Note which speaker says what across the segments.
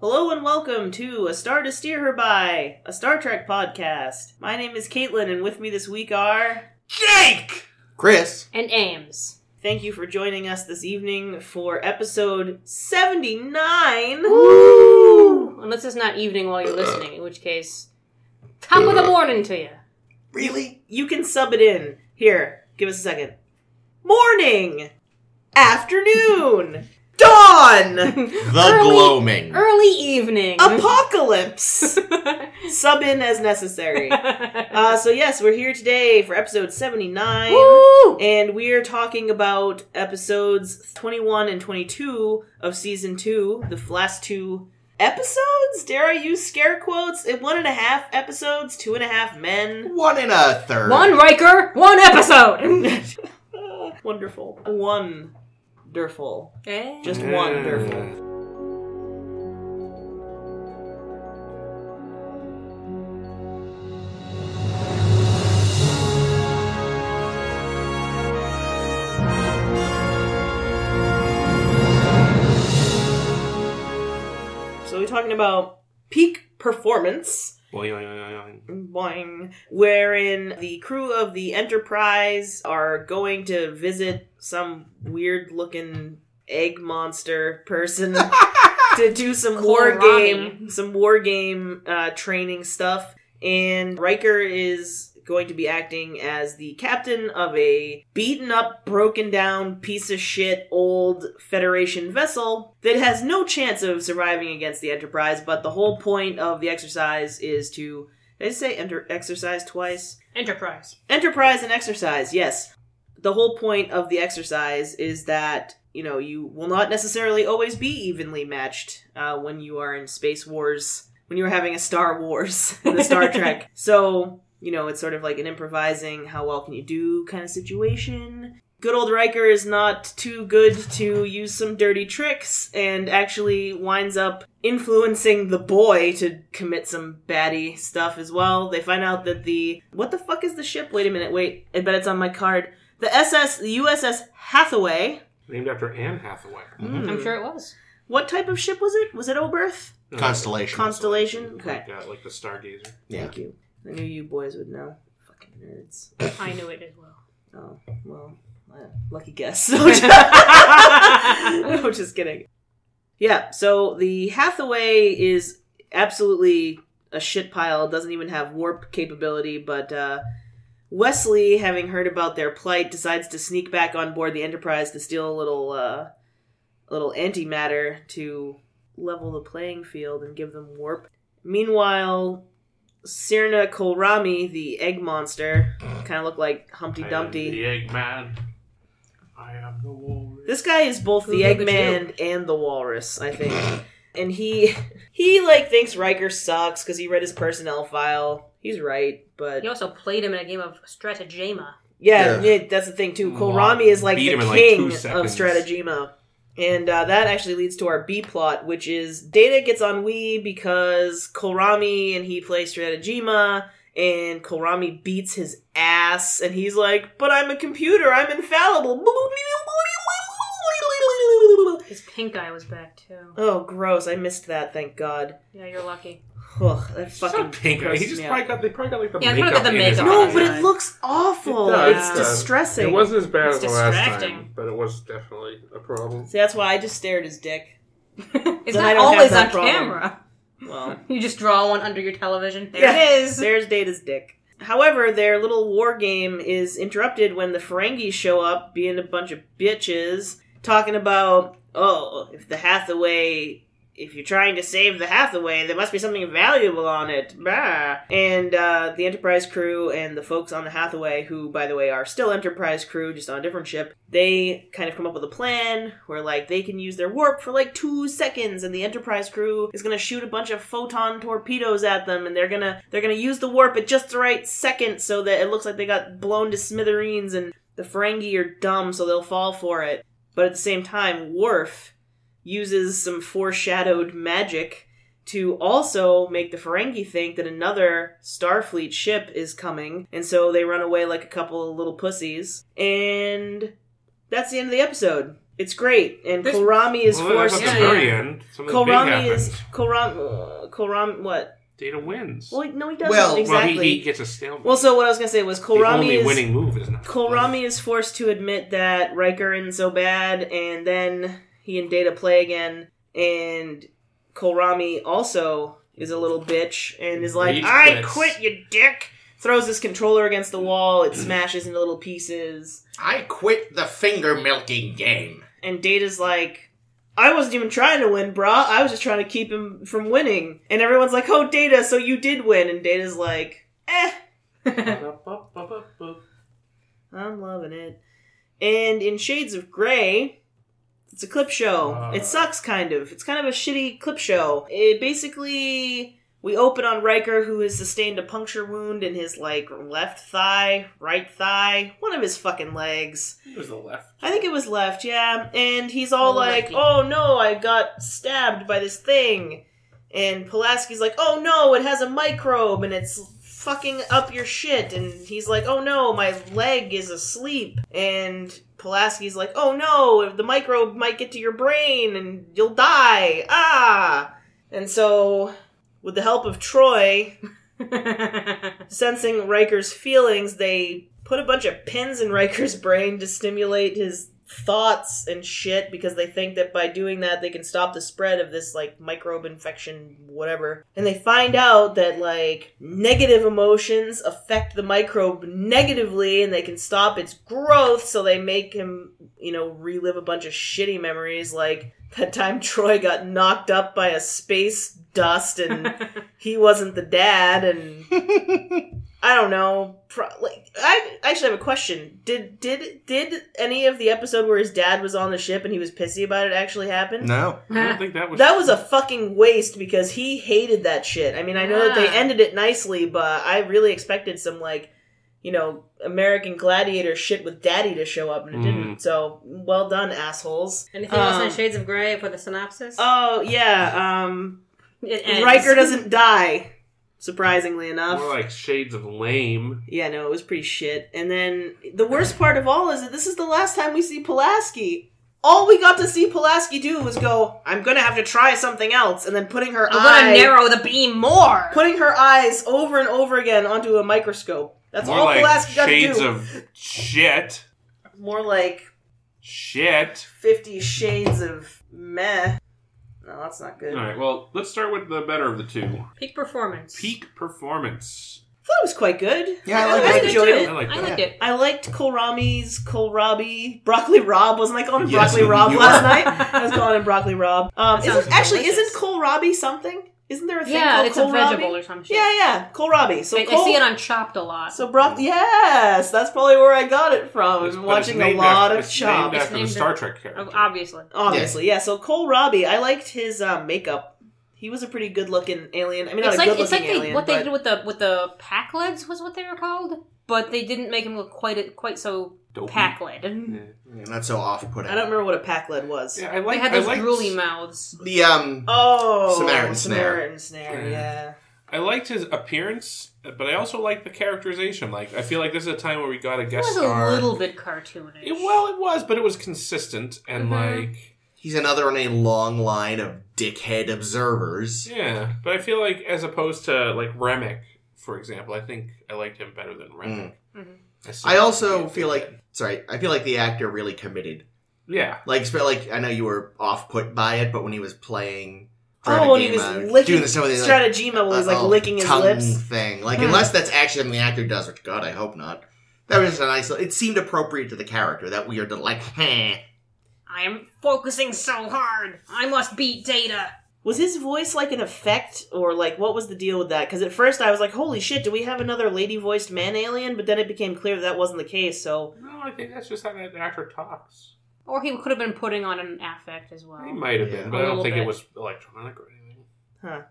Speaker 1: Hello and welcome to A Star to Steer Her By, a Star Trek podcast. My name is Caitlin, and with me this week are.
Speaker 2: Jake!
Speaker 3: Chris.
Speaker 4: and Ames.
Speaker 1: Thank you for joining us this evening for episode 79.
Speaker 4: Woo! Unless it's not evening while you're listening, in which case, top of the morning to you.
Speaker 3: Really?
Speaker 1: You can sub it in. Here, give us a second. Morning! Afternoon! Dawn!
Speaker 3: The
Speaker 4: Early-
Speaker 3: gloaming.
Speaker 4: Early evening.
Speaker 1: Apocalypse! sub in as necessary. Uh, so, yes, we're here today for episode 79.
Speaker 4: Woo!
Speaker 1: And we are talking about episodes 21 and 22 of season two, the f- last two episodes? Dare I use scare quotes? In one and a half episodes, two and a half men.
Speaker 3: One and a third.
Speaker 4: One Riker, one episode.
Speaker 1: Ah, wonderful. Wonderful.
Speaker 4: Eh.
Speaker 1: Just
Speaker 3: Mm.
Speaker 1: wonderful. So we're talking about peak performance. Boing. Wherein the crew of the Enterprise are going to visit some weird looking egg monster person to do some war
Speaker 4: Kohlrabi.
Speaker 1: game, some war game uh, training stuff. And Riker is going to be acting as the captain of a beaten up, broken down, piece of shit old Federation vessel that has no chance of surviving against the Enterprise. But the whole point of the exercise is to did I say enter- exercise twice?
Speaker 4: Enterprise.
Speaker 1: Enterprise and exercise, yes. The whole point of the exercise is that, you know, you will not necessarily always be evenly matched uh, when you are in Space Wars, when you're having a Star Wars and a Star Trek. So, you know, it's sort of like an improvising, how well can you do kind of situation. Good old Riker is not too good to use some dirty tricks and actually winds up influencing the boy to commit some baddie stuff as well. They find out that the. What the fuck is the ship? Wait a minute, wait. I bet it's on my card. The SS, the USS Hathaway. Hmm.
Speaker 2: Named after Anne Hathaway.
Speaker 3: Mhm.
Speaker 4: I'm sure it was.
Speaker 1: What type of ship was it? Was it Oberth?
Speaker 3: Constellation.
Speaker 1: Constellation? Okay.
Speaker 2: Uh, Like that, like the Stargazer.
Speaker 3: yeah.
Speaker 1: Thank you. I knew you boys would know. Fucking nerds.
Speaker 4: I knew it as well.
Speaker 1: Oh, well, uh, lucky guess. no, just kidding. Yeah, so the Hathaway is absolutely a shit pile, doesn't even have warp capability, but uh, Wesley, having heard about their plight, decides to sneak back on board the Enterprise to steal a little, uh, little antimatter to level the playing field and give them warp. Meanwhile, Sirna Kolrami, the egg monster, kind of looked like Humpty
Speaker 2: I am
Speaker 1: Dumpty.
Speaker 2: The Eggman. I am the warrior.
Speaker 1: This guy is both the
Speaker 4: Look at
Speaker 1: Eggman and the Walrus, I think. and he he like thinks Riker sucks because he read his personnel file. He's right, but
Speaker 4: He also played him in a game of Stratagema.
Speaker 1: yeah,
Speaker 3: Yeah.
Speaker 1: it- that's the thing too.
Speaker 2: Wow.
Speaker 1: Kohlrami is like
Speaker 2: Beat
Speaker 1: the
Speaker 2: him in, like, two
Speaker 1: king of
Speaker 2: seconds.
Speaker 1: Stratagema. And uh, that actually leads to our B plot, which is Data gets on Wii because Kohlrami and he play Stratagema, and Kohlrami beats his ass, and he's like, "But I'm a computer, I'm infallible."
Speaker 4: His pink eye was back too.
Speaker 1: Oh, gross! I missed that. Thank God.
Speaker 4: Yeah, you're lucky.
Speaker 1: Ugh, that
Speaker 2: It's not
Speaker 1: fucking
Speaker 2: pink.
Speaker 1: grossed
Speaker 2: He just
Speaker 1: me
Speaker 2: probably
Speaker 1: out.
Speaker 2: got, they probably got like the
Speaker 4: Yeah, they
Speaker 2: makeup.
Speaker 4: probably got the
Speaker 2: in his
Speaker 4: makeup.
Speaker 1: No,
Speaker 2: eyes.
Speaker 1: but it
Speaker 4: God.
Speaker 1: looks awful.
Speaker 2: It does.
Speaker 1: it's
Speaker 2: Yeah.
Speaker 1: distressing.
Speaker 2: It wasn't as bad as
Speaker 4: It's
Speaker 2: the last
Speaker 4: distracting.
Speaker 2: time, but it was definitely a problem.
Speaker 1: See, that's why I just stared at his dick.
Speaker 4: it's
Speaker 1: Then I
Speaker 4: not
Speaker 1: don't have
Speaker 4: always
Speaker 1: that
Speaker 4: on
Speaker 1: problem.
Speaker 4: camera.
Speaker 1: Well,
Speaker 4: You just draw one under your television. There
Speaker 1: Yeah.
Speaker 4: it is.
Speaker 1: there's Data's dick. However, their little war game is interrupted when the Ferengi show up, being a bunch of bitches, talking about oh, if the Hathaway. If you're trying to save the Hathaway, there must be something valuable on it. Bah. And uh, the Enterprise crew and the folks on the Hathaway, who, by the way, are still Enterprise crew, just on a different ship, they kind of come up with a plan where like they can use their warp for like two seconds and the enterprise crew is gonna shoot a bunch of photon torpedoes at them and they're gonna they're gonna use the warp at just the right second so that it looks like they got blown to smithereens and the ferengi are dumb so they'll fall for it but at the same time worf uses some foreshadowed magic to also make the Ferengi think that another Starfleet ship is coming, and so they run away like a couple of little pussies. And that's the end of the episode. It's great, and
Speaker 5: There's-
Speaker 1: Kolrami is
Speaker 2: well, that's
Speaker 1: forced
Speaker 5: Yeah,
Speaker 2: at the
Speaker 1: to.
Speaker 5: yeah.
Speaker 2: very end. Something big
Speaker 1: Kolrami
Speaker 2: happens.
Speaker 1: is Kolram. Kolram. What?
Speaker 2: Data wins.
Speaker 1: Well, no, he doesn't
Speaker 3: Well- Well,
Speaker 1: exactly.
Speaker 2: Well, he, he gets a stalemate.
Speaker 1: Well, so what I was gonna say was
Speaker 2: the only
Speaker 1: Kolrami is
Speaker 2: winning move is not.
Speaker 1: Kolrami is forced to admit that Riker isn't so bad, and then he and Data play again, and Kolrami also is a little bitch and is like,
Speaker 5: He
Speaker 1: "I
Speaker 5: quits.
Speaker 1: quit, you dick!" Throws his controller against the wall. It smashes into little pieces,
Speaker 5: I quit the finger milking game.
Speaker 1: and Data's like. I wasn't even trying to win, brah. I was just trying to keep him from winning. And everyone's like, oh, Data, so you did win. And Data's like, eh,
Speaker 2: Ba-da-ba-ba-ba-ba.
Speaker 1: I'm loving it. And in Shades of Grey, it's a clip show.
Speaker 2: Uh.
Speaker 1: it sucks, kind of. It's kind of a shitty clip show. It basically, we open on Riker, who has sustained a puncture wound in his like left thigh, right thigh, one of his fucking legs.
Speaker 2: It was the left.
Speaker 1: I think it was left, yeah. And he's all
Speaker 4: Oh,
Speaker 1: like,
Speaker 4: lucky.
Speaker 1: "Oh no, I got stabbed by this thing." And Pulaski's like, "Oh no, it has a microbe and it's fucking up your shit." And he's like, "Oh no, my leg is asleep." And Pulaski's like, "Oh no, the microbe might get to your brain and you'll die." Ah. And so, with the help of Troy, sensing Riker's feelings, they put a bunch of pins in Riker's brain to stimulate his thoughts and shit because they think that by doing that they can stop the spread of this like microbe infection whatever and they find out that like negative emotions affect the microbe negatively and they can stop its growth so they make him you know relive a bunch of shitty memories like that time Troy got knocked up by a space dust and he wasn't the dad and I don't know. Pro- like, I I actually have a question. Did did did any of the episode where his dad was on the ship and he was pissy about it actually happen?
Speaker 3: No.
Speaker 2: I don't think that was.
Speaker 1: That was a fucking waste because he hated that shit. I mean, I know that they
Speaker 4: Yeah.
Speaker 1: ended it nicely, but I really expected some like, you know, American Gladiator shit with Daddy to show up and it
Speaker 2: Mm.
Speaker 1: didn't. So well done, assholes.
Speaker 5: Anything
Speaker 1: else on Um,
Speaker 5: Shades of Grey for the synopsis?
Speaker 1: Oh yeah, um,
Speaker 5: it
Speaker 1: Riker doesn't die, surprisingly enough.
Speaker 2: more like shades of lame.
Speaker 1: Yeah, no, it was pretty shit. And then the worst part of all is that this is the last time we see Pulaski. All we got to see Pulaski do was go, "I'm gonna have to try something else," and then putting her
Speaker 4: I'm gonna
Speaker 1: eye-
Speaker 4: narrow the beam more.
Speaker 1: putting her eyes over and over again onto a microscope. That's
Speaker 2: More
Speaker 1: all
Speaker 2: like
Speaker 1: Pulaski got to
Speaker 2: shades
Speaker 1: do.
Speaker 2: of shit.
Speaker 1: More like
Speaker 2: Shit.
Speaker 1: Fifty Shades of Meh. No, that's not good.
Speaker 2: All right. Well, let's start with the better of the two.
Speaker 5: Peak performance.
Speaker 2: Peak performance.
Speaker 1: I thought it was quite good.
Speaker 3: Yeah, I
Speaker 1: I,
Speaker 3: like
Speaker 4: That's
Speaker 3: that.
Speaker 4: good
Speaker 1: enjoyed
Speaker 4: too.
Speaker 1: it.
Speaker 2: I like
Speaker 4: I
Speaker 2: that.
Speaker 4: liked it.
Speaker 1: I liked Kohlrabi's Kohlrabi broccoli Rob. Wasn't I calling him
Speaker 3: Yes,
Speaker 1: broccoli Rob
Speaker 3: you
Speaker 1: last
Speaker 3: were.
Speaker 1: night? I was calling him broccoli Rob. Um,
Speaker 4: That
Speaker 1: isn't-
Speaker 4: sounds
Speaker 1: actually,
Speaker 4: delicious.
Speaker 1: isn't kohlrabi something? Isn't there a thing
Speaker 4: Yeah,
Speaker 1: called
Speaker 4: it's a
Speaker 1: kohlrabi?
Speaker 4: vegetable or some shit.
Speaker 1: Yeah, yeah, kohlrabi. So
Speaker 4: I, I
Speaker 1: kohl-
Speaker 4: see it on Chopped a lot.
Speaker 1: so broccoli. Yes, that's probably where I got it from. I've
Speaker 2: It's-
Speaker 1: been
Speaker 2: but it's
Speaker 1: watching a
Speaker 2: named
Speaker 1: lot
Speaker 2: after-
Speaker 1: of
Speaker 2: it's
Speaker 1: chopped.
Speaker 2: Named after the
Speaker 4: named
Speaker 2: Star Trek character.
Speaker 4: obviously.
Speaker 1: Obviously, yeah. So kohlrabi. I liked his uh, makeup. He was a pretty good-looking alien. I mean, not
Speaker 4: it's
Speaker 1: a
Speaker 4: like it's
Speaker 1: good-looking
Speaker 4: like they,
Speaker 1: alien,
Speaker 4: what
Speaker 1: but
Speaker 4: they did with the with the pack lids was what they were called, but they didn't make him look quite quite so
Speaker 2: Dopey.
Speaker 4: pack lid.
Speaker 2: Yeah.
Speaker 3: Not so off putting.
Speaker 1: I don't remember what a pack lead was.
Speaker 2: Yeah, I
Speaker 4: They
Speaker 2: like.
Speaker 4: had
Speaker 2: I
Speaker 4: those
Speaker 2: liked,
Speaker 4: drooly mouths.
Speaker 3: The um
Speaker 1: Oh,
Speaker 3: Samaritan snare.
Speaker 1: Samaritan snare.
Speaker 2: Yeah.
Speaker 1: Yeah.
Speaker 2: I liked his appearance, but I also liked the characterization. Like, I feel like this is a time where we got a
Speaker 4: It
Speaker 2: guest
Speaker 4: was
Speaker 2: star.
Speaker 4: a little bit cartoonish.
Speaker 2: It- well, it was, but it was consistent and
Speaker 4: Mhm.
Speaker 2: like,
Speaker 3: he's another in a long line of dickhead observers.
Speaker 2: yeah. But I feel like, as opposed to like Remick, for example, I think I liked him better than Remick.
Speaker 1: Mm.
Speaker 4: Mhm.
Speaker 2: see-
Speaker 3: I also feel like sorry, I feel like the actor really committed.
Speaker 2: yeah,
Speaker 3: Like spe- like I know you were off put by it, but when he was playing
Speaker 1: Oh, when he was
Speaker 3: Stratagema,
Speaker 1: licking
Speaker 3: doing the stuff with his, like,
Speaker 1: Stratagema was
Speaker 3: uh,
Speaker 1: like licking his
Speaker 3: tongue
Speaker 1: lips.
Speaker 3: thing. Like
Speaker 1: Hmm.
Speaker 3: unless that's actually something the actor does, which God I hope not. That was just a nice. It seemed appropriate to the character. That weird, like, heh.
Speaker 4: I am focusing so hard. I must beat Data.
Speaker 1: Was his voice like an effect, or like what was the deal with that? Because at first I was like, "Holy shit, do we have another lady-voiced man alien?" But then it became clear that, that wasn't the case. So
Speaker 2: no, I think that's just how that actor talks.
Speaker 4: Or he could have been putting on an affect as well.
Speaker 2: He might have
Speaker 3: Yeah.
Speaker 2: been,
Speaker 4: A
Speaker 2: but I don't
Speaker 4: little
Speaker 2: think
Speaker 4: bit.
Speaker 2: it was electronic or anything.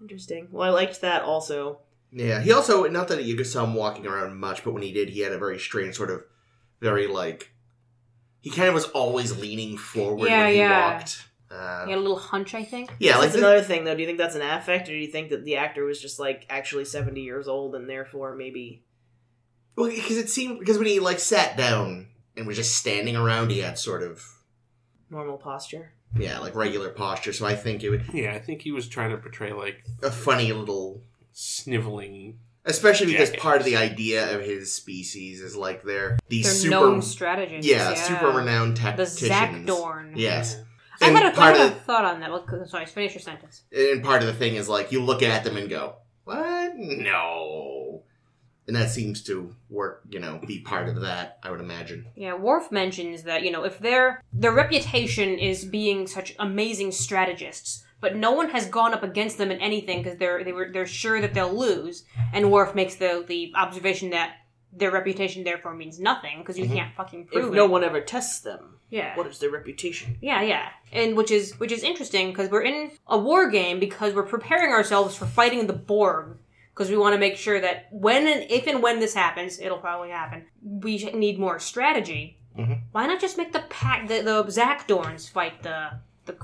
Speaker 1: interesting. Well, I liked that also.
Speaker 3: Yeah, he also not that you could saw him walking around much, but when he did, he had a very strange sort of, very like, he kind of was always leaning forward
Speaker 4: Yeah,
Speaker 3: when he
Speaker 4: yeah.
Speaker 3: walked. Uh,
Speaker 4: He had a little hunch, I think.
Speaker 3: yeah, like
Speaker 1: that's
Speaker 3: the-
Speaker 1: another thing, though. Do you think that's an affect, or do you think that the actor was just like actually seventy years old and therefore maybe?
Speaker 3: well, because it seemed because when he like sat down and was just standing around, he had sort of
Speaker 1: normal posture.
Speaker 3: Yeah, like regular posture. So I think it would
Speaker 2: Yeah, I think he was trying to portray like
Speaker 3: a funny little,
Speaker 2: sniveling.
Speaker 3: especially because
Speaker 2: Jackass.
Speaker 3: part of the idea of his species is like they're these
Speaker 4: They're
Speaker 3: super,
Speaker 4: known strategists.
Speaker 3: yeah, super renowned
Speaker 4: The
Speaker 3: tacticians.
Speaker 4: Zach Dorn.
Speaker 3: Yes,
Speaker 4: I
Speaker 3: and
Speaker 4: had a, I
Speaker 3: part
Speaker 4: had
Speaker 3: of
Speaker 4: a thought on that. Well, c- sorry, finish your sentence.
Speaker 3: and part of the thing is like you look at them and go, "What? No." And that seems to work, you know, be part of that. I would imagine.
Speaker 4: Yeah, Worf mentions that you know if their their reputation is being such amazing strategists, but no one has gone up against them in anything because they're they were they're sure that they'll lose. And Worf makes the the observation that their reputation therefore means nothing because you
Speaker 3: Mhm.
Speaker 4: can't fucking prove
Speaker 1: If
Speaker 4: it.
Speaker 1: no one ever tests them,
Speaker 4: yeah.
Speaker 1: what is their reputation?
Speaker 4: Yeah, yeah, and which is which is interesting because we're in a war game because we're preparing ourselves for fighting the Borg because we want to make sure that when and if and when this happens, it'll probably happen. We sh- need more strategy.
Speaker 3: Mhm.
Speaker 4: Why not just make the pack the, the Zakdorns fight the the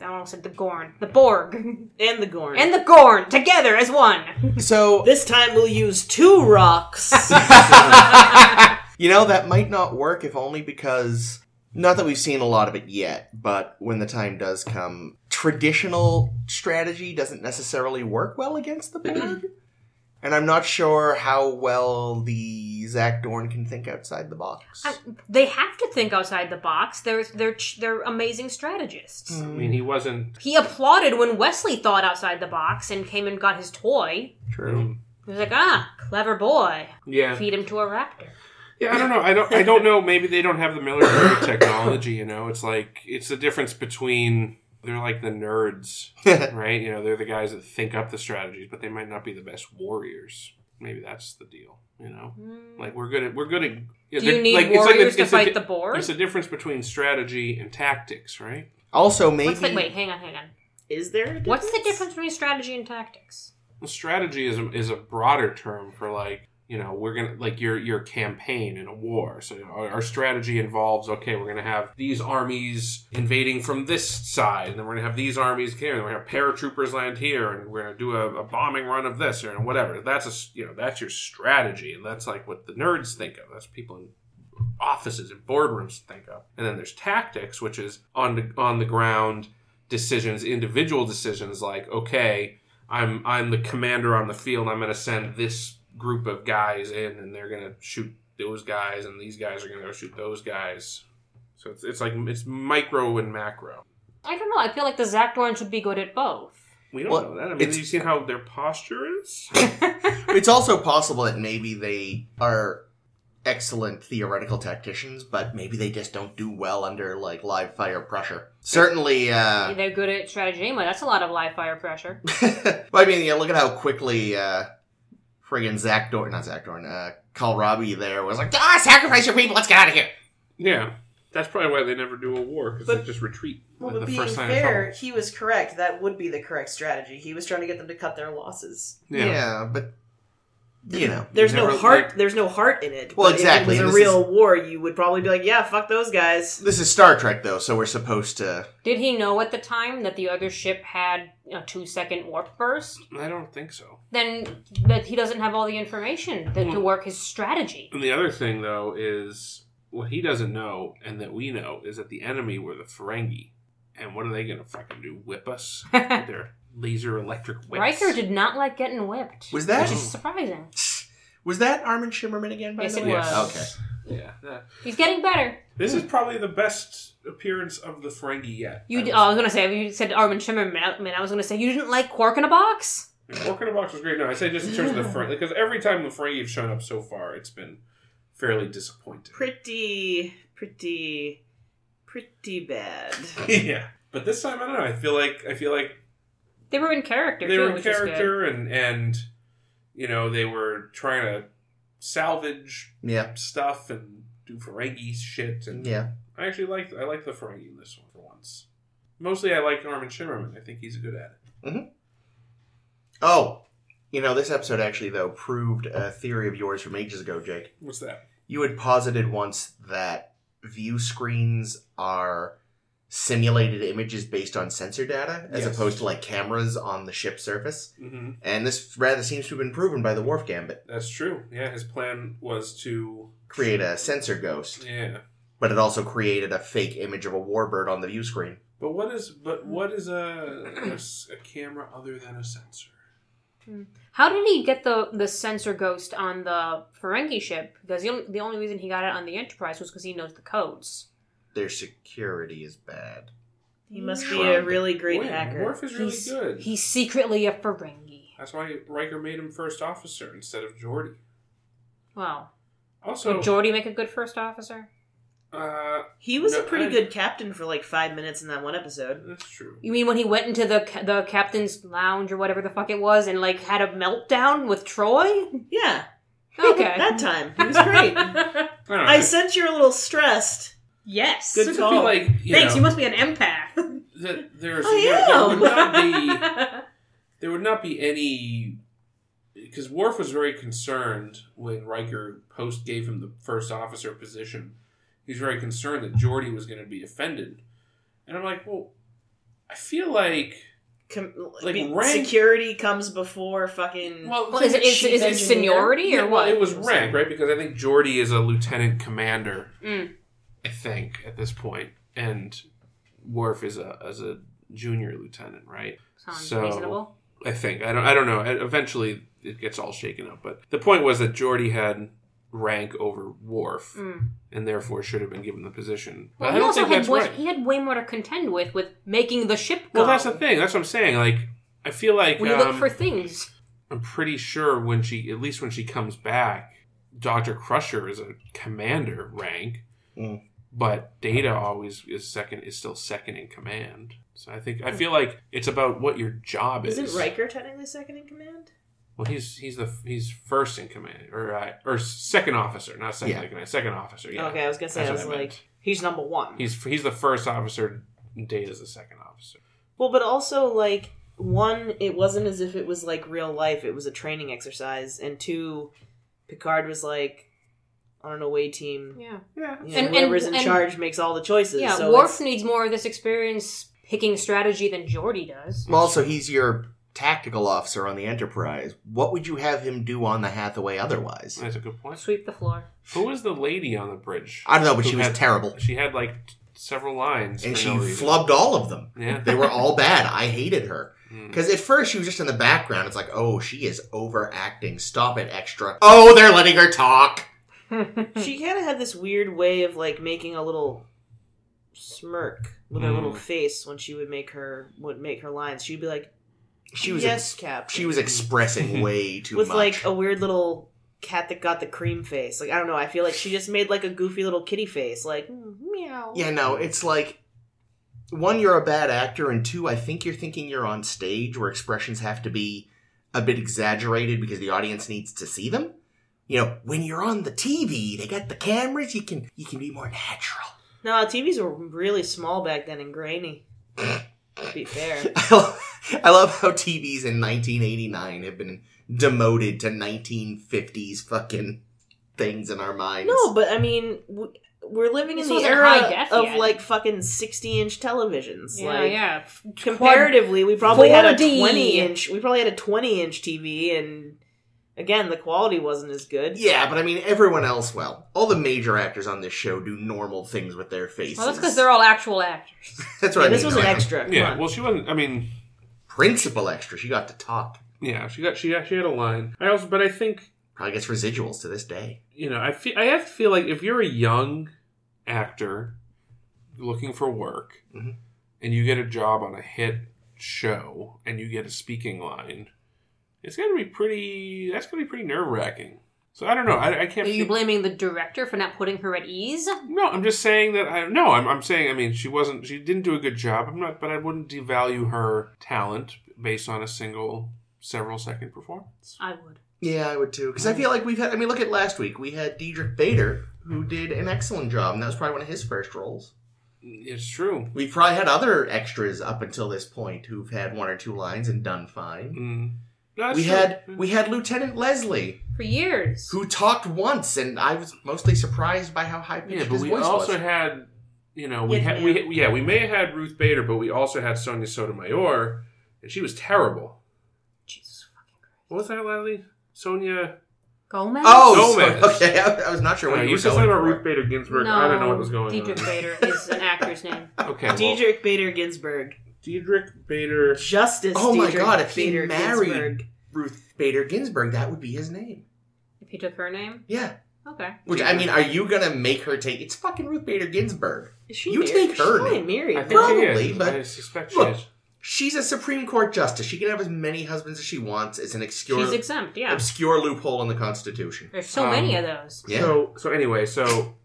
Speaker 4: I almost said the Gorn, the Borg, and
Speaker 1: And the Gorn.
Speaker 4: the Gorn together as one.
Speaker 3: So
Speaker 1: this time we'll use two rocks.
Speaker 3: you know that might not work if only because not that we've seen a lot of it yet but when the time does come traditional strategy doesn't necessarily work well against the board and i'm not sure how well the zach dorn can think outside the box
Speaker 4: I- they have to think outside the box. They're they're ch- they're amazing strategists.
Speaker 2: I
Speaker 3: Mm.
Speaker 2: mean, he wasn't
Speaker 4: He applauded when Wesley thought outside the box and came and got his toy.
Speaker 3: true
Speaker 4: He was like, ah, clever boy.
Speaker 2: um, Yeah,
Speaker 4: Feed him to a raptor.
Speaker 2: yeah. I don't know. I don't. I don't know. Maybe they don't have the military technology. You know, it's like it's the difference between they're like the nerds, right? You know, they're the guys that think up the strategies, but they might not be the best warriors. Maybe that's the deal. You know, like we're good at we're good at.
Speaker 4: Hmm. Do
Speaker 2: yeah,
Speaker 4: you
Speaker 2: they're-
Speaker 4: need
Speaker 2: like, it's like
Speaker 4: warriors
Speaker 2: a-
Speaker 4: to
Speaker 2: it's a
Speaker 4: fight
Speaker 2: di-
Speaker 4: the board?
Speaker 2: There's a difference between strategy and tactics, right?
Speaker 3: also maybe
Speaker 4: What's the, wait, hang on, hang on.
Speaker 1: is there? A
Speaker 4: What's the difference between strategy and tactics?
Speaker 2: Well, strategy is a, is a broader term for like you know we're gonna like your your campaign in a war so you know, our, our strategy involves okay we're gonna have these armies invading from this side and then we're gonna have these armies here and we're gonna have paratroopers land here and we're gonna do a, a bombing run of this or whatever that's a s- you know that's your strategy and that's like what the nerds think of that's people in offices and boardrooms think of and then there's tactics which is on the on the ground decisions individual decisions like okay I'm I'm the commander on the field. I'm going to send this group of guys in, and they're going to shoot those guys, and these guys are going to go shoot those guys. So it's, it's like it's micro and macro.
Speaker 4: I don't know. I feel like the Zakdorn should be good at both.
Speaker 2: We don't
Speaker 3: Well,
Speaker 2: know that. I mean,
Speaker 3: it's-
Speaker 2: have you seen how their posture is?
Speaker 3: it's also possible that maybe they are excellent theoretical tacticians, but maybe they just don't do well under like live fire pressure. Certainly, uh,
Speaker 4: They're good at strategy anyway. That's a lot of live fire pressure.
Speaker 3: well, I mean, yeah, look at how quickly uh, friggin' Zach Dorn, not Zach Dorn, uh, Cal Robbie there was like, ah, sacrifice your people, let's get out of here.
Speaker 2: yeah, that's probably why they never do a war because they
Speaker 1: But-
Speaker 2: just retreat.
Speaker 1: Well,
Speaker 2: at
Speaker 1: but
Speaker 2: the
Speaker 1: being
Speaker 2: first sign of
Speaker 1: fair,
Speaker 2: trouble.
Speaker 1: he was correct. That would be the correct strategy. He was trying to get them to cut their losses.
Speaker 3: Yeah,
Speaker 2: Yeah.
Speaker 3: but you know,
Speaker 1: There's
Speaker 2: never,
Speaker 1: no heart.
Speaker 2: like-
Speaker 1: there's no heart in it.
Speaker 3: Well,
Speaker 1: But
Speaker 3: exactly,
Speaker 1: If it
Speaker 3: and
Speaker 1: was a
Speaker 3: this
Speaker 1: real war, you would probably be like, "Yeah, fuck those guys."
Speaker 3: this is Star Trek though, so we're supposed to.
Speaker 4: Did he know at the time that the other ship had a two second warp burst?
Speaker 2: I don't think so.
Speaker 4: Then that he doesn't have all the information that, to
Speaker 2: Hmm.
Speaker 4: work his strategy.
Speaker 2: And the other thing though is what he doesn't know, and that we know, is that the enemy were the Ferengi. And what are they going to fucking do? Whip us? with their laser electric whips.
Speaker 4: Riker did not like getting whipped.
Speaker 3: Was that-
Speaker 4: Which is surprising.
Speaker 3: Was that Armin Shimmerman again? By
Speaker 4: Yes,
Speaker 3: the
Speaker 4: it
Speaker 3: way?
Speaker 4: was.
Speaker 3: Okay.
Speaker 2: Yeah. that-
Speaker 4: He's getting better.
Speaker 2: This is probably the best appearance of the Ferengi yet.
Speaker 4: You,
Speaker 2: I
Speaker 4: d-
Speaker 2: was-
Speaker 4: oh, I was gonna say you said Armin Shimmerman. I mean, I was gonna say you didn't like Quark in a box.
Speaker 2: Orc in a Box was great. No, I say just in terms of the Ferengi, because every time the Ferengi have shown up so far, it's been fairly disappointing.
Speaker 1: Pretty, pretty, pretty bad.
Speaker 2: yeah. But this time, I don't know. I feel like I feel like
Speaker 4: They were in character.
Speaker 2: they
Speaker 4: too,
Speaker 2: were in
Speaker 4: which is good.
Speaker 2: character, and and you know they were trying to salvage
Speaker 3: Yeah.
Speaker 2: stuff and do Ferengi shit, and
Speaker 3: Yeah.
Speaker 2: I actually like I like the Ferengi in this one for once. Mostly, I like Armin Shimmerman. I think he's good at it.
Speaker 3: Oh, you know, this episode actually, though, proved a theory of yours from ages ago, Jake.
Speaker 2: What's that?
Speaker 3: You had posited once that view screens are simulated images based on sensor data as
Speaker 2: Yes.
Speaker 3: opposed to like cameras on the ship surface.
Speaker 2: Mm-hmm.
Speaker 3: And this rather seems to have been proven by the Wharf Gambit.
Speaker 2: That's true. Yeah, his plan was to
Speaker 3: Create a sensor ghost.
Speaker 2: yeah.
Speaker 3: but it also created a fake image of a warbird on the view screen.
Speaker 2: But what is but what is a, a s- a camera other than a sensor?
Speaker 4: How did he get the the sensor ghost on the Ferengi ship? Because the only, the only reason he got it on the Enterprise was because he knows the codes.
Speaker 3: Their security is bad.
Speaker 1: He must be a
Speaker 3: Shrug.
Speaker 1: really great
Speaker 2: Wait,
Speaker 1: hacker.
Speaker 2: Worf is really
Speaker 4: he's,
Speaker 2: good.
Speaker 4: He's secretly a Ferengi.
Speaker 2: That's why Riker made him first officer instead of Geordi.
Speaker 4: Wow.
Speaker 2: Also,
Speaker 4: Would Geordi make a good first officer?
Speaker 2: uh,
Speaker 1: He was
Speaker 2: No,
Speaker 1: a pretty
Speaker 2: I-
Speaker 1: good captain for like five minutes in that one episode.
Speaker 2: that's true.
Speaker 4: You mean when he went into the ca- the captain's lounge or whatever the fuck it was and like had a meltdown with Troy?
Speaker 1: Yeah,
Speaker 4: Okay.
Speaker 1: that time he was great.
Speaker 2: I don't know.
Speaker 1: I sense you're a little stressed.
Speaker 5: Yes.
Speaker 1: Good
Speaker 2: I
Speaker 1: call.
Speaker 4: Oh.
Speaker 2: feel like you
Speaker 5: Thanks.
Speaker 2: know,
Speaker 5: You must be an empath.
Speaker 2: that there's
Speaker 1: I
Speaker 2: there, there
Speaker 1: am.
Speaker 2: would not be there would not be any because Worf was very concerned when Riker post gave him the first officer position. He was very concerned that Geordi was going to be offended, and I'm like, well, I feel like
Speaker 1: Com-
Speaker 2: Like,
Speaker 1: be-
Speaker 2: rank-
Speaker 1: security comes before fucking.
Speaker 2: well,
Speaker 4: Well, is it, is,
Speaker 1: Chief
Speaker 4: is it
Speaker 1: engineer.
Speaker 4: seniority
Speaker 2: Yeah,
Speaker 4: or
Speaker 2: well,
Speaker 4: what?
Speaker 2: it was rank, right? Because I think Geordi is a lieutenant commander.
Speaker 4: Mm.
Speaker 2: I think at this point, and Worf is a as a junior lieutenant, right?
Speaker 4: Sounds
Speaker 2: So-
Speaker 4: reasonable.
Speaker 2: I think I don't I don't know. E- Eventually, it gets all shaken up. But the point was that Geordi had rank over Worf,
Speaker 4: Mm.
Speaker 2: and therefore should have been given the position. But
Speaker 4: Well,
Speaker 2: I
Speaker 4: he
Speaker 2: don't
Speaker 4: also
Speaker 2: think
Speaker 4: had
Speaker 2: that's
Speaker 4: way,
Speaker 2: right.
Speaker 4: he had way more to contend with with making the ship go.
Speaker 2: Well, that's the thing. That's what I'm saying. Like I feel like
Speaker 4: When you
Speaker 2: um,
Speaker 4: look for things.
Speaker 2: I'm pretty sure when she at least when she comes back, Doctor Crusher is a commander rank.
Speaker 3: Mm.
Speaker 2: But Data always is second is still second in command. So I think I
Speaker 4: Hmm.
Speaker 2: feel like it's about what your job is.
Speaker 1: Isn't Riker technically second in command?
Speaker 2: Well, he's he's the he's first in command or uh, or second officer, not second
Speaker 3: Yeah.
Speaker 2: in command, second officer. Yeah.
Speaker 1: Okay, I was gonna say
Speaker 2: That's
Speaker 1: I
Speaker 2: what
Speaker 1: was
Speaker 2: I
Speaker 1: like,
Speaker 2: meant.
Speaker 1: he's number one.
Speaker 2: He's he's the first officer. and Data's the second officer.
Speaker 1: Well, but also like one, it wasn't as if it was like real life. It was a training exercise, and two, Picard was like on an away team.
Speaker 4: Yeah.
Speaker 2: Yeah.
Speaker 1: You know,
Speaker 4: And- and-
Speaker 1: whoever's in
Speaker 4: and-
Speaker 1: charge makes all the choices.
Speaker 4: Yeah,
Speaker 1: so
Speaker 4: Worf
Speaker 1: it's-
Speaker 4: needs more of this experience picking strategy than Geordi does.
Speaker 3: Well, also, he's your tactical officer on the Enterprise. What would you have him do on the Hathaway otherwise?
Speaker 2: That's a good point.
Speaker 4: Sweep the floor.
Speaker 2: Who was the lady on the bridge?
Speaker 3: I don't know, but
Speaker 2: Who
Speaker 3: she was
Speaker 2: had-
Speaker 3: terrible.
Speaker 2: She had like t- several lines,
Speaker 3: And
Speaker 2: for
Speaker 3: she
Speaker 2: no reason.
Speaker 3: flubbed all of them.
Speaker 2: Yeah.
Speaker 3: They were all bad. I hated her.
Speaker 2: Mm.
Speaker 3: Because at first she was just in the background. It's like, oh, she is overacting. Stop it, extra. Oh, they're letting her talk.
Speaker 1: she kind of had this weird way of like making a little smirk with her
Speaker 2: Mm.
Speaker 1: little face when she would make her would make her lines. She'd be like,
Speaker 3: She was
Speaker 1: yes,
Speaker 3: ex-
Speaker 1: Cap."
Speaker 3: she was expressing way too
Speaker 1: with
Speaker 3: much.
Speaker 1: like a weird little cat that got the cream face. Like I don't know. I feel like she just made like a goofy little kitty face. Like "Mm, meow.
Speaker 3: yeah, no, it's like one, you're a bad actor, and two, I think you're thinking you're on stage where expressions have to be a bit exaggerated because the audience needs to see them. You know, when you're on the TV, they got the cameras. You can you can be more natural.
Speaker 1: No, TVs were really small back then and grainy. to be fair,
Speaker 3: I love, I love how TVs in 1989 have been demoted to 1950s fucking things in our minds.
Speaker 1: no, but I mean, w- we're living
Speaker 4: This
Speaker 1: in the
Speaker 4: wasn't
Speaker 1: era
Speaker 4: high def
Speaker 1: of
Speaker 4: yet.
Speaker 1: like fucking sixty-inch televisions.
Speaker 4: Yeah,
Speaker 1: like,
Speaker 4: yeah.
Speaker 1: comparatively we probably had a
Speaker 4: 4D.
Speaker 1: 20 inch we probably had a 20 inch tv and again the quality wasn't as good
Speaker 3: Yeah, but I mean, everyone else, well, all the major actors on this show do normal things with their faces.
Speaker 4: Well, that's because they're all actual actors.
Speaker 3: That's what I
Speaker 1: this
Speaker 3: mean.
Speaker 1: was an
Speaker 3: like,
Speaker 1: extra come
Speaker 2: Yeah.
Speaker 1: on.
Speaker 2: Well, she wasn't. I mean,
Speaker 3: Principal extra. She got to talk.
Speaker 2: yeah. She got. She got. She had a line. I also, but I think
Speaker 3: Probably gets residuals to this day.
Speaker 2: you know. I feel. I have to feel like if you're a young actor looking for work,
Speaker 3: Mhm.
Speaker 2: and you get a job on a hit show, and you get a speaking line, it's got to be pretty. That's gonna be pretty nerve wracking. So I don't know. I, I
Speaker 4: Are
Speaker 2: can't.
Speaker 4: you
Speaker 2: think-
Speaker 4: blaming the director for not putting her at ease?
Speaker 2: No, I'm just saying that I no, I'm I'm saying I mean she wasn't she didn't do a good job. I'm not but I wouldn't devalue her talent based on a single several second performance.
Speaker 4: I would.
Speaker 3: Yeah, I would too. Because I feel like we've had, I mean, look at last week. We had Diedrich Bader, who did an excellent job, and that was probably one of his first roles.
Speaker 2: It's true.
Speaker 3: We've probably had other extras up until this point who've had one or two lines and done fine.
Speaker 2: Mm. No, that's
Speaker 3: we
Speaker 2: true.
Speaker 3: had we had Lieutenant Leslie,
Speaker 4: For years.
Speaker 3: who talked once, and I was mostly surprised by how high pitched
Speaker 2: yeah, but
Speaker 3: his
Speaker 2: we
Speaker 3: voice
Speaker 2: also
Speaker 3: was.
Speaker 2: had you know we
Speaker 1: Yes,
Speaker 2: had
Speaker 1: ma'am.
Speaker 2: we yeah we may have had Ruth Bader, but we also had Sonia Sotomayor, and she was terrible.
Speaker 4: Jesus fucking Christ.
Speaker 2: What was that, Leslie? Sonia
Speaker 4: Gomez?
Speaker 3: Oh,
Speaker 2: Gomez.
Speaker 3: so- okay. I, I was not sure
Speaker 2: No,
Speaker 3: what you
Speaker 2: Uh, you
Speaker 3: were
Speaker 2: said something
Speaker 3: going
Speaker 2: about
Speaker 3: for.
Speaker 2: Ruth Bader Ginsburg. I don't know what was going
Speaker 4: Dietrich
Speaker 2: on.
Speaker 4: Bader is an actor's name.
Speaker 2: Okay, well,
Speaker 1: Diedrich
Speaker 2: Diedrich,
Speaker 1: Bader Ginsburg.
Speaker 2: Bader.
Speaker 1: Justice
Speaker 3: Oh my
Speaker 1: Diedrich
Speaker 3: God, if he
Speaker 1: Bader
Speaker 3: married-
Speaker 1: Ginsburg.
Speaker 3: Ruth Bader Ginsburg. That would be his name.
Speaker 4: If he took her name,
Speaker 3: Yeah.
Speaker 4: okay.
Speaker 3: Which I mean, are you gonna make her take? It's fucking Ruth Bader Ginsburg.
Speaker 1: Is she
Speaker 3: You
Speaker 1: married?
Speaker 3: take her
Speaker 1: She's probably
Speaker 3: name.
Speaker 1: married.
Speaker 2: I think
Speaker 1: though.
Speaker 2: she
Speaker 3: Probably,
Speaker 2: is.
Speaker 3: but-
Speaker 2: I suspect she
Speaker 3: Look.
Speaker 2: is.
Speaker 3: She's a Supreme Court justice. She can have as many husbands as she wants. It's an obscure,
Speaker 4: She's exempt. Yeah.
Speaker 3: obscure loophole in the Constitution.
Speaker 4: There's so
Speaker 2: Um,
Speaker 4: many of those.
Speaker 3: Yeah.
Speaker 2: So so anyway, so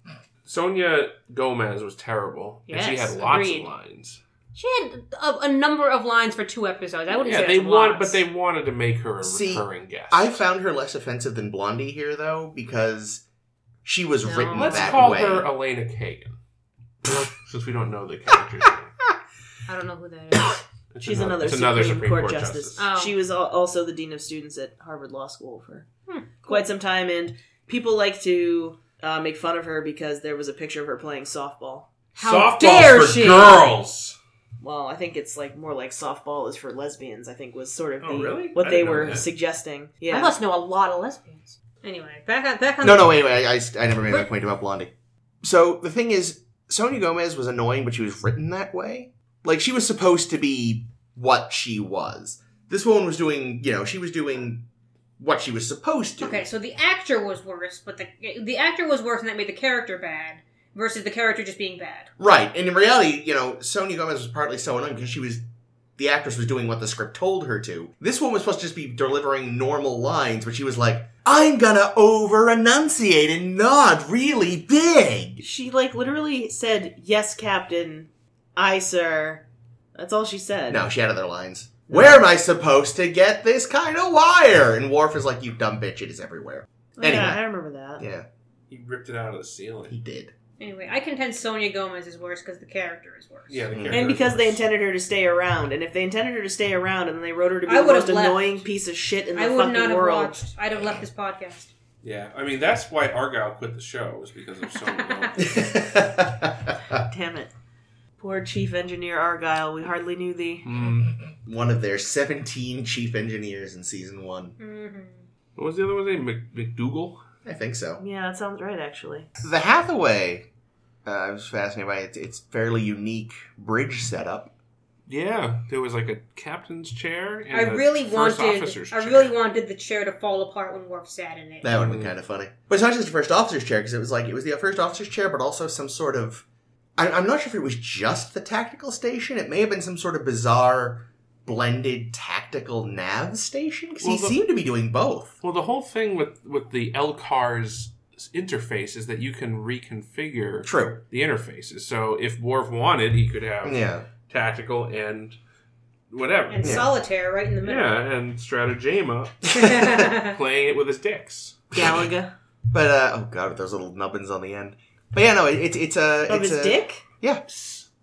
Speaker 2: Sonia Gomez was terrible, and she
Speaker 4: Yes,
Speaker 2: had lots
Speaker 4: agreed.
Speaker 2: of lines.
Speaker 4: She had a, a number of lines for two episodes. I wouldn't
Speaker 2: yeah,
Speaker 4: say
Speaker 2: they
Speaker 4: that's
Speaker 2: want,
Speaker 4: lots.
Speaker 2: but they wanted to make her a
Speaker 3: See,
Speaker 2: recurring guest.
Speaker 3: I found her less offensive than Blondie here, though, because she was
Speaker 4: No.
Speaker 3: written
Speaker 2: Let's
Speaker 3: that
Speaker 2: call
Speaker 3: way.
Speaker 2: her Elena Kagan, since we don't know the character's name.
Speaker 4: I don't know who that is.
Speaker 2: It's
Speaker 1: She's another,
Speaker 2: it's
Speaker 1: Supreme, Court, justice. Uh,
Speaker 4: Oh.
Speaker 1: She was al- also the dean of students at Harvard Law School for
Speaker 4: Hmm,
Speaker 1: quite some time, and people like to uh, make fun of her because there was a picture of her playing softball.
Speaker 4: How
Speaker 2: Softball's
Speaker 4: dare
Speaker 2: for
Speaker 4: she?
Speaker 2: girls.
Speaker 1: Well, I think it's like more like softball is for lesbians. I think was sort of
Speaker 2: Oh,
Speaker 1: the,
Speaker 2: really?
Speaker 1: what
Speaker 2: I
Speaker 1: they
Speaker 2: didn't know
Speaker 1: were
Speaker 2: that.
Speaker 1: suggesting.
Speaker 4: I
Speaker 1: Yeah,
Speaker 4: must know a lot of lesbians.
Speaker 5: Anyway, back on back on.
Speaker 3: No,
Speaker 5: the-
Speaker 3: no, wait, wait. I, I- I never made my point about Blondie. So the thing is, Sonia Gomez was annoying, but she was written that way. Like she was supposed to be what she was. This woman was doing, you know, she was doing what she was supposed to.
Speaker 4: Okay, so the actor was worse, but the the actor was worse, and that made the character bad versus the character just being bad.
Speaker 3: Right. And in reality, you know, Sonia Gomez was partly so annoying because she was the actress was doing what the script told her to. This woman was supposed to just be delivering normal lines, but she was like, I'm gonna over enunciate and nod really big.
Speaker 1: she like literally said, "Yes, Captain, I, sir." That's all she said.
Speaker 3: No, she had other lines. Where am I supposed to get this kind of wire? And Worf is like, you dumb bitch, it is everywhere.
Speaker 1: Oh, yeah,
Speaker 3: anyway.
Speaker 1: I remember that.
Speaker 3: Yeah,
Speaker 2: He ripped it out of the
Speaker 3: he
Speaker 2: ceiling.
Speaker 3: did.
Speaker 4: Anyway, I contend Sonia Gomez is worse because the character is worse.
Speaker 2: Yeah, the
Speaker 3: And
Speaker 2: character
Speaker 1: And because they
Speaker 2: was-
Speaker 1: intended her to stay around, and if they intended her to stay around, and they wrote her to be
Speaker 4: I
Speaker 1: the
Speaker 4: would've
Speaker 1: most
Speaker 4: left.
Speaker 1: annoying piece of shit in the
Speaker 4: I would
Speaker 1: fucking
Speaker 4: not have
Speaker 1: world,
Speaker 4: watched. I'd have left this podcast.
Speaker 2: Yeah, I mean that's why Argyle quit the show was because of Sonia. Gomez.
Speaker 1: damn it, poor Chief Engineer Argyle, we hardly knew thee.
Speaker 2: Mm.
Speaker 3: One of their 17 chief engineers in season one.
Speaker 4: Mm-hmm.
Speaker 2: What was the other one's name? Mc- McDougal.
Speaker 3: I think so.
Speaker 1: Yeah, that sounds right, actually.
Speaker 3: The Hathaway. Uh, I was fascinated by it. It's fairly unique bridge setup.
Speaker 2: Yeah, there was like a captain's chair. And
Speaker 4: I
Speaker 2: a
Speaker 4: really
Speaker 2: first
Speaker 4: wanted.
Speaker 2: officer's
Speaker 4: I
Speaker 2: chair.
Speaker 4: really wanted the chair to fall apart when Worf sat in it.
Speaker 3: That would have
Speaker 1: Mm-hmm.
Speaker 3: been kind of funny. But it's not just the first officer's chair because it was like it was the first officer's chair, but also some sort of. I, I'm not sure if it was just the tactical station. It may have been some sort of bizarre blended tactical nav station because he
Speaker 2: Well, the-
Speaker 3: seemed to be doing both.
Speaker 2: Well, the whole thing with with the LCAR's interface is that you can reconfigure
Speaker 3: True.
Speaker 2: the interfaces. So if Worf wanted, he could have
Speaker 3: Yeah.
Speaker 2: tactical and whatever.
Speaker 4: And
Speaker 3: Yeah.
Speaker 4: solitaire right in the middle.
Speaker 2: yeah, and Stratagema playing it with his dicks.
Speaker 1: Galaga
Speaker 3: But uh, oh god, with those little nubbins on the end. But yeah, no, it, it's it's a
Speaker 1: of
Speaker 3: it's
Speaker 1: his
Speaker 3: a,
Speaker 1: dick.
Speaker 3: Yeah,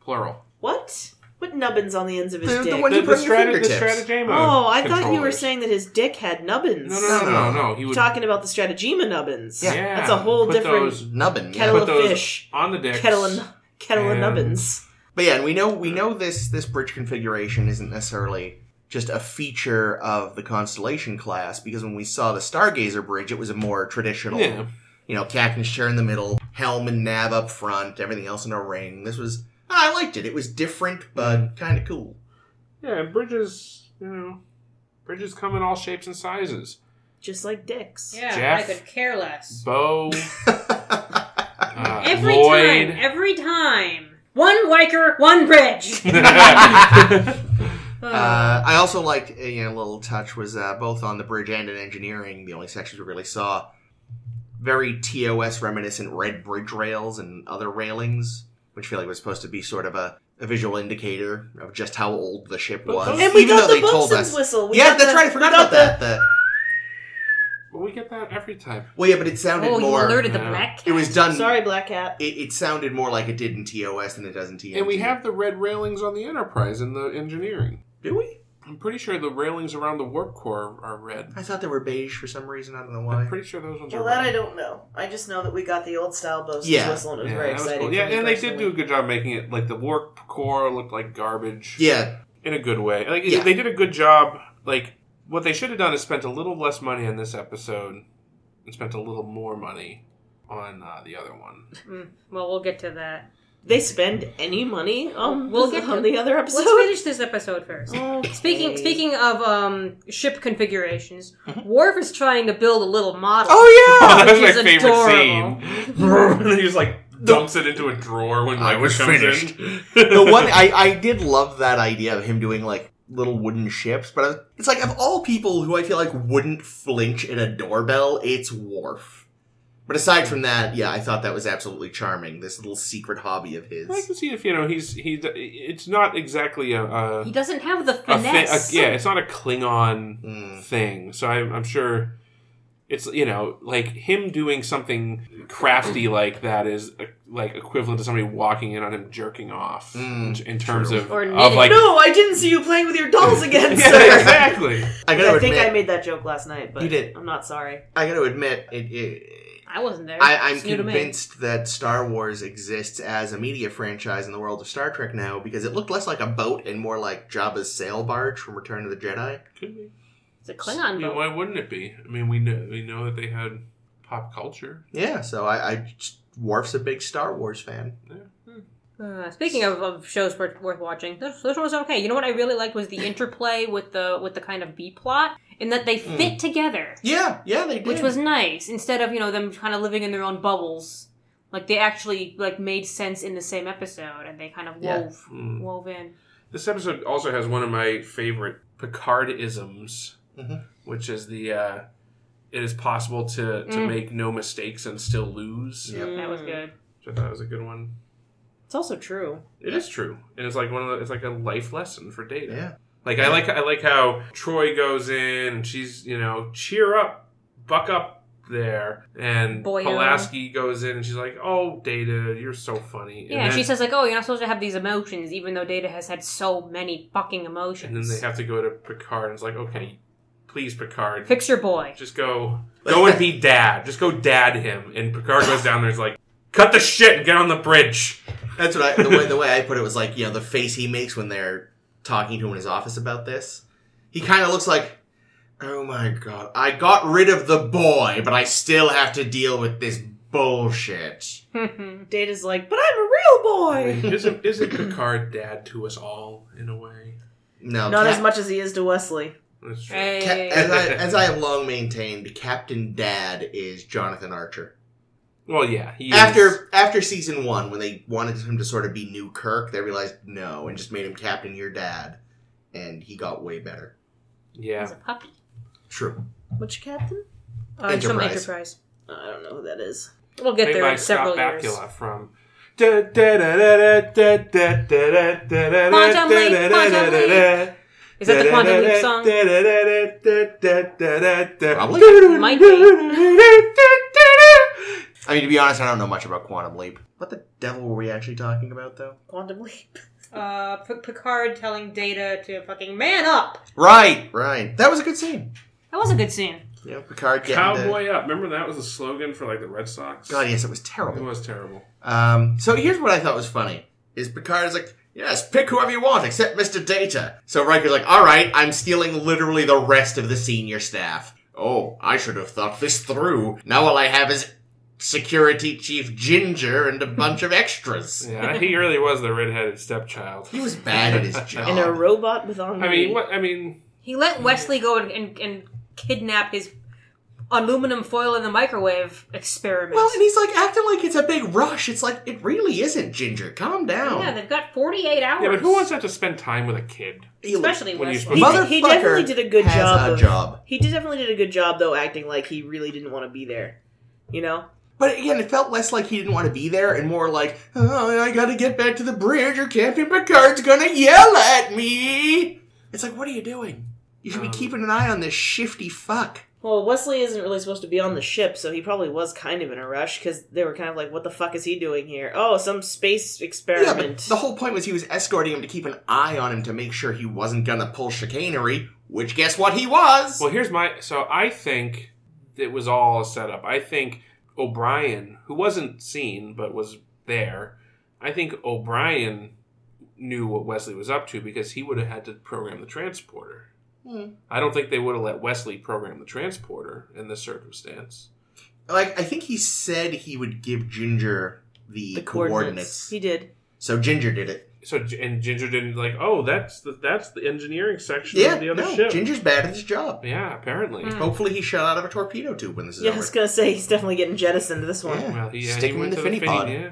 Speaker 2: Plural.
Speaker 1: What? What nubbins on the ends of his
Speaker 3: The- the
Speaker 1: dick?
Speaker 3: one- But
Speaker 2: the,
Speaker 3: you
Speaker 2: the,
Speaker 3: put your
Speaker 2: strata- the
Speaker 3: fingertips.
Speaker 2: Stratagema.
Speaker 1: oh, I thought you were
Speaker 2: controllers.
Speaker 1: saying that his dick had nubbins.
Speaker 2: No, no, no, no, no. He would
Speaker 1: Talking about the Stratagema nubbins.
Speaker 3: Yeah.
Speaker 1: That's a whole
Speaker 2: put
Speaker 1: different
Speaker 2: those-
Speaker 3: nubbin. yeah.
Speaker 1: kettle
Speaker 2: put
Speaker 1: of
Speaker 2: those
Speaker 1: fish,
Speaker 2: on the dicks.
Speaker 1: kettle and kettle of
Speaker 2: And-
Speaker 1: nubbins.
Speaker 3: But yeah, and we know we know this this bridge configuration isn't necessarily just a feature of the constellation class because when we saw the Stargazer bridge, it was a more traditional,
Speaker 2: Yeah.
Speaker 3: you know, captain's chair in the middle, helm and nab up front, everything else in a ring. This was I liked it. It was different but kind of cool.
Speaker 2: Yeah, and bridges, you know, bridges come in all shapes and sizes.
Speaker 1: just like dicks.
Speaker 4: Yeah,
Speaker 2: Jeff.
Speaker 4: I could care less.
Speaker 2: Bo, uh,
Speaker 4: Every
Speaker 2: Lloyd.
Speaker 4: time, every time. One Wiker, one bridge.
Speaker 3: Uh, I also liked a you know, little touch was uh, both on the bridge and in engineering. The only sections we really saw very TOS reminiscent red bridge rails and other railings, which I feel like was supposed to be sort of a, a visual indicator of just how old the ship
Speaker 2: But
Speaker 3: was.
Speaker 2: those-
Speaker 1: And we
Speaker 3: Even
Speaker 1: got
Speaker 3: though
Speaker 1: the
Speaker 3: they told
Speaker 1: bosun's
Speaker 3: us-
Speaker 1: whistle. We
Speaker 3: yeah,
Speaker 1: got
Speaker 3: that's
Speaker 1: the-
Speaker 3: right. I
Speaker 1: we
Speaker 3: forgot
Speaker 1: got
Speaker 3: about that.
Speaker 1: the-
Speaker 3: The,
Speaker 2: well, we get that every time.
Speaker 3: well, yeah, but it sounded
Speaker 4: oh,
Speaker 3: more.
Speaker 4: you alerted the
Speaker 2: yeah.
Speaker 4: black cat.
Speaker 3: It was done.
Speaker 1: Sorry, Black Cat.
Speaker 3: It, it sounded more like it did in TOS than it does in TNG.
Speaker 2: And we have the red railings on the Enterprise and the engineering.
Speaker 3: Do we?
Speaker 2: I'm pretty sure the railings around the warp core are red.
Speaker 3: I thought they were beige for some reason. I don't know
Speaker 2: I'm
Speaker 3: why.
Speaker 2: pretty sure those ones
Speaker 1: Well,
Speaker 2: are
Speaker 1: that
Speaker 2: red.
Speaker 1: I don't know. I just know that we got the old style Bosun's
Speaker 3: Yeah.
Speaker 1: whistle, and it was
Speaker 2: yeah,
Speaker 1: very
Speaker 2: that was
Speaker 1: exciting.
Speaker 2: cool.
Speaker 1: for
Speaker 2: Yeah,
Speaker 1: me
Speaker 2: and they did do a
Speaker 1: personally.
Speaker 2: good job making it like the warp core looked like garbage.
Speaker 3: Yeah,
Speaker 2: in a good way. Like
Speaker 3: Yeah.
Speaker 2: they did a good job. Like what they should have done is spent a little less money on this episode and spent a little more money on uh, the other one.
Speaker 4: Mm, Well, we'll get to that.
Speaker 1: They spend any money on,
Speaker 4: We'll
Speaker 1: we'll
Speaker 4: get
Speaker 1: on
Speaker 4: to-
Speaker 1: the other episode?
Speaker 4: Let's finish this episode first.
Speaker 1: Okay.
Speaker 4: Speaking speaking of um, ship configurations, Worf is trying to build a little model.
Speaker 3: Mm-hmm. Oh yeah.
Speaker 2: Oh, that's my
Speaker 4: Which is
Speaker 2: favorite
Speaker 4: adorable.
Speaker 2: scene. and he just like dumps it into a drawer when
Speaker 3: I
Speaker 2: Riker
Speaker 3: was
Speaker 2: comes
Speaker 3: finished.
Speaker 2: in.
Speaker 3: the one I, I did love that idea of him doing like little wooden ships, but I, it's like of all people who I feel like wouldn't flinch at a doorbell, it's Worf. But aside from that, yeah, I thought that was absolutely charming. This little secret hobby of
Speaker 2: I
Speaker 3: his.
Speaker 2: can see if you know he's he. It's not exactly a, a,
Speaker 4: He doesn't have the
Speaker 2: a, thi- a
Speaker 4: finesse.
Speaker 2: yeah. It's not a Klingon
Speaker 3: Mm.
Speaker 2: thing. So I'm, I'm sure it's you know like him doing something crafty like that is uh, like equivalent to somebody walking in on him jerking off
Speaker 3: Mm,
Speaker 2: in, in terms
Speaker 3: true.
Speaker 2: of
Speaker 4: Or
Speaker 2: of
Speaker 4: knitting.
Speaker 2: like
Speaker 1: no, I didn't see you playing with your dolls again,
Speaker 2: yeah,
Speaker 1: sir.
Speaker 2: exactly.
Speaker 3: I gotta
Speaker 1: I
Speaker 3: admit,
Speaker 1: think I made that joke last night, but
Speaker 3: You did.
Speaker 1: I'm not sorry.
Speaker 3: I gotta admit, it, it,
Speaker 4: I wasn't there.
Speaker 3: I, I'm
Speaker 4: It's new to me.
Speaker 3: convinced that Star Wars exists as a media franchise in the world of Star Trek now because it looked less like a boat and more like Jabba's sail barge from Return of the Jedi.
Speaker 2: Could be.
Speaker 4: It's a Klingon
Speaker 2: Yeah,
Speaker 4: boat.
Speaker 2: why wouldn't it be? I mean, we know we know that they had pop culture.
Speaker 3: Yeah, so I, I just- Worf's a big Star Wars fan.
Speaker 4: Uh, speaking of, of shows worth, worth watching, this, this one was okay. You know what I really liked was the interplay with the with the kind of B plot, in that they
Speaker 3: Hmm.
Speaker 4: fit together,
Speaker 3: Yeah, yeah, they did.
Speaker 4: which was nice. Instead of you know them kind of living in their own bubbles, like they actually like made sense in the same episode, and they kind of
Speaker 3: Yeah.
Speaker 4: wove
Speaker 2: Hmm.
Speaker 4: wove in.
Speaker 2: This episode also has one of my favorite Picardisms,
Speaker 3: Mhm.
Speaker 2: which is the uh, it is possible to to
Speaker 4: Mm.
Speaker 2: make no mistakes and still lose.
Speaker 3: Yep.
Speaker 4: That was
Speaker 2: Hmm.
Speaker 1: Mm.
Speaker 4: good.
Speaker 2: Which I thought was a good one.
Speaker 1: It's also true.
Speaker 2: It is true, and it's like one of the, it's like a life lesson for Data.
Speaker 3: Yeah.
Speaker 2: Like I like I like how Troy goes in and she's you know cheer up, buck up there, and
Speaker 4: Boyo.
Speaker 2: Pulaski goes in and she's like, oh Data, you're so funny. And
Speaker 4: Yeah, and
Speaker 2: then-
Speaker 4: she says like, "Oh, you're not supposed to have these emotions," even though Data has had so many fucking
Speaker 2: And then
Speaker 4: emotions.
Speaker 2: they have to go to Picard, and it's like, okay, please Picard,
Speaker 4: Fix your boy.
Speaker 2: Just go, go and be dad. Just go dad him. And Picard goes down there. He's like, cut the shit and get on the bridge.
Speaker 3: That's what I the way the way I put it was like, you know, the face he makes when they're talking to him in his office about this. He kind of looks like, "Oh my god, I got rid of the boy, but I still have to deal with this bullshit."
Speaker 1: Data's like, but I'm a real boy!
Speaker 2: isn't isn't Picard dad to us all in a way?
Speaker 3: No,
Speaker 1: Not
Speaker 3: Cap-
Speaker 1: as much as he is to Wesley.
Speaker 2: That's true.
Speaker 4: hey,
Speaker 3: Ca- as I as I have long maintained, Captain Dad is Jonathan Archer.
Speaker 2: Well, yeah. He is-
Speaker 3: After after season one, when they wanted him to sort of be new Kirk, they realized no, and just made him Captain Your Dad, and he got way better.
Speaker 2: yeah,
Speaker 4: he's a puppy.
Speaker 3: True.
Speaker 1: Which captain?
Speaker 4: Uh, it's From
Speaker 3: Enterprise.
Speaker 4: Enterprise.
Speaker 1: I don't know who that is.
Speaker 4: We'll get
Speaker 2: played
Speaker 4: there
Speaker 2: by
Speaker 4: in several
Speaker 2: Scott
Speaker 4: years.
Speaker 2: Bakula from. Quantum
Speaker 4: Quantum Leap, Quantum Leap. Is that the Quantum Leap song?
Speaker 2: song?
Speaker 3: Probably.
Speaker 4: Might be.
Speaker 3: I mean, to be honest, I don't know much about Quantum Leap. What the devil were we actually talking about, though?
Speaker 1: Quantum Leap.
Speaker 4: Uh, P- Picard telling Data to fucking man up.
Speaker 3: Right, right. That was a good scene.
Speaker 4: That was a good scene.
Speaker 3: Yeah, Picard getting the...
Speaker 2: Cowboy up. Remember that was the slogan for like the Red Sox.
Speaker 3: God, yes, it was
Speaker 2: It
Speaker 3: terrible.
Speaker 2: was terrible.
Speaker 3: Um, so here's what I thought was funny: is Picard is like, "Yes, pick whoever you want, except Mister Data." So Riker's like, "All right, I'm stealing literally the rest of the senior staff." Oh, I should have thought this through. Now all I have is security chief Ginger and a bunch of extras.
Speaker 2: Yeah, he really was the redheaded stepchild.
Speaker 3: He was bad at his job.
Speaker 1: And a robot with on
Speaker 2: I mean, what? I mean,
Speaker 4: He let Wesley go and, and, and kidnap his aluminum foil in the microwave experiment.
Speaker 3: Well, and he's like acting like it's a big rush. It's like it really isn't, Ginger. Calm down.
Speaker 4: yeah, they've got 48 hours.
Speaker 2: yeah, but who wants to have to spend time with a kid?
Speaker 3: You-
Speaker 4: Especially
Speaker 2: When you-
Speaker 4: Wesley.
Speaker 1: He,
Speaker 3: Mother-
Speaker 1: he
Speaker 3: Motherfucker
Speaker 1: definitely did a good
Speaker 3: has
Speaker 1: job.
Speaker 3: a
Speaker 1: of-
Speaker 3: job.
Speaker 1: He did- definitely did a good job, though, acting like he really didn't want to be there. You know?
Speaker 3: But again, it felt less like he didn't want to be there and more like, oh, I gotta get back to the bridge or Captain Picard's gonna yell at me. It's like, what are you doing? You should
Speaker 2: Um,
Speaker 3: be keeping an eye on this shifty fuck.
Speaker 1: Well, Wesley isn't really supposed to be on the ship, so he probably was kind of in a rush because they were kind of like, "What the fuck is he doing here? Oh, some space
Speaker 3: Yeah,
Speaker 1: experiment."
Speaker 3: but the whole point was he was escorting him to keep an eye on him to make sure he wasn't gonna pull chicanery, which guess what he was.
Speaker 2: Well, here's my. So I think it was all set up. I think O'Brien, who wasn't seen but was there, I think O'Brien knew what Wesley was up to because he would have had to program the transporter.
Speaker 3: Hmm.
Speaker 2: I don't think they would have let Wesley program the transporter in this circumstance.
Speaker 3: like I think he said he would give Ginger the, coordinates.
Speaker 1: He did.
Speaker 3: So Ginger did it.
Speaker 2: So G- and Ginger didn't like. Oh, that's the that's the engineering section
Speaker 3: Yeah,
Speaker 2: of the other
Speaker 3: no,
Speaker 2: ship.
Speaker 3: Ginger's bad at his job.
Speaker 2: yeah, apparently.
Speaker 5: Hmm.
Speaker 4: Mm.
Speaker 3: Hopefully, he shot out of a torpedo tube when this is
Speaker 1: Yeah, I
Speaker 3: over.
Speaker 1: was gonna say he's definitely getting jettisoned to this one.
Speaker 3: Yeah.
Speaker 2: Well, he, yeah,
Speaker 3: Stick
Speaker 2: he
Speaker 3: him
Speaker 2: went
Speaker 3: in the
Speaker 2: to the
Speaker 3: finny
Speaker 2: Finny.
Speaker 3: pod.
Speaker 2: Yeah.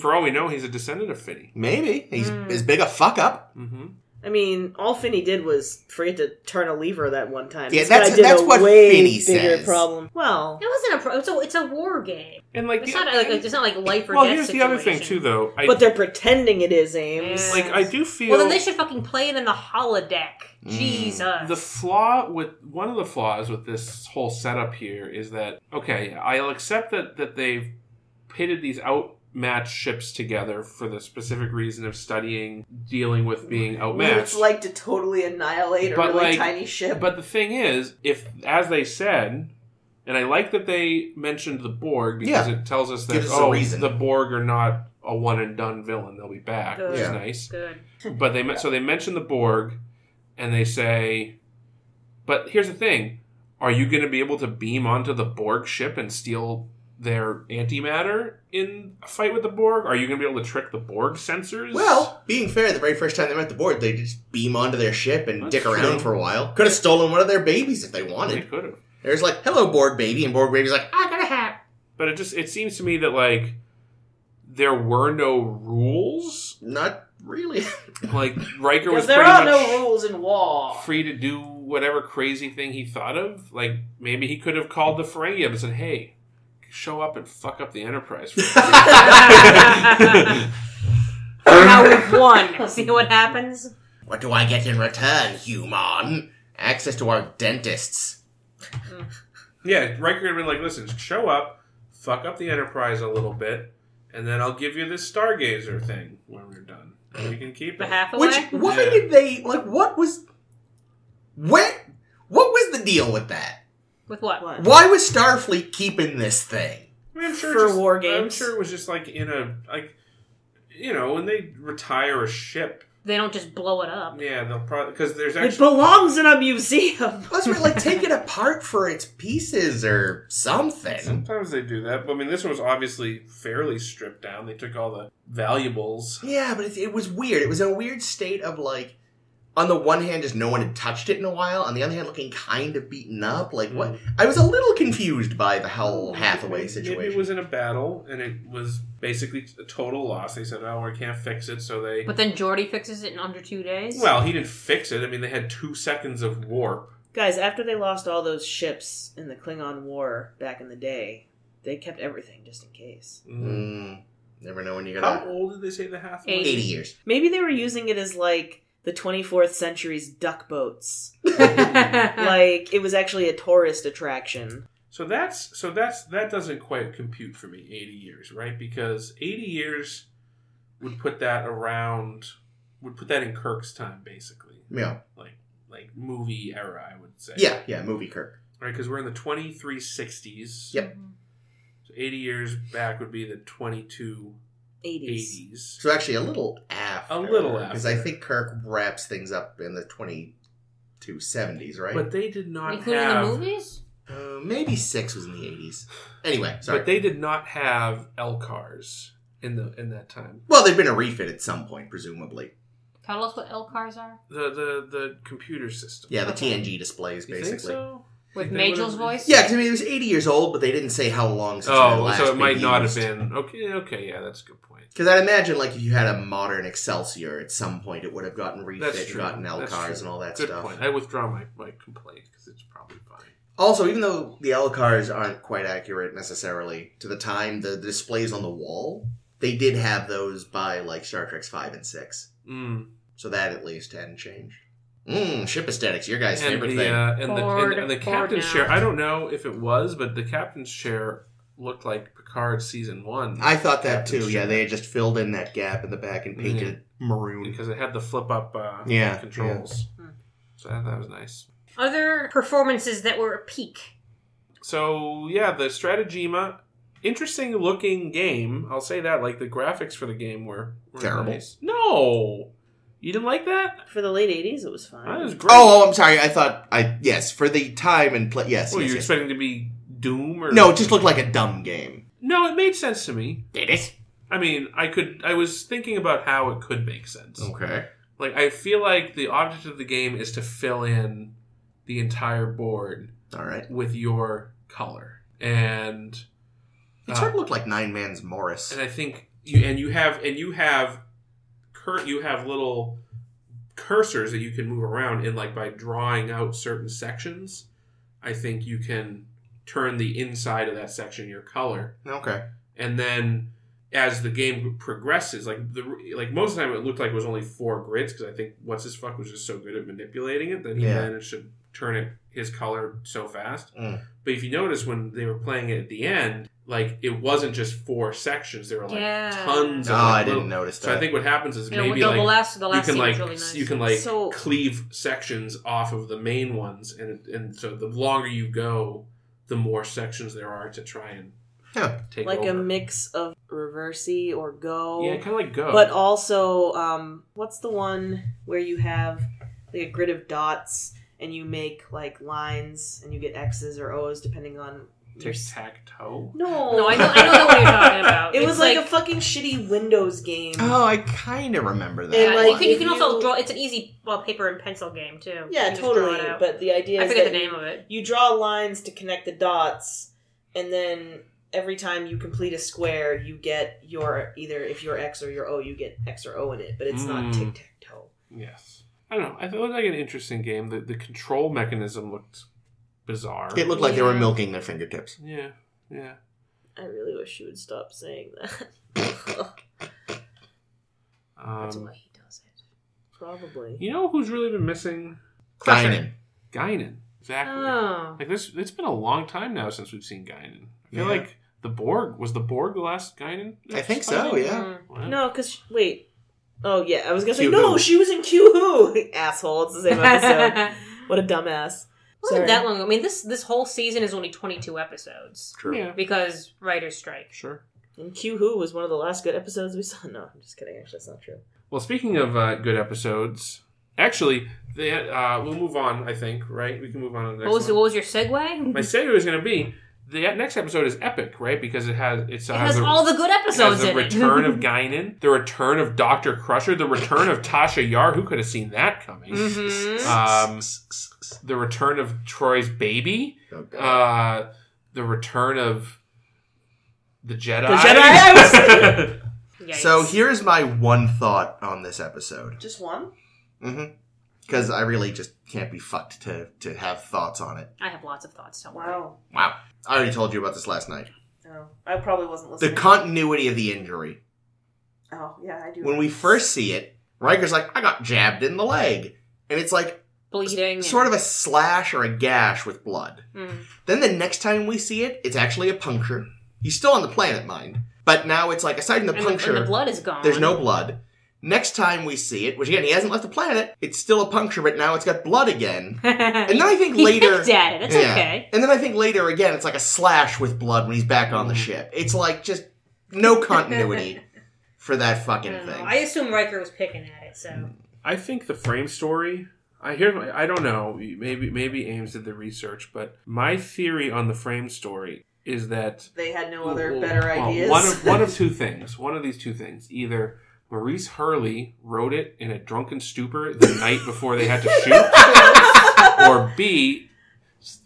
Speaker 2: For all we know, he's a descendant of Finny.
Speaker 3: Maybe he's
Speaker 2: Hmm.
Speaker 4: Mm.
Speaker 3: as big a fuck up.
Speaker 2: Mm-hmm.
Speaker 1: I mean, all Finney did was forget to turn a lever that one time.
Speaker 3: Yeah,
Speaker 1: This guy
Speaker 3: that's-
Speaker 1: did
Speaker 3: that's
Speaker 1: a
Speaker 3: what
Speaker 1: way
Speaker 3: Finney
Speaker 1: bigger
Speaker 3: says.
Speaker 1: problem. Well,
Speaker 5: It wasn't a pro. It's a, it's a war game.
Speaker 2: And like,
Speaker 5: It's
Speaker 2: the-
Speaker 5: not like it's not like life or
Speaker 2: well,
Speaker 5: death.
Speaker 2: here's the other thing too,
Speaker 5: situation.
Speaker 2: though. I,
Speaker 1: but they're pretending it is Ames.
Speaker 2: like I do feel
Speaker 4: Well,
Speaker 5: Well, then they should fucking play it in the holodeck.
Speaker 3: Mm.
Speaker 5: Jesus.
Speaker 2: the flaw with one of the flaws with this whole setup here is that okay, I'll accept that that they've pitted these outmatched ships together for the specific reason of studying dealing with being
Speaker 1: What
Speaker 2: outmatched.
Speaker 1: it's like to totally annihilate a
Speaker 2: Oh, But,
Speaker 1: really
Speaker 2: like-
Speaker 1: tiny ship.
Speaker 2: But the thing is, if as they said, and I like that they mentioned the Borg because it tells us that
Speaker 3: Gives us a
Speaker 2: oh,
Speaker 3: reason.
Speaker 2: the Borg are not a one and done villain; they'll be back, which
Speaker 3: Yeah.
Speaker 2: is nice.
Speaker 5: Good.
Speaker 2: But they men- so they mention the Borg, and they say, "But here's the thing: Are you going to be able to beam onto the Borg ship and steal?" Their antimatter in a fight with the Borg? Are you going to be able to trick the Borg sensors?
Speaker 3: Well, being fair, the very first time they met the board, they just beam onto their ship and
Speaker 2: That's
Speaker 3: dick around
Speaker 2: true.
Speaker 3: for a while. Could have stolen one of their babies if they
Speaker 2: they
Speaker 3: wanted.
Speaker 2: could have.
Speaker 3: There's like, "Hello, board baby," and board baby's like, "I got a hat."
Speaker 2: But it just it seems to me that like there were no rules.
Speaker 3: Not really.
Speaker 2: Like Riker was
Speaker 1: because there
Speaker 2: pretty
Speaker 1: are
Speaker 2: much
Speaker 1: no rules in war.
Speaker 2: free to do whatever crazy thing he thought of. Like maybe he could have called the Ferengi up and said, "Hey, show up and fuck up the Enterprise." for me."
Speaker 4: now we've won. See what happens?
Speaker 3: What do I get in return, human? Access to our dentists.
Speaker 2: yeah, Riker would have been like, "Listen, just show up, fuck up the Enterprise a little bit, and then I'll give you this Stargazer thing when we're done. And you can keep
Speaker 4: The
Speaker 2: it."
Speaker 4: half away.
Speaker 3: Which why
Speaker 2: Yeah.
Speaker 3: did they like? What was what? What was the deal with that?
Speaker 4: With what?
Speaker 1: What?
Speaker 3: Why was Starfleet keeping this thing?
Speaker 2: I mean, I'm sure
Speaker 1: For
Speaker 2: just,
Speaker 1: war
Speaker 2: I'm
Speaker 1: games.
Speaker 2: sure it was just like in a like, you know, when they retire a ship,
Speaker 4: They don't just blow it up.
Speaker 2: yeah, they'll probably because there's
Speaker 1: It
Speaker 2: actually
Speaker 1: belongs in a museum.
Speaker 3: Let's like take it apart for its pieces or something.
Speaker 2: sometimes they do that. But I mean, this one was obviously fairly stripped down. They took all the valuables.
Speaker 3: Yeah, but it, it was weird. It was in a weird state of like, on the one hand, just no one had touched it in a while. On the other hand, looking kind of beaten up. Like what? I was a little confused by the whole Hathaway
Speaker 2: Maybe it
Speaker 3: situation.
Speaker 2: Mm. Oh, was in a battle and it was basically a total loss. They said, "Oh, we can't fix it," so they.
Speaker 4: But then Jordy fixes it in under two days.
Speaker 2: Well, he didn't fix it. I mean, they had two seconds of warp.
Speaker 1: Guys, after they lost all those ships in the Klingon War back in the day, they kept everything just in case.
Speaker 3: Mm, never know when you're
Speaker 2: How
Speaker 3: gonna.
Speaker 2: old did they say the half? was?
Speaker 4: Eight.
Speaker 3: Eighty years.
Speaker 1: Maybe they were using it as like the 24th century's duck boats. like it was actually a tourist attraction.
Speaker 2: So that's so that's that doesn't quite compute for me. Eighty years, right? Because eighty years would put that around would put that in Kirk's time, basically,
Speaker 3: Yeah,
Speaker 2: like movie era. I would say.
Speaker 3: yeah, yeah. Movie Kirk.
Speaker 2: Right, because we're in the twenty three sixties.
Speaker 3: Yep.
Speaker 2: So eighty years back would be the twenty two
Speaker 1: 80s.
Speaker 2: eighties.
Speaker 3: So actually, a little after.
Speaker 2: A little
Speaker 3: because I
Speaker 2: after.
Speaker 3: think Kirk wraps things up in the twenty-two seventies, right?
Speaker 2: But they did not
Speaker 4: Including
Speaker 2: have.
Speaker 4: the movies?
Speaker 3: Uh, maybe six was in the eighties. Anyway, sorry.
Speaker 2: But they did not have L cars in the in that time.
Speaker 3: well, they've been a refit at some point, presumably.
Speaker 4: Tell us what L cars are.
Speaker 2: The the the computer system.
Speaker 3: Yeah, the TNG displays,
Speaker 2: You think
Speaker 3: basically.
Speaker 2: so?
Speaker 4: With
Speaker 2: They would've-
Speaker 4: Majel's voice?
Speaker 3: Yeah, because I mean, it was eighty years old, but they didn't say how long since it had
Speaker 2: Oh,
Speaker 3: last
Speaker 2: so it
Speaker 3: been
Speaker 2: might not have
Speaker 3: used.
Speaker 2: been. Okay, okay, yeah, that's a good point.
Speaker 3: Because I'd imagine, like, if you had a modern Excelsior at some point, it would have gotten refit,
Speaker 2: That's true.
Speaker 3: gotten L
Speaker 2: That's
Speaker 3: cars,
Speaker 2: true.
Speaker 3: and all that
Speaker 2: Good
Speaker 3: stuff.
Speaker 2: point. I withdraw my, my complaint because it's probably fine.
Speaker 3: Also, even though the L cars aren't quite accurate necessarily to the time, the, the displays on the wall they did have those by like Star Trek's five and six,
Speaker 2: Mm.
Speaker 3: so that at least hadn't changed. Mm, ship aesthetics, your guys'
Speaker 2: And
Speaker 3: favorite
Speaker 2: the,
Speaker 3: thing.
Speaker 2: uh, and, the, and,
Speaker 4: Forward-
Speaker 2: and the
Speaker 4: forward
Speaker 2: captain's
Speaker 4: now.
Speaker 2: chair. I don't know if it was, but the captain's chair looked like Picard season one.
Speaker 3: I thought that
Speaker 2: Captain's
Speaker 3: too.
Speaker 2: chair.
Speaker 3: Yeah, they had just filled in that gap in the back and painted it maroon.
Speaker 2: because it had the flip up uh,
Speaker 3: Yeah,
Speaker 2: controls.
Speaker 1: yeah. Hmm.
Speaker 2: So I thought that was nice.
Speaker 4: Other performances that were a peak.
Speaker 2: So yeah, the Stratagema, interesting looking game. I'll say that. Like the graphics for the game were, were
Speaker 3: Terrible.
Speaker 2: nice. No, you didn't like that.
Speaker 1: For the late 80s, it was fine.
Speaker 2: That was great.
Speaker 3: Oh, oh, I'm sorry. I thought I yes for the time and place. Yes,
Speaker 2: Well,
Speaker 3: yes,
Speaker 2: you're
Speaker 3: yes.
Speaker 2: expecting to be Doom or
Speaker 3: No, it just looked like a dumb game.
Speaker 2: No, it made sense to me.
Speaker 3: Did it?
Speaker 2: I mean, I could. I was thinking about how it could make sense.
Speaker 3: Okay.
Speaker 2: Like, I feel like the object of the game is to fill in the entire board
Speaker 3: All right.
Speaker 2: with your color, and
Speaker 3: It
Speaker 2: uh,
Speaker 3: sort of looked like Nine Man's Morris.
Speaker 2: and I think you and you have and you have cur- you have little cursors that you can move around and like by drawing out certain sections, I think you can turn the inside of that section your color
Speaker 3: Okay.
Speaker 2: and then as the game progresses, like the like most of the time, it looked like it was only four grids because I think what's his fuck was just so good at manipulating it that he
Speaker 3: Yeah.
Speaker 2: managed to turn it his color so fast.
Speaker 3: Mm.
Speaker 2: But if you notice when they were playing it at the end, like it wasn't just four sections; there were like
Speaker 4: Yeah.
Speaker 2: tons.
Speaker 3: No,
Speaker 2: of like,
Speaker 3: Oh, I didn't
Speaker 2: little-
Speaker 3: notice that.
Speaker 2: So I think what happens is
Speaker 4: You know,
Speaker 2: maybe
Speaker 4: the,
Speaker 2: like
Speaker 4: the last the
Speaker 2: you
Speaker 4: last
Speaker 2: can
Speaker 4: scene
Speaker 2: like
Speaker 4: was really nice.
Speaker 2: you can like
Speaker 1: So-
Speaker 2: cleave sections off of the main ones, and and so the longer you go, the more sections there are to try and
Speaker 3: Yeah.
Speaker 2: take
Speaker 1: like
Speaker 2: over.
Speaker 1: a mix of reversey or go.
Speaker 2: Yeah, kind of like Go.
Speaker 1: But also, um, what's the one where you have like a grid of dots and you make like lines and you get X's or O's depending on your.
Speaker 2: tic tac toe.
Speaker 1: No,
Speaker 4: No, I know, I know what you're talking about.
Speaker 1: It
Speaker 4: It's
Speaker 1: was like, a fucking shitty Windows game.
Speaker 3: Oh, I kind of remember that.
Speaker 1: It,
Speaker 4: yeah, you
Speaker 1: like,
Speaker 4: can, you
Speaker 1: if
Speaker 4: can also
Speaker 1: you-
Speaker 4: draw. It's an easy well, paper and pencil game too.
Speaker 1: yeah,
Speaker 4: You just draw
Speaker 1: totally.
Speaker 4: it out.
Speaker 1: But the idea
Speaker 4: I
Speaker 1: is
Speaker 4: forget
Speaker 1: that
Speaker 4: the name of it.
Speaker 1: you draw lines to connect the dots, and then every time you complete a square, you get your either if you're X or your O, you get X or O in it. But it's
Speaker 2: Mm.
Speaker 1: not tic tac toe.
Speaker 2: Yes. I don't know. I thought it looked like an interesting game. The the control mechanism looked bizarre.
Speaker 3: It looked like they were
Speaker 4: Yeah.
Speaker 3: milking their fingertips.
Speaker 2: Yeah. Yeah.
Speaker 1: I really wish you would stop saying that.
Speaker 4: That's
Speaker 2: Um,
Speaker 4: why he does it.
Speaker 1: Probably.
Speaker 2: you know who's really been missing?
Speaker 4: Crusher.
Speaker 3: Dining.
Speaker 2: Guinan. Exactly.
Speaker 4: Oh,
Speaker 2: Like this. It's been a long time now since we've seen Guinan. I
Speaker 3: Yeah.
Speaker 2: feel like the Borg was the Borg the last Guinan.
Speaker 3: I think so, yeah.
Speaker 1: Hmm.
Speaker 4: Mm.
Speaker 2: Wow.
Speaker 1: No, because wait. Oh yeah, I was gonna say
Speaker 3: Q
Speaker 1: no.
Speaker 3: who?
Speaker 1: She was in Q Who. Asshole. It's the same episode. what a dumbass. Sorry.
Speaker 4: wasn't that long. I mean, this this whole season is only 22 episodes
Speaker 3: True.
Speaker 2: Yeah.
Speaker 4: because writers strike.
Speaker 2: Sure.
Speaker 1: And Q Who was one of the last good episodes we saw. No, I'm just kidding. Actually, that's not true.
Speaker 2: Well, speaking of uh, good episodes, actually, they, uh, we'll move on. I think. Right. We can move on to the next.
Speaker 4: What was
Speaker 2: one.
Speaker 4: what was your segue?
Speaker 2: My segue was going to be the e, next episode is epic, right? Because it has it's, uh,
Speaker 4: it has all the good
Speaker 2: it has
Speaker 4: episodes
Speaker 2: the
Speaker 4: in
Speaker 2: return
Speaker 4: it.
Speaker 2: of Guinan, the return of Doctor Crusher, the return of Tasha Yar. Who could have seen that coming?
Speaker 4: Mhm.
Speaker 2: Um, the return of Troy's baby,
Speaker 3: Oh, God.
Speaker 2: uh, the return of the Jedi.
Speaker 1: The Jedi, I was
Speaker 2: uh,
Speaker 3: So
Speaker 4: Yikes.
Speaker 3: here's my one thought on this episode,
Speaker 1: Just one.
Speaker 3: because I really just can't be fucked to to have thoughts on it.
Speaker 4: I have lots of thoughts. Don't worry.
Speaker 1: Wow.
Speaker 3: Wow, I already told you about this last night.
Speaker 1: Oh, I probably wasn't
Speaker 3: The
Speaker 1: listening.
Speaker 3: continuity of the injury.
Speaker 1: oh yeah, I do.
Speaker 3: When we first see it, Riker's like, "I got jabbed in the leg," and it's like
Speaker 4: Bleeding.
Speaker 3: sort of a slash or a gash with blood.
Speaker 4: Mm.
Speaker 3: Then the next time we see it, it's actually a puncture. He's still on the planet, mind, but now it's like aside from the
Speaker 4: and, the, and
Speaker 3: puncture,
Speaker 4: the blood is gone.
Speaker 3: There's no blood. Next time we see it, which again he hasn't left the planet, it's still a puncture, but now it's got blood again. And
Speaker 4: and
Speaker 3: then I think
Speaker 4: he
Speaker 3: later,
Speaker 4: picked at it. It's
Speaker 3: Yeah.
Speaker 4: okay.
Speaker 3: and then I think later again, it's like a slash with blood when he's back on the ship. It's like just no continuity for that
Speaker 4: I
Speaker 3: fucking
Speaker 4: don't know.
Speaker 3: thing.
Speaker 4: I assume Riker was picking at it, so
Speaker 2: I think the frame story. I hear. I don't know. Maybe maybe Ames did the research, but my theory on the frame story is that
Speaker 1: they had no other
Speaker 2: Well,
Speaker 1: better
Speaker 2: well,
Speaker 1: ideas.
Speaker 2: One of one of two things. One of these two things. Either Maurice Hurley wrote it in a drunken stupor the night before they had to shoot, or B.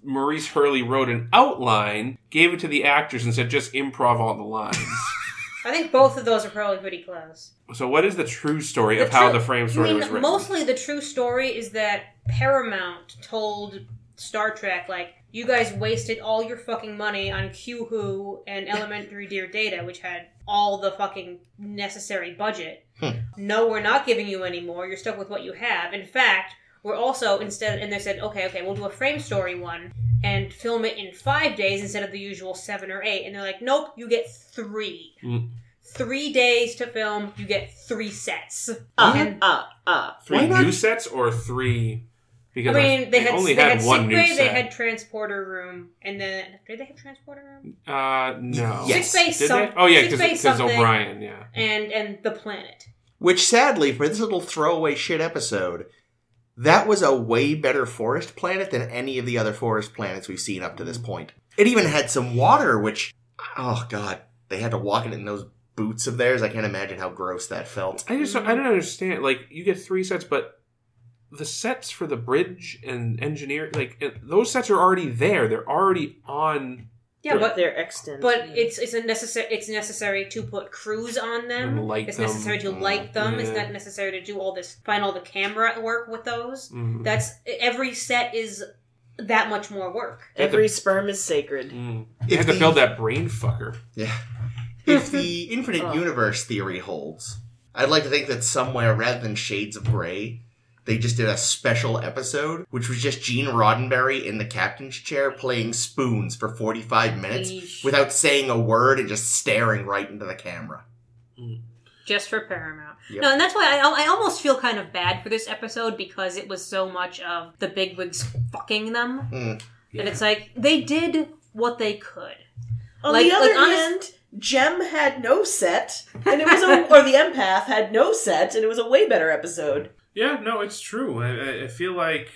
Speaker 2: Maurice Hurley wrote an outline, gave it to the actors, and said, "Just improv all the lines."
Speaker 4: I think both of those are probably pretty close.
Speaker 2: so, what is the true story of
Speaker 4: The
Speaker 2: how
Speaker 4: true-
Speaker 2: the frame
Speaker 4: I
Speaker 2: story was
Speaker 4: mean,
Speaker 2: written?
Speaker 4: mostly the true story is that Paramount told Star Trek, like, you guys wasted all your fucking money on Q Who and Elementary Dear Data, which had all the fucking necessary budget.
Speaker 3: Hmm.
Speaker 4: No, we're not giving you any more. You're stuck with what you have. In fact, we're also instead, and they said, okay, okay, we'll do a frame story one and film it in five days instead of the usual seven or eight. And they're like, nope, you get three.
Speaker 2: Mm.
Speaker 4: Three days to film, you get three sets.
Speaker 1: uh, uh, uh.
Speaker 2: three
Speaker 3: Why not-
Speaker 2: new sets or three?
Speaker 4: I
Speaker 2: Because
Speaker 4: mean, they had
Speaker 2: only
Speaker 4: they
Speaker 2: had,
Speaker 4: had,
Speaker 2: one
Speaker 4: sick
Speaker 2: new
Speaker 4: bay, they
Speaker 2: set.
Speaker 4: had transporter room, and then did they have transporter room?
Speaker 2: uh, no.
Speaker 3: Yes.
Speaker 4: Sick bay,
Speaker 2: Did
Speaker 4: some,
Speaker 2: they? Oh yeah,
Speaker 4: sick bay
Speaker 2: because
Speaker 4: something,
Speaker 2: O'Brien. Yeah.
Speaker 4: and and the planet.
Speaker 3: Which sadly, for this little throwaway shit episode, that was a way better forest planet than any of the other forest planets we've seen up to this point. It even had some water, which oh god, they had to walk in it in those boots of theirs. I can't imagine how gross that felt.
Speaker 2: I just I don't understand. Like you get three sets, but the sets for the bridge and engineer, like it- those sets are already there. They're already on
Speaker 4: Yeah, but
Speaker 1: they're extant.
Speaker 4: but it's it's a necessary it's necessary to put crews on them.
Speaker 2: and light
Speaker 4: it's
Speaker 2: them. Uh,
Speaker 4: necessary to light them. It's
Speaker 2: Yeah.
Speaker 4: not necessary to do all this find all the camera work with those.
Speaker 2: Mhm.
Speaker 4: That's every set is that much more work.
Speaker 1: Every sperm is sacred.
Speaker 2: Mm.
Speaker 3: If
Speaker 2: They had to
Speaker 3: the-
Speaker 2: build that brain fucker.
Speaker 3: Yeah. If the infinite
Speaker 1: Oh.
Speaker 3: universe theory holds, I'd like to think that somewhere rather than Shades of Grey, they just did a special episode, which was just Gene Roddenberry in the captain's chair playing spoons for 45 minutes
Speaker 4: Yeesh.
Speaker 3: without saying a word and just staring right into the camera.
Speaker 4: just for Paramount.
Speaker 3: Yep.
Speaker 4: No, and that's why I, I almost feel kind of bad for this episode because it was so much of the bigwigs fucking them,
Speaker 3: Mm.
Speaker 2: Yeah.
Speaker 4: and it's like they did what they could.
Speaker 1: On
Speaker 4: Like-
Speaker 1: the other
Speaker 4: like, honest-
Speaker 1: hand, Jem had no set, and it was a, or the empath had no set, and it was a way better episode.
Speaker 2: Yeah, no, it's true. I, I- I feel like,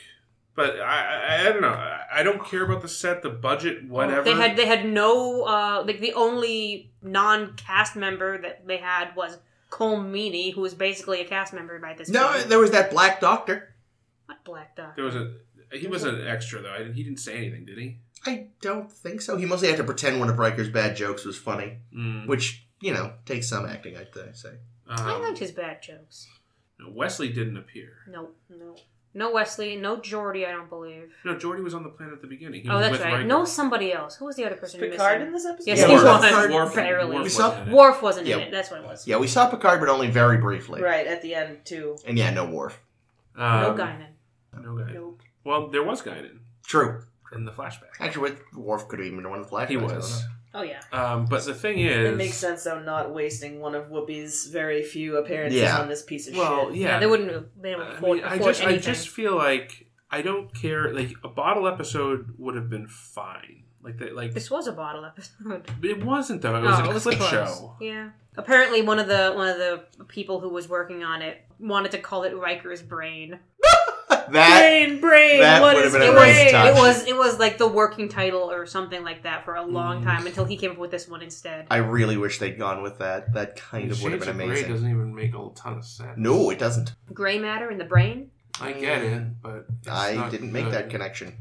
Speaker 2: but I, I, I don't know. I- I don't care about the set, the budget, whatever.
Speaker 6: They
Speaker 4: had Oh, they had no uh like the only non cast member that they had was Cole Meany, who was basically a cast member by this
Speaker 3: No,
Speaker 6: point.
Speaker 3: there was that black doctor.
Speaker 4: What Black Dog?
Speaker 2: There was a. He wasn't an extra though. I didn't, he didn't say anything, did he?
Speaker 3: I don't think so. He mostly had to pretend one of Riker's bad jokes was funny,
Speaker 2: Mm.
Speaker 3: which, you know, takes some acting, I'd th- say.
Speaker 4: I
Speaker 2: Um,
Speaker 4: liked his bad jokes.
Speaker 2: no, Wesley didn't appear.
Speaker 4: No, no, no Wesley, no Geordi. I don't believe.
Speaker 2: No, Jordy was on the planet at the beginning. He
Speaker 4: oh,
Speaker 2: was
Speaker 4: that's
Speaker 2: with
Speaker 4: right.
Speaker 2: Riker.
Speaker 4: No, somebody else. Who was the other person?
Speaker 1: Picard in
Speaker 4: missing?
Speaker 1: this episode.
Speaker 4: Yes,
Speaker 3: Yeah,
Speaker 4: he
Speaker 3: Worf.
Speaker 4: was.
Speaker 2: Worf-
Speaker 4: barely.
Speaker 2: Worf
Speaker 3: We
Speaker 4: Worf,
Speaker 3: saw-
Speaker 2: wasn't
Speaker 4: wasn't in
Speaker 2: in it.
Speaker 3: Yeah.
Speaker 4: it. That's what it was.
Speaker 3: Yeah, we saw Picard, but only very briefly.
Speaker 1: right at the end too.
Speaker 3: And yeah, no Worf.
Speaker 4: No
Speaker 2: Um,
Speaker 4: Guinan.
Speaker 2: No guy.
Speaker 4: Nope.
Speaker 2: Well, there was Guinan
Speaker 3: True.
Speaker 2: in the flashback.
Speaker 3: Actually, with- Worf could have even been one of the flashbacks.
Speaker 2: He
Speaker 3: I don't know.
Speaker 2: was.
Speaker 4: Oh yeah.
Speaker 2: Um, but the thing
Speaker 1: It makes
Speaker 2: is,
Speaker 1: sense though, not wasting one of Whoopi's very few appearances
Speaker 3: Yeah.
Speaker 1: on this piece of
Speaker 2: well,
Speaker 1: shit.
Speaker 2: yeah,
Speaker 4: They wouldn't. have- They wouldn't
Speaker 2: I,
Speaker 4: afford,
Speaker 2: mean, uh, I
Speaker 4: afford
Speaker 2: just, I
Speaker 4: anything.
Speaker 2: just feel like I don't care. Like a bottle episode would have been fine. Like that, like
Speaker 4: This was a bottle episode.
Speaker 2: it wasn't though. It was
Speaker 4: Oh,
Speaker 2: a clip
Speaker 4: close.
Speaker 2: show.
Speaker 4: Yeah. Apparently, one of the one of the people who was working on it wanted to call it Riker's brain.
Speaker 3: That
Speaker 1: brain, brain,
Speaker 3: that
Speaker 1: what
Speaker 3: would've
Speaker 1: is
Speaker 3: been a
Speaker 4: It
Speaker 1: brain?
Speaker 3: nice
Speaker 4: was,
Speaker 3: touch.
Speaker 4: it was it was like the working title or something like that for a long
Speaker 2: Mm.
Speaker 4: time until he came up with this one instead.
Speaker 3: I really wish they'd gone with that. That kind of would have
Speaker 2: Shades
Speaker 3: been
Speaker 2: of Grey
Speaker 3: amazing.
Speaker 2: doesn't even make a ton of sense.
Speaker 3: No, it doesn't.
Speaker 4: Gray matter in the brain.
Speaker 2: I get it, but it's
Speaker 3: I
Speaker 2: not
Speaker 3: didn't make that
Speaker 2: good.
Speaker 3: connection.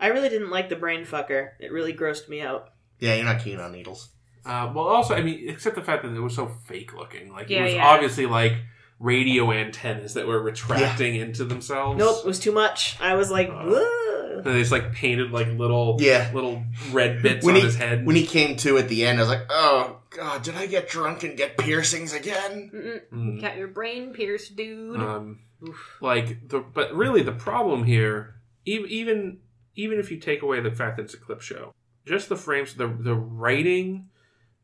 Speaker 1: I really didn't like the brain fucker. It really grossed me out.
Speaker 3: Yeah, you're not keen on needles.
Speaker 2: Uh, well, also, I mean, except the fact that it was so fake looking. Like it
Speaker 4: Yeah,
Speaker 2: was
Speaker 4: yeah.
Speaker 2: obviously like radio antennas that were retracting into themselves.
Speaker 1: Nope, it was too much. I was like, Whoa.
Speaker 2: And they just like painted like little
Speaker 3: Yeah.
Speaker 2: little red bits
Speaker 3: When
Speaker 2: on
Speaker 3: he-
Speaker 2: his head.
Speaker 3: When he came to at the end, I was like, "Oh God, did I get drunk and get piercings again?"
Speaker 4: Mm-mm.
Speaker 2: Mm.
Speaker 4: Got your brain pierced, dude.
Speaker 2: Um, like the but really the problem here, even even even if you take away the fact that it's a clip show, just the frames, the the writing,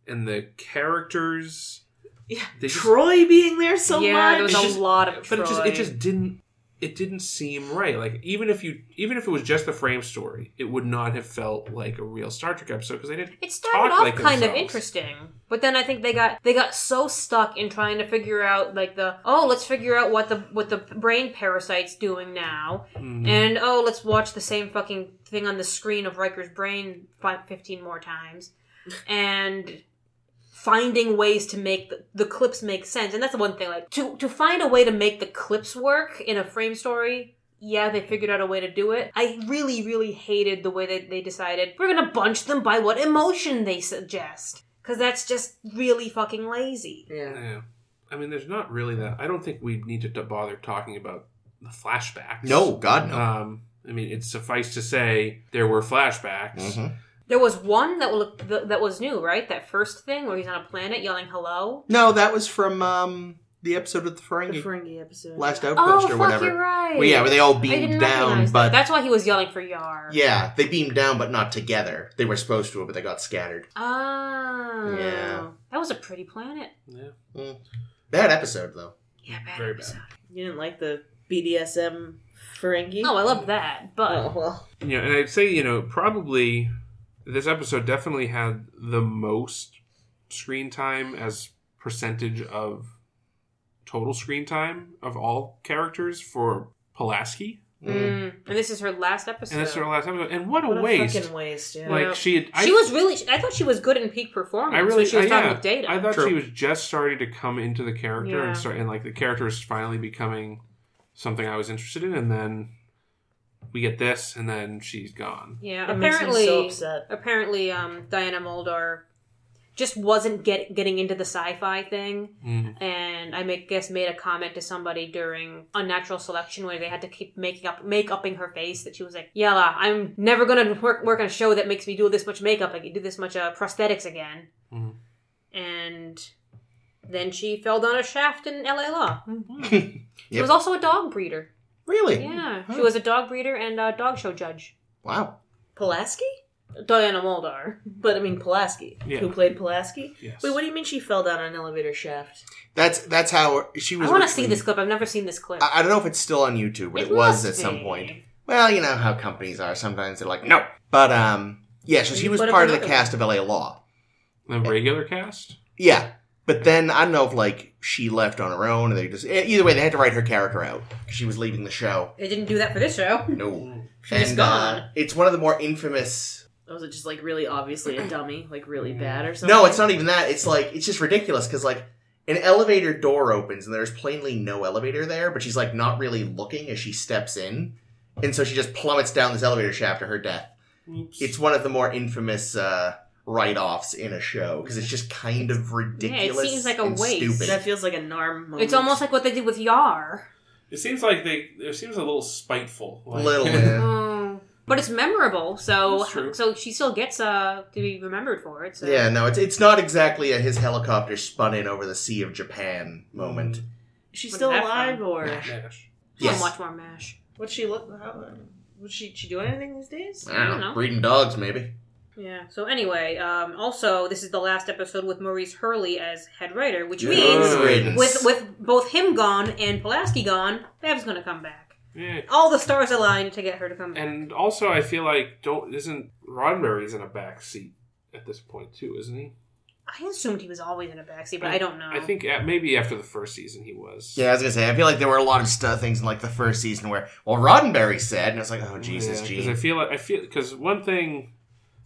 Speaker 2: and the characters.
Speaker 1: Yeah,
Speaker 2: they just-
Speaker 1: Troy being there so
Speaker 4: yeah, there
Speaker 1: much.
Speaker 4: was
Speaker 2: It's
Speaker 4: a
Speaker 2: just-
Speaker 4: lot of.
Speaker 2: but it just
Speaker 4: Troy.
Speaker 2: it just didn't it didn't seem right like even if you even if it was just the frame story it would not have felt like a real star trek episode because they didn't
Speaker 4: It started
Speaker 2: talk
Speaker 4: off
Speaker 2: like
Speaker 4: kind of
Speaker 2: themselves.
Speaker 4: interesting, but then I think they got they got so stuck in trying to figure out like the oh let's figure out what the what the brain parasite's doing now,
Speaker 2: Mm-hmm.
Speaker 4: and oh let's watch the same fucking thing on the screen of Riker's brain fi- fifteen more times, and finding ways to make the, the clips make sense, and that's the one thing like to to find a way to make the clips work in a frame story yeah, they figured out a way to do it. I really, really hated the way that they decided we're gonna bunch them by what emotion they suggest. Because that's just really fucking lazy.
Speaker 1: yeah.
Speaker 2: yeah. i mean there's not really that i don't think we need to, to bother talking about the flashbacks
Speaker 3: No, God no.
Speaker 2: um i mean it's suffice to say there were flashbacks
Speaker 3: Mhm.
Speaker 4: There was one that will- th- that was new, right? That first thing where he's on a planet yelling hello.
Speaker 3: No, that was from um, the episode with the
Speaker 1: The
Speaker 3: Ferengi,
Speaker 1: Ferengi episode.
Speaker 3: last outpost or
Speaker 4: Oh, fuck,
Speaker 3: whatever.
Speaker 4: you're right.
Speaker 3: Well, yeah, where they all
Speaker 4: I didn't
Speaker 3: beamed
Speaker 4: recognize
Speaker 3: down,
Speaker 4: that.
Speaker 3: but
Speaker 4: that's why he was yelling for Yar.
Speaker 3: yeah, they beamed down, but not together. They were supposed to, but they got scattered.
Speaker 4: Oh,
Speaker 3: Yeah.
Speaker 4: That was a pretty planet.
Speaker 2: yeah
Speaker 3: Bad episode though.
Speaker 4: Yeah, bad
Speaker 2: Very
Speaker 4: episode.
Speaker 1: You didn't like the BDSM Ferengi?
Speaker 4: No, I love that, but
Speaker 1: Oh, well.
Speaker 2: you know and i'd say you know probably this episode definitely had the most screen time as percentage of total screen time of all characters for pulaski
Speaker 4: Mm. And this is her last episode.
Speaker 2: and that's her last episode. And what a
Speaker 1: What a
Speaker 2: waste!
Speaker 1: fucking waste. Yeah.
Speaker 2: Like she, had, I,
Speaker 4: she was really. I thought she was good in peak performance.
Speaker 2: I really,
Speaker 4: when she was
Speaker 2: I,
Speaker 4: talking
Speaker 2: yeah,
Speaker 4: with Data.
Speaker 2: I thought
Speaker 3: True.
Speaker 2: she was just starting to come into the character
Speaker 4: Yeah.
Speaker 2: and start, and like the character is finally becoming something I was interested in, and then we get this, and then she's gone.
Speaker 4: yeah,
Speaker 1: That makes me
Speaker 4: apparently,
Speaker 1: so upset.
Speaker 4: apparently, um, Diana Muldor just wasn't get, getting into the sci-fi thing.
Speaker 2: Mm.
Speaker 4: and I make, guess made a comment to somebody during unnatural selection where they had to keep making up make upping her face that she was like, "Yella, I'm never gonna work work on a show that makes me do this much makeup. I do this much uh, prosthetics again."
Speaker 2: Mhm.
Speaker 3: Mm-hmm.
Speaker 4: And then she fell down a shaft in L.A. Law. She
Speaker 3: Oh, Yep.
Speaker 4: was also a dog breeder.
Speaker 3: Really?
Speaker 4: Yeah, she
Speaker 3: Huh.
Speaker 4: was a dog breeder and a dog show judge.
Speaker 3: Wow.
Speaker 1: Pulaski?
Speaker 4: Diana Muldar.
Speaker 1: But I mean Pulaski.
Speaker 2: Yeah.
Speaker 1: Who played Pulaski?
Speaker 2: Yes.
Speaker 1: Wait, what do you mean she fell down an elevator shaft?
Speaker 3: That's that's how she was.
Speaker 4: I want to
Speaker 3: originally-
Speaker 4: see this clip. I've never seen this clip.
Speaker 3: I, I don't know if it's still on YouTube, but it,
Speaker 4: It
Speaker 3: was
Speaker 4: must
Speaker 3: at some
Speaker 4: be.
Speaker 3: point. Well, you know how companies are. Sometimes they're like, no. But um, yeah. So
Speaker 1: Well,
Speaker 3: she
Speaker 1: you
Speaker 3: was
Speaker 1: put up
Speaker 3: part of the
Speaker 1: another
Speaker 3: cast of L.A. Law.
Speaker 2: the regular cast?
Speaker 3: Yeah. But then I don't know if like she left on her own, or they just e- either way they had to write her character out 'cause she was leaving the show.
Speaker 5: They didn't do that for this show.
Speaker 3: No.
Speaker 5: She's
Speaker 3: And,
Speaker 5: gone.
Speaker 3: uh, it's one of the more infamous.
Speaker 1: Or was Oh, it just like really obviously a dummy? Like really bad or something?
Speaker 3: No, it's not even that. It's like it's just ridiculous because like an elevator door opens and there's plainly no elevator there, but she's like not really looking as she steps in, and so she just plummets down this elevator shaft to her death.
Speaker 2: Oops.
Speaker 3: It's one of the more infamous uh, write-offs in a show because it's just kind of ridiculous.
Speaker 4: seems like a
Speaker 3: and
Speaker 4: waste.
Speaker 3: Stupid.
Speaker 1: That feels like a NARM moment.
Speaker 4: It's almost like what they did with Yar.
Speaker 2: It seems like they. It seems a little spiteful. Like,
Speaker 3: Little. yeah.
Speaker 4: Oh, but it's memorable, so
Speaker 2: That's true.
Speaker 4: so she still gets uh to be remembered for it. So.
Speaker 3: Yeah, no, it's it's not exactly a his helicopter spun in over the sea of Japan moment.
Speaker 1: She's
Speaker 4: What
Speaker 1: still
Speaker 4: did that
Speaker 1: alive
Speaker 4: from?
Speaker 1: or
Speaker 2: Nash.
Speaker 4: I want
Speaker 3: Yes.
Speaker 4: to watch more Mash.
Speaker 1: what's she look how was she she doing anything these days?
Speaker 3: I
Speaker 4: Mm, I don't know.
Speaker 3: Ah, Breeding dogs, maybe.
Speaker 4: Yeah. So anyway, um, also this is the last episode with Maurice Hurley as head writer, which
Speaker 3: Good
Speaker 4: means
Speaker 3: riddance.
Speaker 4: with with both him gone and Pulaski gone, Bev's gonna come back.
Speaker 2: Yeah.
Speaker 4: All the stars aligned to get her to come back.
Speaker 2: And also, I feel like don't isn't Roddenberry's in a back seat at this point too, isn't he?
Speaker 4: I assumed he was always in a backseat, but I, don't know.
Speaker 2: I think at, maybe after the first season he was.
Speaker 3: Yeah, I was gonna say. I feel like there were a lot of stuff things in like the first season where, well, Roddenberry said, and I was like, oh Jesus,
Speaker 2: Yeah,
Speaker 3: Gene.
Speaker 2: I feel like I feel because one thing,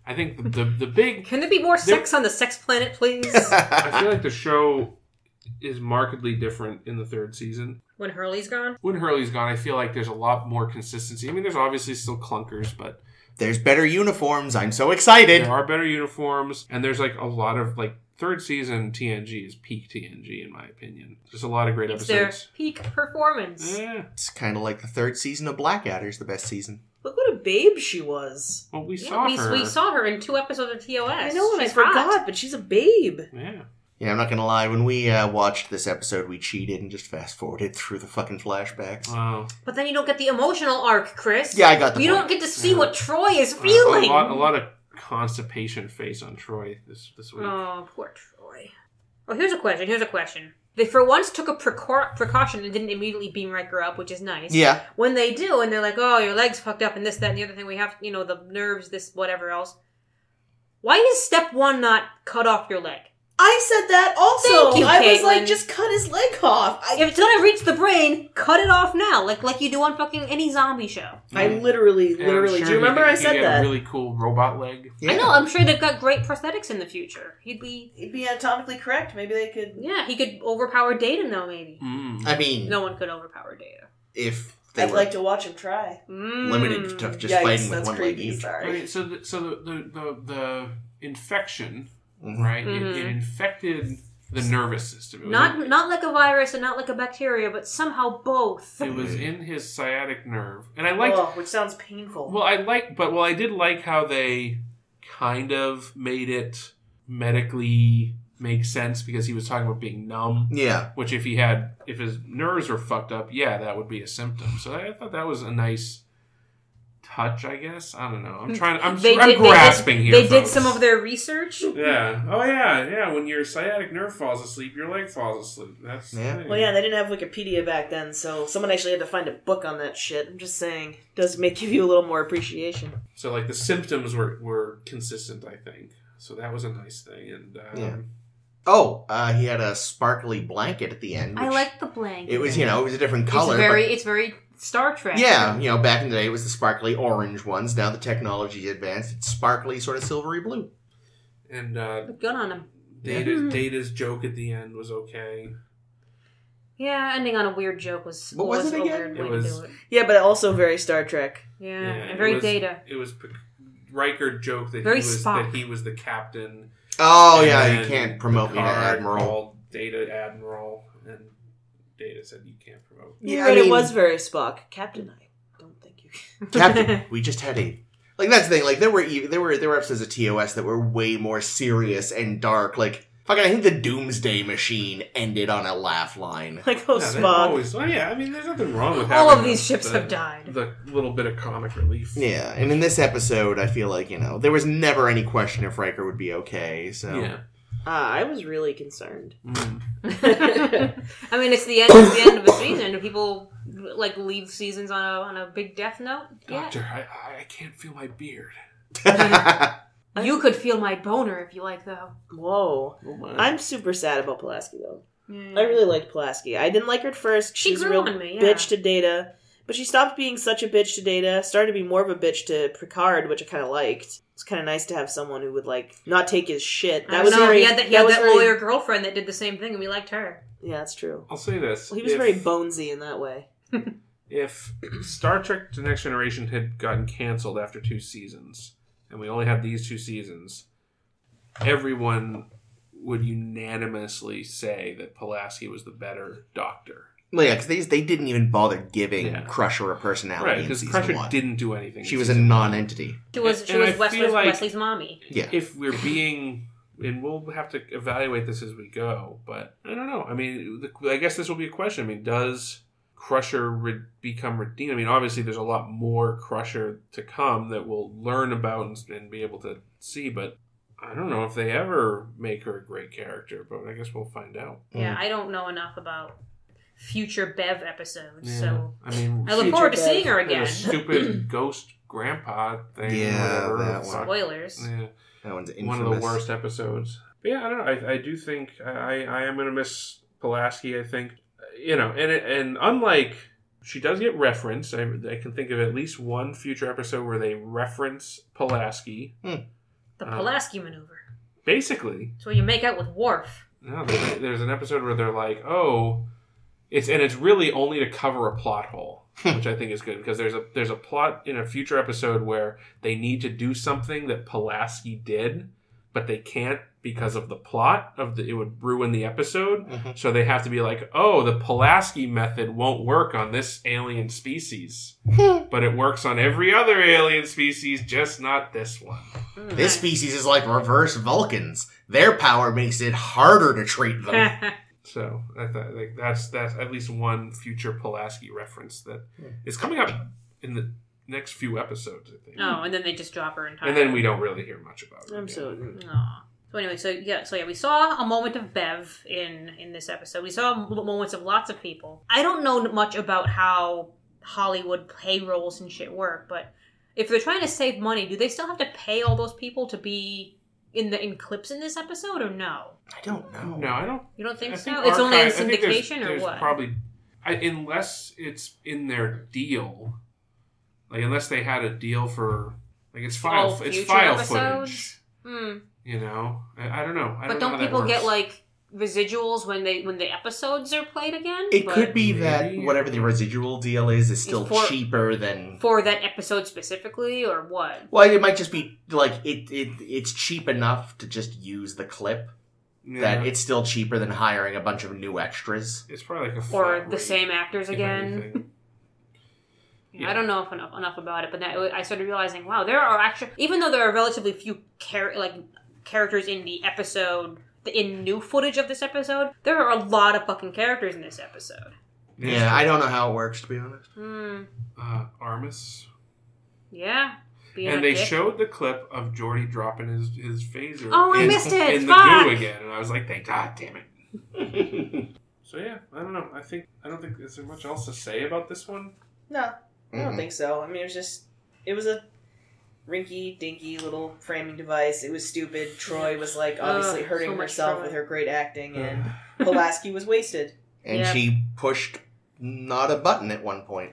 Speaker 2: I think the the, the big
Speaker 4: Can there be more sex on the sex planet, please?
Speaker 2: I feel like the show is markedly different in the third season.
Speaker 4: when Hurley's gone,
Speaker 2: When Hurley's gone, I feel like there's a lot more consistency. I mean, there's obviously still clunkers, but
Speaker 3: There's better uniforms. I'm so excited.
Speaker 2: there are better uniforms, and there's like a lot of like third season TNG is peak TNG in my opinion. There's a lot of great
Speaker 4: it's their
Speaker 2: episodes. Mm. Eh,
Speaker 4: peak performance.
Speaker 2: Yeah.
Speaker 3: It's kind of like the third season of Blackadder's the best season.
Speaker 1: Look what a babe she was.
Speaker 2: Well, we
Speaker 4: Yeah,
Speaker 2: saw
Speaker 4: we,
Speaker 2: her.
Speaker 4: we saw her in two episodes of TOS.
Speaker 1: I know and I
Speaker 4: She's
Speaker 1: forgot,
Speaker 4: hot.
Speaker 1: but she's a babe.
Speaker 2: Yeah.
Speaker 3: Yeah, I'm not gonna lie. When we uh, watched this episode, we cheated and just fast forwarded through the fucking flashbacks.
Speaker 2: Wow.
Speaker 4: But then you don't get the emotional arc, Chris.
Speaker 3: yeah, I got the
Speaker 4: You
Speaker 3: point.
Speaker 4: don't get to see
Speaker 2: Yeah. Uh,
Speaker 4: what Troy is
Speaker 2: A
Speaker 4: feeling.
Speaker 2: lot, a lot of constipation face on Troy this this week.
Speaker 4: oh, poor Troy. Oh, here's a question. Here's a question. They for once took a precau- precaution and didn't immediately beam Riker up, which is nice.
Speaker 3: Yeah,
Speaker 4: When they do, and they're like, "Oh, your legs fucked up," and this, that, and the other thing. We have, you know, the nerves, this, whatever else. Why is step one not cut off your leg?
Speaker 1: I said that also.
Speaker 4: Thank you,
Speaker 1: I was
Speaker 4: Caitlin.
Speaker 1: like, just cut his leg off. I,
Speaker 4: If it's gonna reach the brain, cut it off now, like like you do on fucking any zombie show.
Speaker 1: I literally,
Speaker 2: And I'm
Speaker 1: literally.
Speaker 2: sure
Speaker 1: do you
Speaker 2: he
Speaker 1: remember
Speaker 2: could-
Speaker 1: I
Speaker 2: he
Speaker 1: said
Speaker 2: had
Speaker 1: that?
Speaker 2: A really cool robot leg.
Speaker 3: yeah.
Speaker 4: I know. I'm sure they've got great prosthetics in the future. He'd be,
Speaker 1: It'd be anatomically correct. Maybe they could.
Speaker 4: yeah, he could overpower Data though, maybe.
Speaker 2: Mm.
Speaker 3: I mean,
Speaker 4: No one could overpower Data.
Speaker 3: if they
Speaker 1: I'd
Speaker 3: were
Speaker 1: like to watch him try.
Speaker 4: Mm.
Speaker 3: limited to just
Speaker 1: Yikes,
Speaker 3: fighting with
Speaker 1: that's
Speaker 3: one leg
Speaker 1: creepy,
Speaker 3: each.
Speaker 1: Sorry.
Speaker 2: Okay, so the, so the the, the, the infection,
Speaker 3: Mhm.
Speaker 2: right? It,
Speaker 1: Mm-hmm.
Speaker 4: Mhm.
Speaker 2: it infected the nervous system. It was
Speaker 4: Not
Speaker 2: in-
Speaker 4: not like a virus and not like a bacteria, but somehow both.
Speaker 2: It was in his sciatic nerve, and I liked.
Speaker 1: oh, which sounds painful.
Speaker 2: Well, I like, but well, I did like how they kind of made it medically make sense because he was talking about being numb.
Speaker 3: Yeah,
Speaker 2: which if he had if his nerves were fucked up yeah that would be a symptom so i thought that was a nice touch i guess i don't know i'm trying i'm, I'm grasping
Speaker 4: they did,
Speaker 2: here
Speaker 4: They
Speaker 2: folks.
Speaker 4: did some of their research.
Speaker 2: yeah oh yeah yeah when your sciatic nerve falls asleep your leg falls asleep that's the
Speaker 3: Yeah.
Speaker 2: thing.
Speaker 1: Well, yeah, they didn't have Wikipedia back then, so someone actually had to find a book on that shit. I'm just saying, does make give you a little more appreciation.
Speaker 2: so like the symptoms were were consistent i think so that was a nice thing and um,
Speaker 3: Yeah. Oh, uh, he had a sparkly blanket at the end.
Speaker 4: I
Speaker 3: which-
Speaker 4: like the blanket.
Speaker 3: It was you know it was a different
Speaker 4: It's
Speaker 3: color.
Speaker 4: very
Speaker 3: but
Speaker 4: it's very Star Trek.
Speaker 3: Yeah, you know, back in the day it was the sparkly orange ones. Now the technology advanced, it's sparkly, sort of silvery blue.
Speaker 2: And uh,
Speaker 4: Look good on him.
Speaker 2: Data's,
Speaker 4: Mhm.
Speaker 2: Data's joke at the end was okay.
Speaker 4: Yeah, ending on a weird joke was
Speaker 3: What was
Speaker 4: was
Speaker 3: it
Speaker 4: a
Speaker 3: again?
Speaker 4: weird
Speaker 2: It
Speaker 4: way
Speaker 2: was-
Speaker 4: to do it.
Speaker 1: Yeah, but also very Star Trek.
Speaker 4: Yeah,
Speaker 2: Yeah,
Speaker 4: and
Speaker 2: it
Speaker 4: very
Speaker 2: was-
Speaker 4: data.
Speaker 2: It was P- Riker joke that
Speaker 4: Very
Speaker 2: he was
Speaker 4: Spock.
Speaker 2: that he was the captain.
Speaker 3: Oh
Speaker 2: And
Speaker 3: yeah, you
Speaker 2: then
Speaker 3: can't promote me to
Speaker 2: Picard
Speaker 3: admiral.
Speaker 2: called Data admiral, and Data said you can't promote.
Speaker 1: Yeah,
Speaker 3: Yeah,
Speaker 1: but
Speaker 3: I
Speaker 1: it
Speaker 3: mean-
Speaker 1: was very Spock. Captain, I don't think you.
Speaker 3: Captain, we just had a like that's the thing. Like there were even there were there were episodes of TOS that were way more serious and dark. Like fucking, I think the Doomsday Machine ended on a laugh line.
Speaker 1: Like, oh,
Speaker 2: yeah, they
Speaker 1: Spock.
Speaker 2: Always, well, yeah, I mean, there's nothing wrong with
Speaker 4: All of
Speaker 2: having
Speaker 4: these
Speaker 2: the-
Speaker 4: ships
Speaker 2: the-
Speaker 4: have died.
Speaker 2: The little bit of comic relief.
Speaker 3: Yeah, and in this episode, I feel like you know there was never any question if Riker would be okay. So
Speaker 2: Yeah.
Speaker 1: Ah, I was really concerned.
Speaker 2: Mm.
Speaker 4: I mean, it's the end. It's the end of the season. Do People like leave seasons on a on a big death note. Yeah,
Speaker 2: Doctor, I I, I can't feel my beard.
Speaker 4: you could feel my boner if you like, though.
Speaker 1: Whoa,
Speaker 2: Oh my.
Speaker 1: I'm super sad about Pulaski though. I really liked Pulaski. I didn't like her at first.
Speaker 4: She
Speaker 1: She's a
Speaker 4: grew
Speaker 1: real
Speaker 4: on me, yeah.
Speaker 1: bitch to Data, but she stopped being such a bitch to Data. Started to be more of a bitch to Picard, which I kind of liked. It's kind of nice to have someone who would like not take his shit. That
Speaker 4: I
Speaker 1: was
Speaker 4: don't know.
Speaker 1: very.
Speaker 4: he had that, he
Speaker 1: that
Speaker 4: had
Speaker 1: was
Speaker 4: that
Speaker 1: very-
Speaker 4: lawyer girlfriend that did the same thing, and we liked her.
Speaker 1: Yeah, that's true.
Speaker 2: I'll say this.
Speaker 1: Well, he was
Speaker 2: if-
Speaker 1: very bonesy in that way.
Speaker 2: if Star Trek The Next Generation had gotten canceled after two seasons, and we only had these two seasons, everyone would unanimously say that Pulaski was the better Doctor.
Speaker 3: well, yeah, because they they didn't even bother giving
Speaker 2: Yeah.
Speaker 3: Crusher a personality.
Speaker 2: Right,
Speaker 3: in
Speaker 2: because
Speaker 3: season
Speaker 2: Crusher
Speaker 3: one.
Speaker 2: didn't do anything.
Speaker 3: She
Speaker 2: in
Speaker 3: was a
Speaker 2: season one.
Speaker 3: non-entity.
Speaker 4: She was she
Speaker 2: And I
Speaker 4: was Wesley's,
Speaker 2: feel like-
Speaker 4: Wesley's mommy.
Speaker 3: Yeah.
Speaker 2: If we're being, and we'll have to evaluate this as we go, but I don't know. I mean, the, I guess this will be a question. I mean, does Crusher re- become redeemed? I mean, obviously, there's a lot more Crusher to come that we'll learn about and, and be able to see, but I don't know if they ever make her a great character, but I guess we'll find out.
Speaker 4: Yeah, I don't know enough about future Bev episodes,
Speaker 2: Yeah.
Speaker 4: so
Speaker 2: I mean,
Speaker 4: I look
Speaker 1: Future
Speaker 4: forward to
Speaker 1: Bev.
Speaker 4: seeing her
Speaker 2: and a
Speaker 4: again.
Speaker 2: stupid ghost grandpa thing.
Speaker 3: Yeah,
Speaker 2: or whatever.
Speaker 3: that one.
Speaker 2: Fuck.
Speaker 4: Spoilers.
Speaker 2: Yeah.
Speaker 3: That one's infamous.
Speaker 2: one of the worst episodes. But yeah, I don't know. I, I do think I, I am going to miss Pulaski. I think you know, and it, and unlike she does get referenced. I, I can think of at least one future episode where they reference Pulaski.
Speaker 4: The
Speaker 2: Um,
Speaker 4: Pulaski maneuver.
Speaker 2: Basically,
Speaker 4: It's where you make out with Worf.
Speaker 2: no, there's, there's an episode where they're like, oh, it's and it's really only to cover a plot hole. Which I think is good because there's a there's a plot in a future episode where they need to do something that Pulaski did, but they can't because of the plot of the, it would ruin the episode.
Speaker 3: Mhm.
Speaker 2: So they have to be like, oh, the Pulaski method won't work on this alien species,
Speaker 1: Mm-hmm.
Speaker 2: but it works on every other alien species, just not this one.
Speaker 4: Mm.
Speaker 3: This species is like reverse Vulcans. Their power makes it harder to treat them.
Speaker 2: So I thought like that's that's at least one future Pulaski reference that is coming up in the next few episodes, I think.
Speaker 4: oh, and then they just drop her entire.
Speaker 2: And then we don't really hear much about it.
Speaker 1: I'm
Speaker 2: Yeah.
Speaker 1: so.
Speaker 4: Aw. So anyway, so yeah, so yeah, we saw a moment of Bev in in this episode. We saw m- moments of lots of people. I don't know much about how Hollywood payrolls and shit work, but if they're trying to save money, do they still have to pay all those people to be in the in clips in this episode or no?
Speaker 3: I don't know.
Speaker 2: No, I don't
Speaker 4: You don't think
Speaker 2: I
Speaker 4: so?
Speaker 2: think
Speaker 4: it's only on
Speaker 2: archive- I think there's-
Speaker 4: syndication or
Speaker 2: there's
Speaker 4: what?
Speaker 2: Probably, I, unless it's in their deal, like unless they had a deal for like it's file
Speaker 4: All
Speaker 2: it's
Speaker 4: future
Speaker 2: file
Speaker 4: episodes?
Speaker 2: footage.
Speaker 4: Hmm.
Speaker 2: You know, I, I don't know. I
Speaker 4: But
Speaker 2: don't, know
Speaker 4: don't
Speaker 2: how that
Speaker 4: people get
Speaker 2: works.
Speaker 4: like residuals when they when the episodes are played again?
Speaker 3: It
Speaker 4: But
Speaker 3: could be that
Speaker 2: maybe-
Speaker 3: whatever the residual deal is is still
Speaker 4: for-
Speaker 3: cheaper than.
Speaker 4: for that episode specifically or what?
Speaker 3: Well, it might just be like it, it. It's cheap enough to just use the clip
Speaker 2: Yeah.
Speaker 3: that it's still cheaper than hiring a bunch of new extras.
Speaker 2: it's probably like a
Speaker 4: or
Speaker 2: flat
Speaker 4: the
Speaker 2: rate,
Speaker 4: same actors
Speaker 2: if
Speaker 4: again.
Speaker 2: anything.
Speaker 4: You know, I don't know if enough, enough about it, but then I I started realizing, wow, there are actually, even though there are relatively few char- like characters in the episode, in new footage of this episode, there are a lot of fucking characters in this episode.
Speaker 3: Yeah, I don't know how it works to be honest.
Speaker 4: Hmm.
Speaker 2: uh, Armis,
Speaker 4: Yeah. Being
Speaker 2: and
Speaker 4: a
Speaker 2: they
Speaker 4: dick.
Speaker 2: showed the clip of Jordy dropping his his phaser.
Speaker 4: Oh, I
Speaker 2: in,
Speaker 4: missed it.
Speaker 2: in
Speaker 4: Fuck.
Speaker 2: the goo again, and I was like, "Thank God, damn it." So yeah, I don't know. I think I don't think is there much else to say about this one.
Speaker 1: No, I don't
Speaker 3: Mm-mm.
Speaker 1: think so. I mean, it was just it was a rinky dinky little framing device. It was stupid. Troy was like obviously
Speaker 4: Ugh,
Speaker 1: hurting
Speaker 4: so much
Speaker 1: herself
Speaker 4: Troy.
Speaker 1: with her great acting, and Pulaski was wasted.
Speaker 3: And
Speaker 4: Yeah.
Speaker 3: she pushed not a button at one point.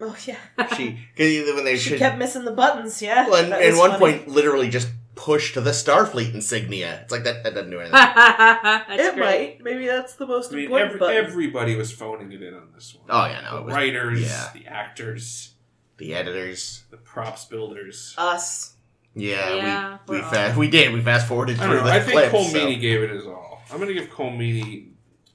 Speaker 1: Oh yeah,
Speaker 3: She because when they
Speaker 1: she
Speaker 3: should,
Speaker 1: kept missing the buttons. Yeah,
Speaker 3: well, and
Speaker 1: That
Speaker 3: at
Speaker 1: was
Speaker 3: one
Speaker 1: funny.
Speaker 3: point literally just pushed the Starfleet insignia. It's like that that doesn't do anything.
Speaker 7: That's
Speaker 1: it
Speaker 7: great.
Speaker 1: might. Maybe that's the most
Speaker 2: I mean,
Speaker 1: important
Speaker 2: every,
Speaker 1: button.
Speaker 2: everybody was phoning it in on this one.
Speaker 3: Oh, yeah, no,
Speaker 2: the
Speaker 3: it was-
Speaker 2: writers,
Speaker 3: yeah.
Speaker 2: the actors,
Speaker 3: the editors,
Speaker 2: the props
Speaker 3: Uh,
Speaker 2: builders.
Speaker 1: Us.
Speaker 3: yeah,
Speaker 7: Yeah,
Speaker 3: we we,
Speaker 7: we're
Speaker 3: fa- we did we fast forwarded
Speaker 2: I
Speaker 3: through
Speaker 2: don't know.
Speaker 3: the
Speaker 2: I think
Speaker 3: clips.
Speaker 2: Cole
Speaker 3: so-
Speaker 2: Meany gave it his all. I'm gonna give Cole Meany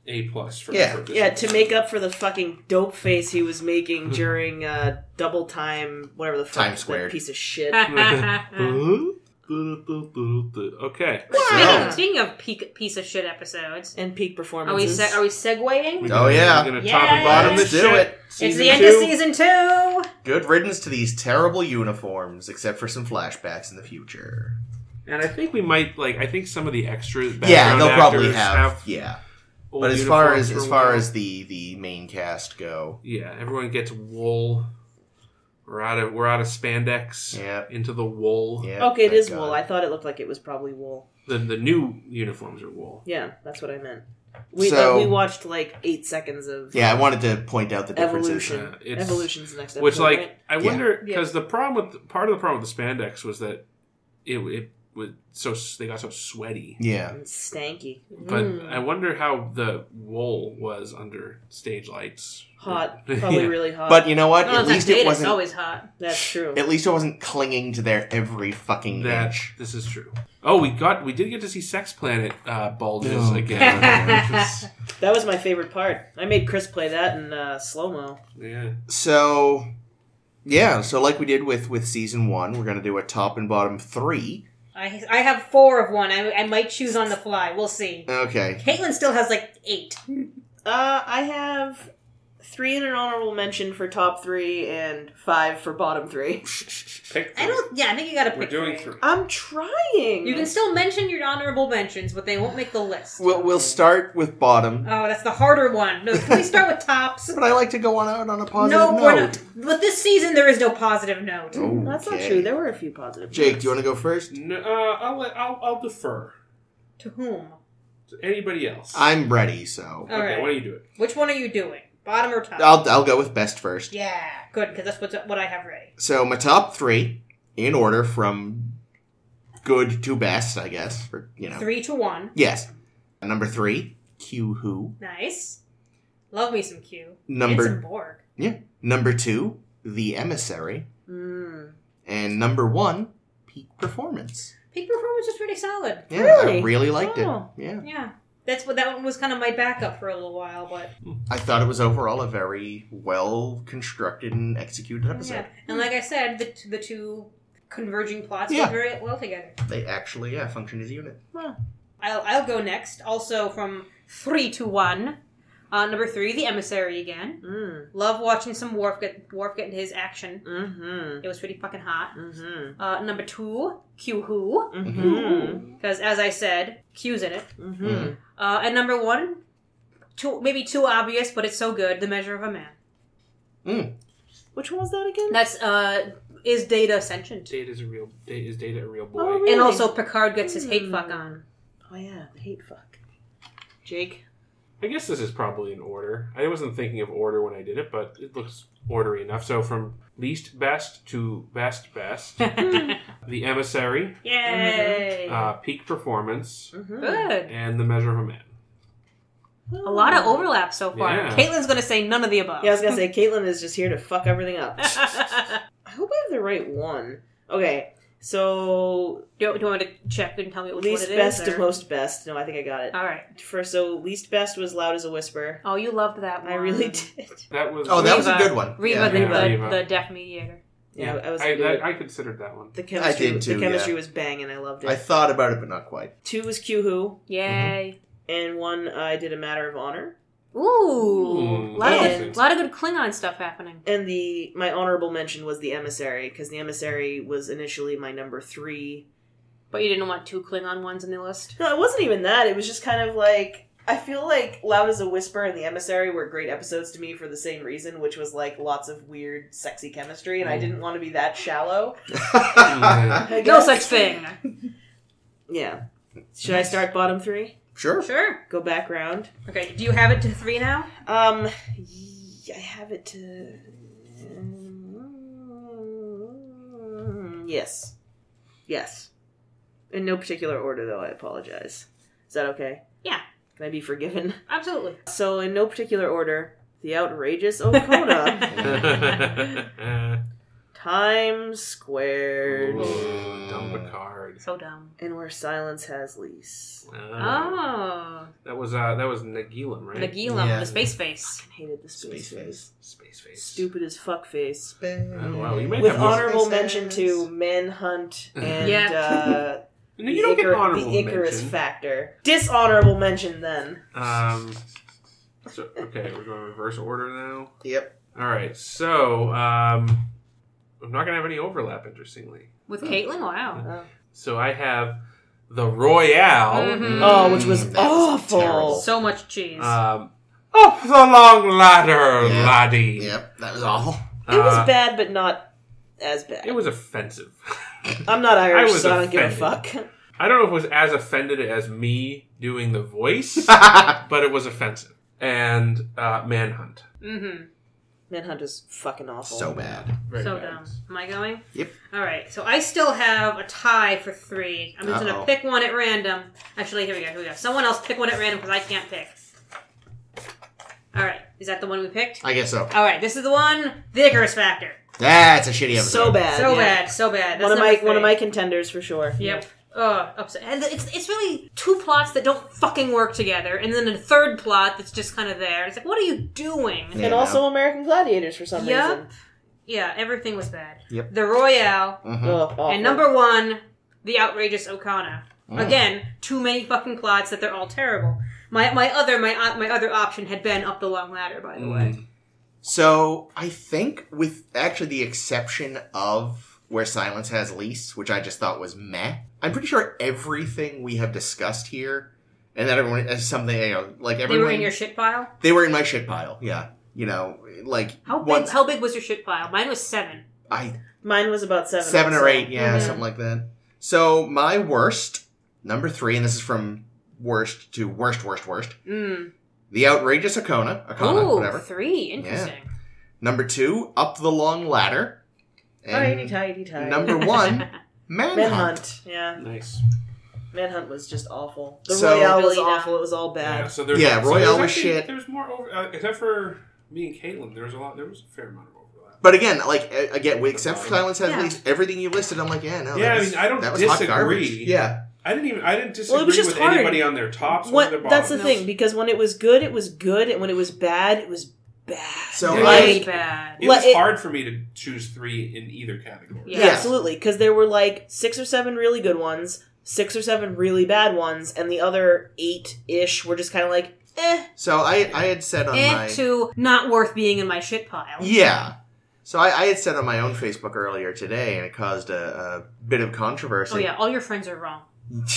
Speaker 2: a plus for
Speaker 3: Yeah.
Speaker 2: for this
Speaker 1: Yeah,
Speaker 2: one.
Speaker 1: to make up for the fucking dope face he was making during uh, double time, whatever the fuck,
Speaker 3: Time
Speaker 1: that
Speaker 3: squared.
Speaker 1: piece of shit.
Speaker 2: Ah.
Speaker 3: Mm.
Speaker 2: Okay.
Speaker 7: Speaking,
Speaker 3: Wow.
Speaker 7: of, speaking of peak, piece of shit episodes,
Speaker 1: and
Speaker 7: are
Speaker 1: peak
Speaker 7: we
Speaker 1: performances.
Speaker 7: se- are we segueing?
Speaker 2: We're
Speaker 3: Oh, yeah.
Speaker 2: We're gonna
Speaker 7: Yes.
Speaker 2: top and bottom
Speaker 3: Let's
Speaker 2: this
Speaker 3: do
Speaker 2: shit.
Speaker 3: it.
Speaker 7: It's
Speaker 2: Season
Speaker 7: the end
Speaker 2: two.
Speaker 7: of season two.
Speaker 3: Good riddance to these terrible uniforms, except for some flashbacks in the future.
Speaker 2: And I think we might like. I think some of the extras.
Speaker 3: yeah,
Speaker 2: background
Speaker 3: they'll probably
Speaker 2: actors
Speaker 3: have, yeah.
Speaker 2: old
Speaker 3: But as far
Speaker 2: uniforms
Speaker 3: as
Speaker 2: for
Speaker 3: as
Speaker 2: a
Speaker 3: far
Speaker 2: while.
Speaker 3: as the the main cast go,
Speaker 2: yeah, everyone gets wool. We're out of we're out of spandex.
Speaker 3: Yeah.
Speaker 2: Into the wool.
Speaker 3: yeah.
Speaker 1: Okay, it
Speaker 3: thank
Speaker 1: is
Speaker 3: God.
Speaker 1: wool. I thought it looked like it was probably wool.
Speaker 2: The the new uniforms are wool.
Speaker 1: Yeah, that's what I meant. We
Speaker 3: So-
Speaker 1: uh, we watched like eight seconds of
Speaker 3: Yeah, I wanted to point out the differences.
Speaker 1: evolution.
Speaker 2: Uh, it's-
Speaker 1: Evolution's the next episode.
Speaker 2: Which like
Speaker 1: right?
Speaker 2: I
Speaker 3: Yeah.
Speaker 2: wonder
Speaker 1: Yeah.
Speaker 2: because the problem with part of the problem with the spandex was that it it was so they got so sweaty.
Speaker 3: Yeah.
Speaker 1: It's stanky,
Speaker 2: But
Speaker 1: Hmm.
Speaker 7: Mm.
Speaker 2: I wonder how the wool was under stage lights.
Speaker 1: hot, probably
Speaker 2: Yeah.
Speaker 1: really hot.
Speaker 3: But you know what?
Speaker 7: Well,
Speaker 4: Oh,
Speaker 3: At
Speaker 7: it's on
Speaker 3: least
Speaker 7: data,
Speaker 3: it
Speaker 7: it's
Speaker 3: wasn't
Speaker 7: always hot.
Speaker 1: that's true.
Speaker 3: at least it wasn't clinging to their every fucking
Speaker 2: That
Speaker 3: inch.
Speaker 2: this is true. Oh, we got we did get to see Sex Planet uh, bulges
Speaker 3: Oh,
Speaker 2: again. which is-
Speaker 1: That was my favorite part. I made Chris play that in uh, slow mo.
Speaker 2: yeah.
Speaker 3: So yeah, so like we did with with season 1, we're going to do a top and bottom 3.
Speaker 4: I, I have four of one. I, I might choose on the fly. We'll see.
Speaker 3: Okay.
Speaker 4: Caitlin still has like eight.
Speaker 1: Uh, I have three in an honorable mention for top three and five for bottom three.
Speaker 2: Pick
Speaker 4: I don't. Yeah, I think you got to pick.
Speaker 2: We're doing
Speaker 4: three.
Speaker 2: three.
Speaker 1: I'm trying.
Speaker 4: You can still mention your honorable mentions, but they won't make the list.
Speaker 3: We'll we'll start with bottom.
Speaker 4: Oh, that's the harder one. No, can we start with tops?
Speaker 3: But I like to go on out on a positive
Speaker 4: No,
Speaker 3: note.
Speaker 4: we're not. But this season, there is no positive note.
Speaker 3: Okay.
Speaker 1: That's not true. There were a few positive.
Speaker 3: Jake,
Speaker 1: ones.
Speaker 3: do you want to go first?
Speaker 2: No, uh, I'll, let, I'll I'll defer.
Speaker 4: To whom?
Speaker 2: To anybody else?
Speaker 3: I'm ready, so
Speaker 4: All
Speaker 2: okay.
Speaker 4: right.
Speaker 2: Why don't you do it?
Speaker 4: Which one are you doing? Bottom or top?
Speaker 3: I'll I'll go with best first.
Speaker 4: Yeah, good because that's what's, what I have ready.
Speaker 3: So my top three in order from good to best, I guess. For you know,
Speaker 4: Three to one.
Speaker 3: yes. Number three, Q Who.
Speaker 4: Nice. Love me some Q.
Speaker 3: Number-
Speaker 4: And some Borg.
Speaker 3: Number two, The Emissary,
Speaker 1: Mm.
Speaker 3: and number one, Peak Performance.
Speaker 4: Peak performance was pretty solid.
Speaker 3: Yeah, I
Speaker 1: Really?
Speaker 3: really liked
Speaker 1: Oh.
Speaker 3: it. Yeah,
Speaker 4: Yeah, that's what that one was kind of my backup for a little while, but
Speaker 3: I thought it was overall a very well constructed and executed
Speaker 4: yeah.
Speaker 3: episode.
Speaker 4: And like I said, the t- the two converging plots
Speaker 3: Yeah.
Speaker 4: fit very well together.
Speaker 3: They actually yeah function as a unit.
Speaker 4: I'll I'll go next. Also from three to one. Uh, number three, the emissary again.
Speaker 1: Mm.
Speaker 4: Love watching some Worf get Worf get his action.
Speaker 1: Mm-hmm.
Speaker 4: It was pretty fucking hot.
Speaker 1: Mm-hmm.
Speaker 4: Uh, number two, Q Who,
Speaker 1: Mm-hmm.
Speaker 4: because as I said, Q's in it.
Speaker 1: Mm-hmm.
Speaker 3: Mm.
Speaker 4: Uh, and number one, too, maybe too obvious, but it's so good. The Measure of a Man.
Speaker 1: Which one was that again?
Speaker 4: That's uh, is Data sentient?
Speaker 2: Data is a real. Data, is Data a real boy?
Speaker 1: Oh,
Speaker 4: And
Speaker 1: Really?
Speaker 4: also, Picard gets his hate fuck on.
Speaker 1: Oh yeah, the hate fuck. Jake.
Speaker 2: I guess this is probably in order. I wasn't thinking of order when I did it, but it looks ordery enough. So from least best to best best, the emissary,
Speaker 4: Yay!
Speaker 2: uh, peak performance,
Speaker 1: Mm-hmm.
Speaker 4: Good.
Speaker 2: and the measure of a man.
Speaker 4: A lot of overlap so far.
Speaker 2: Yeah.
Speaker 4: Caitlin's gonna say none of the above.
Speaker 1: Yeah, I was gonna say Caitlin is just here to fuck everything up. I hope I have the right one. Okay, so
Speaker 4: do, you- do you want to check and tell me which
Speaker 1: least
Speaker 4: one it is?
Speaker 1: best
Speaker 4: or-
Speaker 1: to most best. No, I think I got it.
Speaker 4: All right.
Speaker 1: For so least best was loud as a whisper.
Speaker 4: Oh, you loved that one.
Speaker 1: I really did.
Speaker 2: That was.
Speaker 3: Oh, that was a
Speaker 4: Reva.
Speaker 3: good one.
Speaker 4: Reva,
Speaker 3: Yeah.
Speaker 4: the,
Speaker 2: Yeah,
Speaker 4: the,
Speaker 2: Reva.
Speaker 4: the deaf mediator.
Speaker 1: Yeah, I was.
Speaker 2: I,
Speaker 1: into it.
Speaker 2: I, I considered that one.
Speaker 1: the chemistry.
Speaker 3: did too,
Speaker 1: the chemistry was banging. I loved it.
Speaker 3: I thought about it, but not quite.
Speaker 1: Two was Q Who,
Speaker 4: Yay!
Speaker 1: and one I did a matter of honor.
Speaker 4: Ooh,
Speaker 2: Mm-hmm.
Speaker 4: a
Speaker 2: Ooh,
Speaker 4: lot, of
Speaker 2: and-
Speaker 4: good, lot of good Klingon stuff happening.
Speaker 1: And the my honorable mention was the emissary because the emissary was initially my number three.
Speaker 4: But you didn't want two Klingon ones in the list.
Speaker 1: No, it wasn't even that. It was just kind of like I feel like Loud as a Whisper and The Emissary were great episodes to me for the same reason, which was like lots of weird, sexy chemistry, and I didn't want to be that shallow.
Speaker 2: Mm-hmm.
Speaker 1: I
Speaker 4: No
Speaker 1: guess.
Speaker 4: such thing.
Speaker 1: Yeah. Should I start bottom three?
Speaker 3: sure.
Speaker 4: Sure.
Speaker 1: Go back round.
Speaker 4: Okay. Do you have it to three now?
Speaker 1: Um, y- I have it to. Mm, Yes. Yes. In no particular order, though, I apologize. Is that okay?
Speaker 4: Yeah.
Speaker 1: Can I be forgiven?
Speaker 4: Absolutely.
Speaker 1: So, in no particular order, the outrageous Okona times squared,
Speaker 2: Ooh, Dumb Picard.
Speaker 8: So dumb.
Speaker 1: and where silence has lease.
Speaker 2: Ah.
Speaker 4: Oh.
Speaker 2: That was uh, that was Nagilam, right?
Speaker 8: Nagilam,
Speaker 3: Yeah.
Speaker 8: the space face.
Speaker 1: Hated the space,
Speaker 3: Space
Speaker 1: face.
Speaker 2: Space face.
Speaker 1: Stupid as fuck face.
Speaker 2: Oh, wow, you might
Speaker 1: With
Speaker 2: have more
Speaker 1: honorable
Speaker 3: space
Speaker 1: mention
Speaker 3: face.
Speaker 1: to Manhunt and
Speaker 4: Yeah.
Speaker 1: uh,
Speaker 2: No, you don't
Speaker 1: Icar-
Speaker 2: get honorable
Speaker 1: the Icarus
Speaker 2: mention.
Speaker 1: factor. Dishonorable mention then.
Speaker 2: Um, so, okay, we're going reverse order now.
Speaker 3: Yep.
Speaker 2: All right, so um, I'm not gonna have any overlap, interestingly.
Speaker 8: With Caitlin? Wow.
Speaker 2: So I have the Royale.
Speaker 4: Mhm.
Speaker 1: Oh, which was
Speaker 3: Mm, that was
Speaker 1: awful.
Speaker 3: terrible.
Speaker 4: So much cheese.
Speaker 2: Um, up the long ladder,
Speaker 3: Yeah.
Speaker 2: laddie.
Speaker 3: Yep, that was awful.
Speaker 1: It was
Speaker 2: Uh,
Speaker 1: bad, but not as bad.
Speaker 2: It was offensive.
Speaker 1: I'm not Irish,
Speaker 2: I was
Speaker 1: so I don't give a
Speaker 2: offended.
Speaker 1: fuck.
Speaker 2: I don't know if it was as offended as me doing the voice, but it was offensive. And uh, Manhunt.
Speaker 4: mm-hmm.
Speaker 1: Manhunt is fucking awful.
Speaker 3: so bad.
Speaker 2: Very
Speaker 4: so
Speaker 2: bad.
Speaker 4: dumb. Am I going?
Speaker 3: Yep.
Speaker 4: All right. So I still have a tie for three. I'm just
Speaker 3: Uh-oh.
Speaker 4: gonna pick one at random. Actually, here we go. Here we go. Someone else pick one at random because I can't pick. All right. Is that the one we picked?
Speaker 3: I guess so.
Speaker 4: All right. This is the one. The Icarus Factor.
Speaker 3: That's a shitty episode.
Speaker 1: so bad.
Speaker 4: So
Speaker 1: yeah.
Speaker 4: bad. So bad. That's
Speaker 1: One of my
Speaker 4: number
Speaker 1: one of
Speaker 4: three.
Speaker 1: my contenders for sure.
Speaker 4: Yep. Oh, upset. And it's it's really two plots that don't fucking work together, and then a third plot that's just kind of there. It's like, what are you doing?
Speaker 3: Yeah.
Speaker 1: And also American Gladiators for some
Speaker 4: Yep.
Speaker 1: reason.
Speaker 4: Yeah, everything was bad.
Speaker 3: Yep.
Speaker 4: The Royale
Speaker 3: Mhm.
Speaker 1: Ugh, awful.
Speaker 4: and number one, the outrageous Okana.
Speaker 3: Mm.
Speaker 4: Again, too many fucking plots that they're all terrible. My my other my o- my other option had been up the long ladder. By the
Speaker 3: Mm.
Speaker 2: Mm,
Speaker 4: way,
Speaker 3: So I think, with actually the exception of where silence has lease, which I just thought was meh. I'm pretty sure everything we have discussed here, and that everyone is something you know, like
Speaker 4: they
Speaker 3: everyone
Speaker 4: were in your shit pile.
Speaker 3: they were in my shit pile. Yeah, you know, like
Speaker 4: How big
Speaker 3: once
Speaker 4: how big was your shit pile? Mine was seven.
Speaker 3: I
Speaker 1: Mine was about seven.
Speaker 3: seven
Speaker 1: also.
Speaker 3: or eight, yeah,
Speaker 4: Mhm.
Speaker 3: something like that. So my worst number three, and this is from worst to worst, worst, worst.
Speaker 4: Mm.
Speaker 3: The outrageous Akona, Akona,
Speaker 4: Ooh,
Speaker 3: whatever.
Speaker 4: three. Interesting.
Speaker 3: Number two, up the long ladder.
Speaker 1: Alrighty, tighty, tighty.
Speaker 3: number one, manhunt.
Speaker 1: Manhunt. Yeah.
Speaker 2: Nice.
Speaker 1: Manhunt was just awful. The
Speaker 3: So-
Speaker 1: Royale was
Speaker 4: Really dumb.
Speaker 1: awful. It was all
Speaker 2: Yeah,
Speaker 1: bad.
Speaker 2: so there's,
Speaker 3: Yeah,
Speaker 2: so
Speaker 3: Royale
Speaker 2: there's
Speaker 3: was
Speaker 2: actually-
Speaker 3: shit.
Speaker 2: There's more over, uh, except for me and Caitlin. There was a lot. There was a fair amount of overlap.
Speaker 3: But again, like a- again, with except for Silence Has
Speaker 4: Yeah.
Speaker 3: Least, everything you listed, I'm like, yeah, no.
Speaker 2: Yeah,
Speaker 3: that
Speaker 2: I
Speaker 3: was-
Speaker 2: mean, I don't
Speaker 3: that was hot
Speaker 2: disagree.
Speaker 3: garbage. Yeah,
Speaker 2: I didn't even. I didn't disagree
Speaker 1: Well, it was just
Speaker 2: with
Speaker 1: hard.
Speaker 2: anybody on their tops or their
Speaker 1: What?
Speaker 2: bottoms.
Speaker 1: That's the thing because when it was good, it was good, and when it was bad, it was bad.
Speaker 3: So,
Speaker 2: Yeah.
Speaker 1: like,
Speaker 4: Really bad.
Speaker 2: It
Speaker 1: Well,
Speaker 2: was
Speaker 1: it-
Speaker 2: hard for me to choose three in either category.
Speaker 1: Yeah,
Speaker 4: Yeah.
Speaker 1: absolutely. Because there were like six or seven really good ones, six or seven really bad ones, and the other eight ish were just kind of like, eh.
Speaker 3: so I I had said on my
Speaker 4: And two, not worth being in my shit pile.
Speaker 3: yeah, so I, I had said on my own Facebook earlier today, and it caused a, a bit of controversy.
Speaker 4: Oh yeah, all your friends are wrong.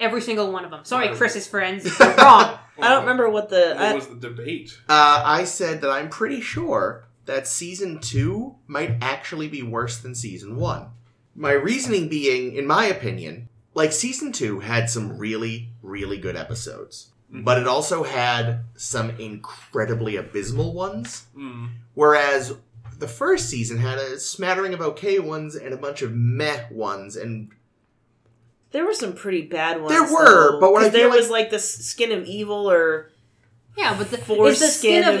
Speaker 4: Every single one of them. Sorry,
Speaker 2: Wow.
Speaker 4: Chris's friends, you're wrong.
Speaker 1: I don't remember what the.
Speaker 2: What
Speaker 1: I,
Speaker 2: Uh-huh. was the debate?
Speaker 3: uh, I said that I'm pretty sure that season two might actually be worse than season one. My reasoning being, in my opinion, like season two had some really, really good episodes, but it also had some incredibly abysmal ones.
Speaker 2: Mm.
Speaker 3: Whereas the first season had a smattering of okay ones and a bunch of meh ones, and
Speaker 1: there were some pretty bad ones.
Speaker 3: There were,
Speaker 1: though,
Speaker 3: but what I
Speaker 1: 'cause there
Speaker 3: feel like-
Speaker 1: was like the s- skin of evil or
Speaker 4: Yeah, but the, is
Speaker 1: Foreskin
Speaker 4: the skin of
Speaker 1: of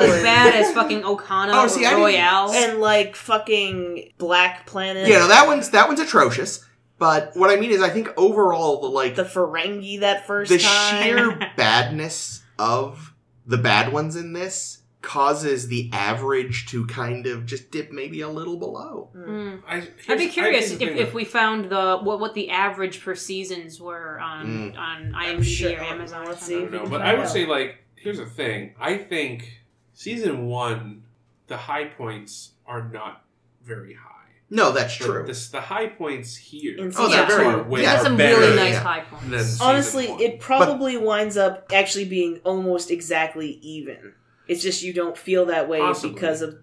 Speaker 1: evil
Speaker 4: as
Speaker 1: and-
Speaker 4: bad as fucking Okana
Speaker 3: Oh, see, I
Speaker 4: or
Speaker 3: didn't-
Speaker 4: Royale?
Speaker 1: and like fucking Black Planet.
Speaker 3: yeah, no, that one's that one's atrocious. But what I mean is, I think overall, the like
Speaker 1: the Ferengi that first
Speaker 3: the
Speaker 1: time.
Speaker 3: sheer badness of the bad ones in this causes the average to kind of just dip maybe a little below.
Speaker 4: Mm.
Speaker 2: I,
Speaker 4: I'd
Speaker 2: here's-
Speaker 4: be
Speaker 2: I
Speaker 4: curious if,
Speaker 2: think the thing
Speaker 4: if we found the what, what the average per seasons were on
Speaker 3: Hmm.
Speaker 4: on IMDb
Speaker 1: sure-
Speaker 4: or Amazon.
Speaker 1: let's
Speaker 4: or
Speaker 2: I
Speaker 1: see.
Speaker 2: don't know, but I would say like here's the thing. I think season one, the high points are not very high.
Speaker 3: No, that's
Speaker 2: But
Speaker 3: true.
Speaker 2: This, the high points here.
Speaker 1: In
Speaker 3: Oh, they're
Speaker 4: Yeah.
Speaker 3: very
Speaker 2: Are
Speaker 4: something. That's
Speaker 2: way
Speaker 3: yeah.
Speaker 2: are
Speaker 4: some
Speaker 2: better
Speaker 4: really
Speaker 3: Yeah.
Speaker 4: nice high points.
Speaker 2: than season
Speaker 1: Honestly,
Speaker 2: one.
Speaker 1: it probably winds up actually being almost exactly even. It's just you don't feel that way
Speaker 2: Possibly.
Speaker 1: because of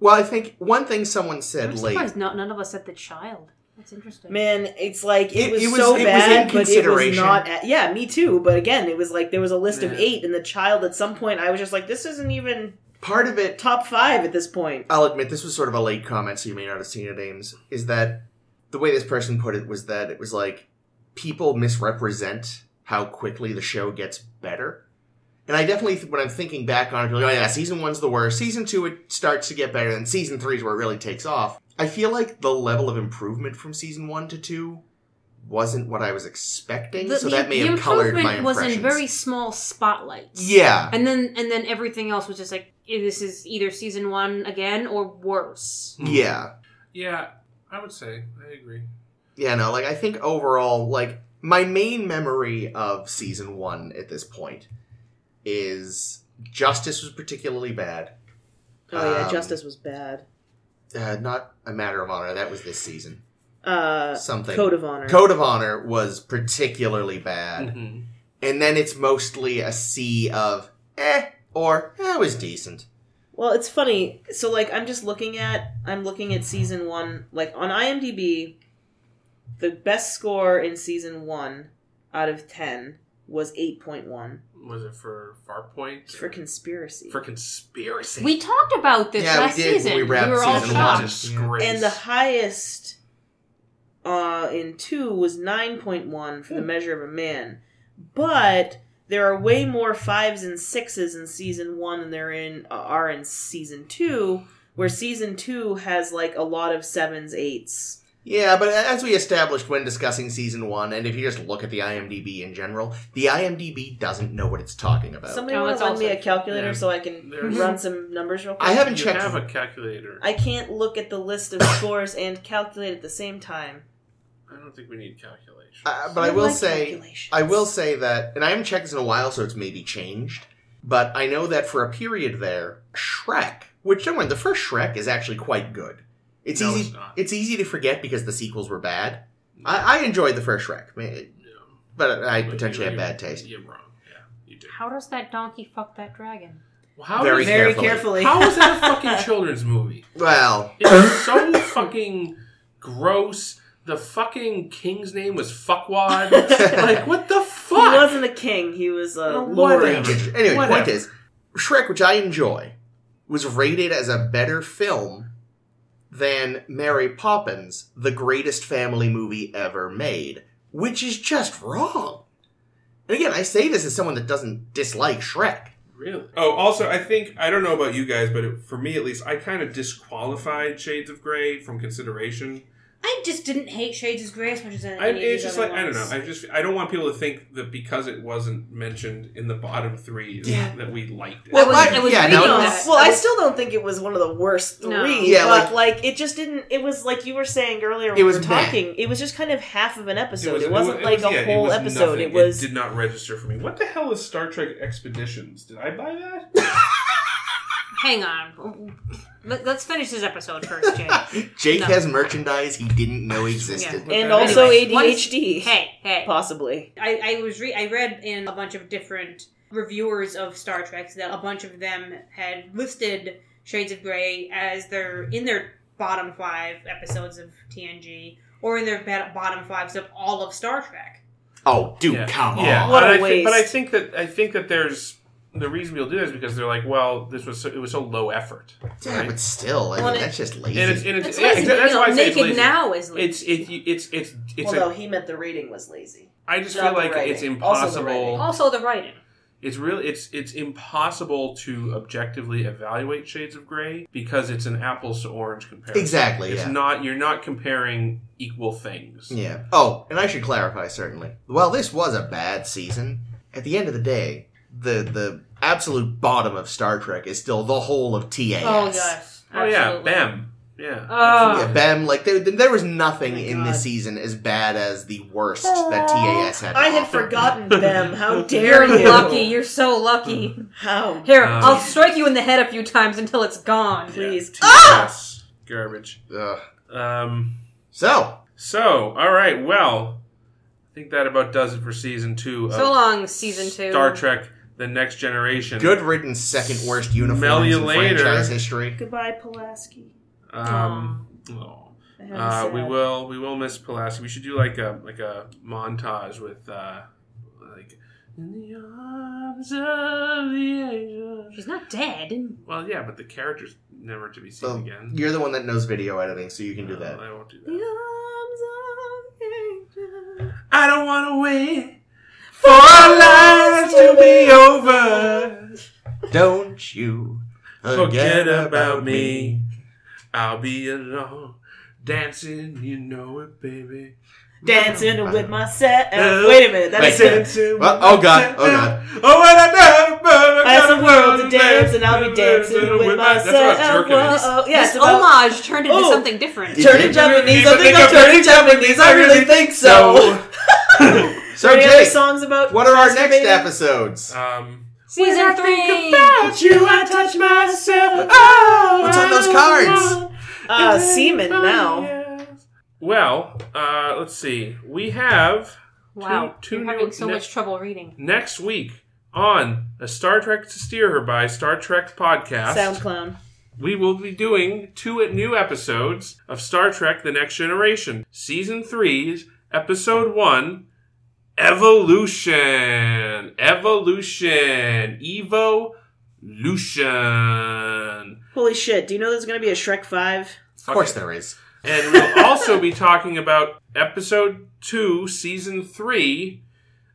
Speaker 3: Well, I think one thing someone said
Speaker 4: I'm
Speaker 3: late.
Speaker 4: surprised no, none of us said the child. That's interesting.
Speaker 1: man. It's like it,
Speaker 3: It-
Speaker 1: was,
Speaker 3: it was-
Speaker 1: so
Speaker 3: it was in
Speaker 1: bad, but it was
Speaker 3: consideration.
Speaker 1: not. At, yeah, me too. But again, it was like there was a list of
Speaker 2: Yeah.
Speaker 1: eight, and the child at some point I was just like, this isn't even.
Speaker 3: part of it
Speaker 1: Top five at this point.
Speaker 3: I'll admit this was sort of a late comment, so you may not have seen it, Ames. Is that the way this person put it was that it was like people misrepresent how quickly the show gets better. And I definitely, th- when I'm thinking back on it, like, oh yeah, season one's the worst. Season two, it starts to get better, and season three is where it really takes off. I feel like the level of improvement from season one to two wasn't what I was expecting, so that may have colored my
Speaker 4: was
Speaker 3: impressions.
Speaker 4: in very small spotlights.
Speaker 3: yeah,
Speaker 4: And then and then everything else was just like eh, this is either season one again or worse.
Speaker 2: Hmm.
Speaker 3: yeah.
Speaker 2: Yeah, I would say I agree.
Speaker 3: Yeah, no, like I think overall, like my main memory of season one at this point is Justice was particularly bad.
Speaker 1: Oh yeah,
Speaker 3: Um,
Speaker 1: Justice was bad.
Speaker 3: Uh, not a matter of honor. That was this season.
Speaker 1: Uh,
Speaker 3: Something.
Speaker 1: Code of Honor. Mm-hmm.
Speaker 3: Code of Honor was particularly bad,
Speaker 2: Mhm.
Speaker 3: and then it's mostly a sea of eh or eh, it was decent.
Speaker 1: Well, it's funny. So like I'm just looking at I'm looking at season 1 like on IMDb the best score in season 1 out of 10 was 8.1
Speaker 2: Was it for Farpoint?
Speaker 1: It's for conspiracy.
Speaker 2: for conspiracy.
Speaker 4: We talked about this
Speaker 3: Yeah, we
Speaker 4: last
Speaker 3: did when
Speaker 4: season.
Speaker 3: we wrapped
Speaker 4: were all
Speaker 3: season
Speaker 4: shocked.
Speaker 3: one.
Speaker 2: Disgrace.
Speaker 1: and the highest uh in 2 was 9.1 for The Measure of a Man. But there are way more 5s and 6s in season 1 than there in uh, are in season 2 where season 2 has like a lot of 7s, 8s.
Speaker 3: Yeah, but as we established when discussing season one, and if you just look at the IMDb in general, the IMDb doesn't know what it's talking about.
Speaker 1: Somebody
Speaker 4: Oh,
Speaker 1: want
Speaker 4: it's
Speaker 1: to lend me
Speaker 4: also-
Speaker 1: a calculator
Speaker 2: Yeah.
Speaker 1: so I can
Speaker 2: There's-
Speaker 1: run some numbers real quick?
Speaker 3: I haven't
Speaker 2: you
Speaker 3: checked.
Speaker 2: have a calculator. I,
Speaker 1: I can't look at the list of scores and calculate at the same time.
Speaker 2: don't think we need calculation.
Speaker 3: Uh, but I, will say, I will say that, and I haven't checked this in a while, so it's maybe changed. But I know that for a period there, Shrek, which don't worry, the first Shrek is actually quite good. It's
Speaker 2: No,
Speaker 3: easy.
Speaker 2: it's not.
Speaker 3: easy to forget because the sequels were bad. I, I enjoyed the first Shrek, ma- but I
Speaker 2: But
Speaker 3: potentially
Speaker 2: you're-
Speaker 3: have bad
Speaker 2: you're-
Speaker 3: taste.
Speaker 2: You're wrong. Yeah, you do.
Speaker 4: How does that donkey fuck that dragon?
Speaker 2: Well, how
Speaker 3: Very
Speaker 2: is-
Speaker 1: very carefully.
Speaker 3: carefully.
Speaker 2: how is that a fucking children's movie?
Speaker 3: Well,
Speaker 2: It's so fucking gross. The fucking king's name was fuckwad. like what the
Speaker 1: he
Speaker 2: fuck?
Speaker 1: wasn't a king. He was a
Speaker 2: Or
Speaker 1: lord.
Speaker 2: whatever.
Speaker 3: anyway, point
Speaker 2: Whatever.
Speaker 3: is, Shrek, which I enjoy, was rated as a better film than Mary Poppins, the greatest family movie ever made, which is just wrong. And again, I say this as someone that doesn't dislike Shrek.
Speaker 2: Really?
Speaker 9: Oh, also, I think I don't know about you guys, but it, for me at least, I kind of disqualified Shades of Grey from consideration.
Speaker 5: I just didn't hate Shades of Grey as much as any
Speaker 9: I,
Speaker 5: of these
Speaker 9: it's just
Speaker 5: other
Speaker 9: like I don't know.
Speaker 5: ones.
Speaker 9: I just I don't want people to think that because it wasn't mentioned in the bottom three
Speaker 3: Yeah.
Speaker 9: that we liked it.
Speaker 4: Well, was-
Speaker 3: like-
Speaker 4: I was
Speaker 3: yeah,
Speaker 4: reading
Speaker 3: no,
Speaker 4: that.
Speaker 3: it's-
Speaker 1: Well, I still don't think it was one of the worst three.
Speaker 4: No.
Speaker 3: Yeah,
Speaker 1: but like, it just didn't. It was like you were saying earlier. When
Speaker 3: It was
Speaker 1: we were
Speaker 3: meh.
Speaker 1: talking. It was just kind of half of an episode. It,
Speaker 9: was-
Speaker 1: was, not
Speaker 9: it
Speaker 1: like
Speaker 9: was-
Speaker 1: a
Speaker 9: yeah, it
Speaker 1: whole
Speaker 9: was
Speaker 1: episode.
Speaker 9: nothing.
Speaker 1: It was.
Speaker 9: did not register for me. What the hell is Star Trek Expeditions? Did I buy that?
Speaker 4: Hang on. Let, us finish this episode first, Jay.
Speaker 3: Jake
Speaker 4: No.
Speaker 3: has merchandise he didn't know existed.
Speaker 2: Yeah.
Speaker 1: and
Speaker 2: But
Speaker 1: also
Speaker 4: anyways, once-
Speaker 1: ADHD,
Speaker 4: hey, hey.
Speaker 1: possibly.
Speaker 5: I, I was re- I read in a bunch of different reviewers of Star Trek that a bunch of them had listed Shades of Grey as their in their bottom five episodes of TNG or in their ba- bottom fives of all of Star Trek.
Speaker 3: Oh, dude,
Speaker 2: Yeah.
Speaker 3: come on.
Speaker 2: Yeah,
Speaker 1: What
Speaker 2: but
Speaker 1: a
Speaker 2: I thi- but I
Speaker 1: waste.
Speaker 2: think that I think that there's the reason people do that is because they're like, well, this was so, it was so low effort,
Speaker 3: Yeah, but still, I
Speaker 1: Well,
Speaker 3: mean,
Speaker 1: it-
Speaker 3: that's just
Speaker 2: and
Speaker 3: lazy.
Speaker 2: it's and it's,
Speaker 4: That's
Speaker 2: yeah,
Speaker 4: lazy.
Speaker 2: exa- that's
Speaker 4: you know,
Speaker 2: why I say it's
Speaker 4: naked
Speaker 2: lazy.
Speaker 4: now is lazy.
Speaker 2: It's it it's it's it's.
Speaker 1: Although
Speaker 2: A,
Speaker 1: he meant the rating was lazy.
Speaker 2: I just
Speaker 1: not
Speaker 2: feel
Speaker 1: the
Speaker 2: like it's
Speaker 1: writing. Also the writing.
Speaker 2: impossible.
Speaker 4: also the writing.
Speaker 2: It's really it's it's impossible to objectively evaluate Shades of Grey because it's an apples to orange comparison.
Speaker 3: exactly,
Speaker 2: It's
Speaker 3: yeah.
Speaker 2: not you're not comparing equal things.
Speaker 3: Yeah. Oh, and I should clarify certainly. While this was a bad season, at the end of the day, the the absolute bottom of Star Trek is still the whole of TAS.
Speaker 4: Oh gosh.
Speaker 2: Oh yeah,
Speaker 4: Absolutely.
Speaker 2: Bam. Yeah.
Speaker 4: Oh.
Speaker 3: Yeah, Bam. Like there, there was nothing
Speaker 1: Oh my
Speaker 3: in
Speaker 1: God.
Speaker 3: this season as bad as the worst that TAS had. to
Speaker 1: I had
Speaker 3: offer.
Speaker 1: forgotten them. How dare
Speaker 4: You're
Speaker 1: you?
Speaker 4: lucky. You're so lucky.
Speaker 1: How?
Speaker 4: Here,
Speaker 2: Um,
Speaker 4: I'll strike you in the head a few times until it's gone.
Speaker 1: Please.
Speaker 2: Yes. Garbage.
Speaker 3: Ugh.
Speaker 2: Um.
Speaker 3: So
Speaker 2: So, all right. Well, I think that about does it for season two of
Speaker 4: So long, season two.
Speaker 2: Star Trek: The Next Generation.
Speaker 3: good riddance, second worst
Speaker 2: Smell
Speaker 3: uniforms
Speaker 2: you
Speaker 3: in
Speaker 2: later.
Speaker 3: franchise history.
Speaker 1: Goodbye, Pulaski.
Speaker 2: Um, aw.
Speaker 1: I am
Speaker 2: Uh, we
Speaker 1: sad.
Speaker 2: will. We will miss Pulaski. We should do like a like a montage with uh, like In the arms of the angel.
Speaker 5: She's not dead.
Speaker 2: Well, yeah, but the character's never to be seen
Speaker 3: Well,
Speaker 2: again.
Speaker 3: You're the one that knows video editing, so Um, you can do
Speaker 2: No,
Speaker 3: that.
Speaker 2: I won't do
Speaker 1: The
Speaker 2: that.
Speaker 1: arms of angel.
Speaker 2: I don't want to wait for our lives to be over.
Speaker 3: Don't you
Speaker 2: Oh. Forget about me. I'll be alone. Dancing, you know it, baby.
Speaker 1: Dancing with myself.
Speaker 2: Uh,
Speaker 1: Wait a minute. That's
Speaker 3: wait. Well, oh God, oh God.
Speaker 2: Oh, what I done, but I
Speaker 1: I have
Speaker 2: got
Speaker 1: the world to dance, and I'll be dancing with myself.
Speaker 2: That's about jerking. it.
Speaker 1: Whoa, oh, yeah, it's
Speaker 4: this
Speaker 1: about-
Speaker 4: homage turned into
Speaker 1: Oh.
Speaker 4: something different.
Speaker 3: Yeah.
Speaker 1: Turning Japanese, I think I'm turning Japanese. I really think so.
Speaker 3: So
Speaker 1: Are there any
Speaker 3: Jake,
Speaker 1: songs about?
Speaker 3: what are our next
Speaker 1: masturbating?
Speaker 3: episodes?
Speaker 2: Um,
Speaker 4: Season three.
Speaker 2: you, I touch myself. Oh,
Speaker 3: What's on those cards?
Speaker 1: Uh, semen now.
Speaker 2: Well, uh, let's see. We have
Speaker 4: Wow,
Speaker 2: Two- two
Speaker 4: you're
Speaker 2: new-
Speaker 4: having so
Speaker 2: ne-
Speaker 4: much trouble reading.
Speaker 2: next week on a Star Trek to Steer Her by Star Trek podcast.
Speaker 1: Sound clown.
Speaker 2: we will be doing two new episodes of Star Trek The Next Generation, Season 3's Episode 1 Evolution. Evolution. Evolution.
Speaker 1: Holy shit! Do you know there's gonna be a Shrek Five?
Speaker 3: Of course there is.
Speaker 2: And we'll also be talking about Episode 2, Season 3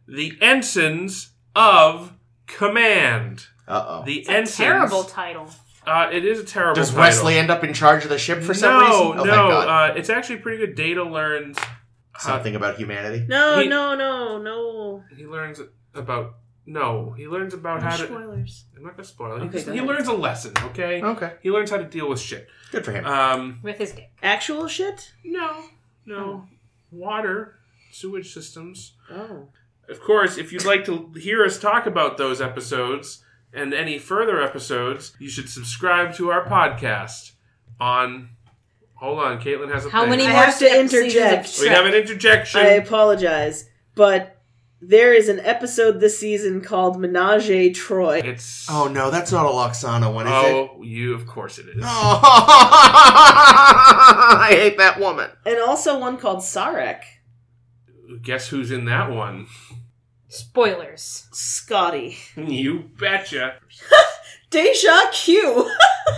Speaker 2: The Ensigns of Command.
Speaker 3: Uh oh.
Speaker 2: The
Speaker 4: It's
Speaker 2: Ensigns.
Speaker 4: a terrible title.
Speaker 2: Uh, it is a terrible
Speaker 3: Does
Speaker 2: title.
Speaker 3: Wesley end up in charge of the ship for some
Speaker 2: no,
Speaker 3: reason? Oh,
Speaker 2: No,
Speaker 3: thank God.
Speaker 2: Uh, it's actually pretty good. Data learns uh,
Speaker 3: Something about humanity.
Speaker 1: No,
Speaker 2: He-
Speaker 1: no, no, no.
Speaker 2: He learns about no. He learns about
Speaker 1: No
Speaker 2: how to.
Speaker 1: spoilers.
Speaker 2: I'm not gonna spoil it.
Speaker 1: Okay,
Speaker 2: He just-
Speaker 1: go
Speaker 2: he
Speaker 1: ahead.
Speaker 2: learns a lesson. Okay.
Speaker 3: Okay,
Speaker 2: He learns how to deal with shit.
Speaker 3: good for him.
Speaker 2: Um.
Speaker 4: With his dick.
Speaker 1: Actual shit.
Speaker 2: No. No. Water, sewage systems.
Speaker 1: Oh.
Speaker 2: Of course, if you'd like to hear us talk about those episodes and any further episodes, you should subscribe to our podcast on. Hold on, Caitlin has a
Speaker 4: How
Speaker 2: thing.
Speaker 4: many
Speaker 1: I
Speaker 4: more
Speaker 1: have to
Speaker 4: seasons of
Speaker 1: interject.
Speaker 2: We
Speaker 4: Shrek?
Speaker 2: have an interjection.
Speaker 1: I apologize, but there is an episode this season called Menage a Troy.
Speaker 2: It's
Speaker 3: Oh no, that's not a Loxana one, is it?
Speaker 2: Oh, you of course it is.
Speaker 3: Oh, I hate that woman.
Speaker 1: And also one called Sarek.
Speaker 2: Guess who's in that one?
Speaker 4: Spoilers.
Speaker 1: Scotty.
Speaker 2: You betcha.
Speaker 1: Deja Q.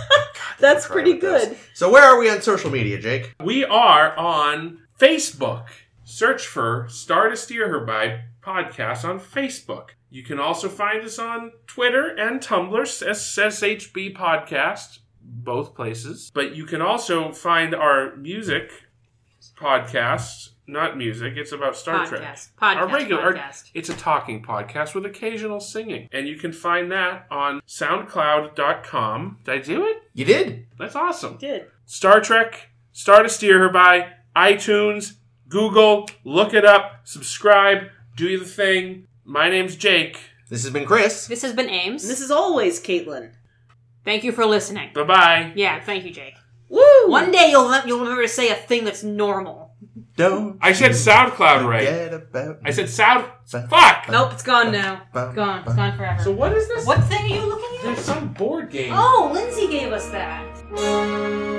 Speaker 1: That's
Speaker 3: Try
Speaker 1: pretty
Speaker 3: with this.
Speaker 1: good.
Speaker 3: So where are we on social media, Jake?
Speaker 2: We are on Facebook. Search for Star to Steer Her By podcast on Facebook. You can also find us on Twitter and Tumblr, SSHB Podcast, both places. But you can also find our music podcast, not music, it's about Star Trek.
Speaker 4: Podcast. Podcast.
Speaker 2: Our regular- our-
Speaker 4: podcast.
Speaker 2: It's a talking podcast with occasional singing, and you can find that on SoundCloud.com. Did I do it?
Speaker 3: You did.
Speaker 2: That's awesome.
Speaker 1: Did.
Speaker 2: Star Trek, Star to Steer Her By, iTunes, Google, look it up, subscribe, do the thing. My name's Jake.
Speaker 3: This has been Chris.
Speaker 4: This has been Ames.
Speaker 1: This is always Caitlin.
Speaker 4: Thank you for listening.
Speaker 2: Bye bye.
Speaker 4: Yeah, thank you, Jake.
Speaker 1: Woo!
Speaker 4: One day you'll let, you'll remember to say a thing that's normal.
Speaker 3: Don't
Speaker 2: I said SoundCloud right.
Speaker 3: forget about
Speaker 2: I said Sound.
Speaker 3: Sound-
Speaker 2: Fuck!
Speaker 4: Nope, it's gone now. Gone. It's gone forever.
Speaker 2: So what is this?
Speaker 4: what thing are you looking at?
Speaker 2: There's some board game.
Speaker 4: Oh, Lindsay gave us that.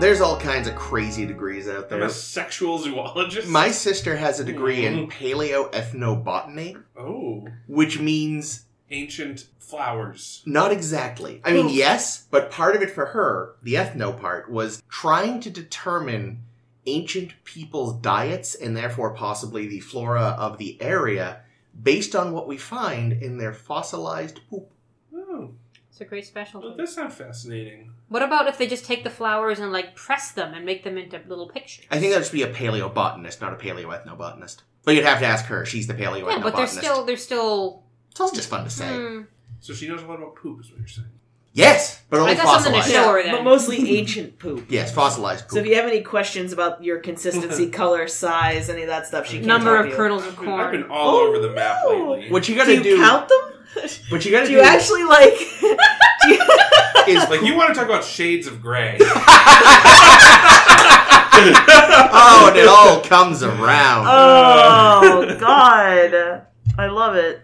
Speaker 3: There's all kinds of crazy degrees out
Speaker 2: I'm
Speaker 3: there.
Speaker 2: a sexual zoologist.
Speaker 3: My sister has a degree in
Speaker 2: Mm.
Speaker 3: paleoethnobotany,
Speaker 2: oh,
Speaker 3: which means
Speaker 2: ancient flowers.
Speaker 3: not exactly. I mean, yes, but part of it for her, the ethno part, was trying to determine ancient people's diets and therefore possibly the flora of the area based on what we find in their fossilized poop.
Speaker 2: Oh,
Speaker 4: It's a great
Speaker 2: well,
Speaker 4: specialty.
Speaker 2: that sounds fascinating.
Speaker 4: What about if they just take the flowers and like press them and make them into little pictures?
Speaker 3: I think that should be a paleobotanist, not a paleoethnobotanist. But you'd have to ask her. She's the paleoethnobotanist.
Speaker 4: yeah, but they're still they're still.
Speaker 3: It's also just fun to say.
Speaker 4: Hmm.
Speaker 2: So she knows a lot about poop, is what you're saying.
Speaker 3: Yes, but only
Speaker 4: I got something to
Speaker 3: fossilized.
Speaker 4: show her then.
Speaker 1: but mostly ancient poop.
Speaker 3: Yes, fossilized
Speaker 1: So if
Speaker 3: poop.
Speaker 1: you have any questions about your consistency, color, size, any of that stuff, she can
Speaker 4: Number
Speaker 1: help
Speaker 4: of
Speaker 1: you.
Speaker 4: kernels of
Speaker 2: I've been, I've
Speaker 4: corn.
Speaker 2: been all
Speaker 1: Oh,
Speaker 2: over the map
Speaker 1: no.
Speaker 2: lately.
Speaker 3: What you
Speaker 1: Do
Speaker 3: gotta
Speaker 1: you
Speaker 3: do?
Speaker 1: count them?
Speaker 3: What you gotta
Speaker 1: Do
Speaker 3: do,
Speaker 1: you actually like? do you-
Speaker 3: is
Speaker 2: like
Speaker 3: poop-
Speaker 2: you want to talk about shades of gray?
Speaker 3: oh, Uh. and it all comes around.
Speaker 1: oh God, I love it.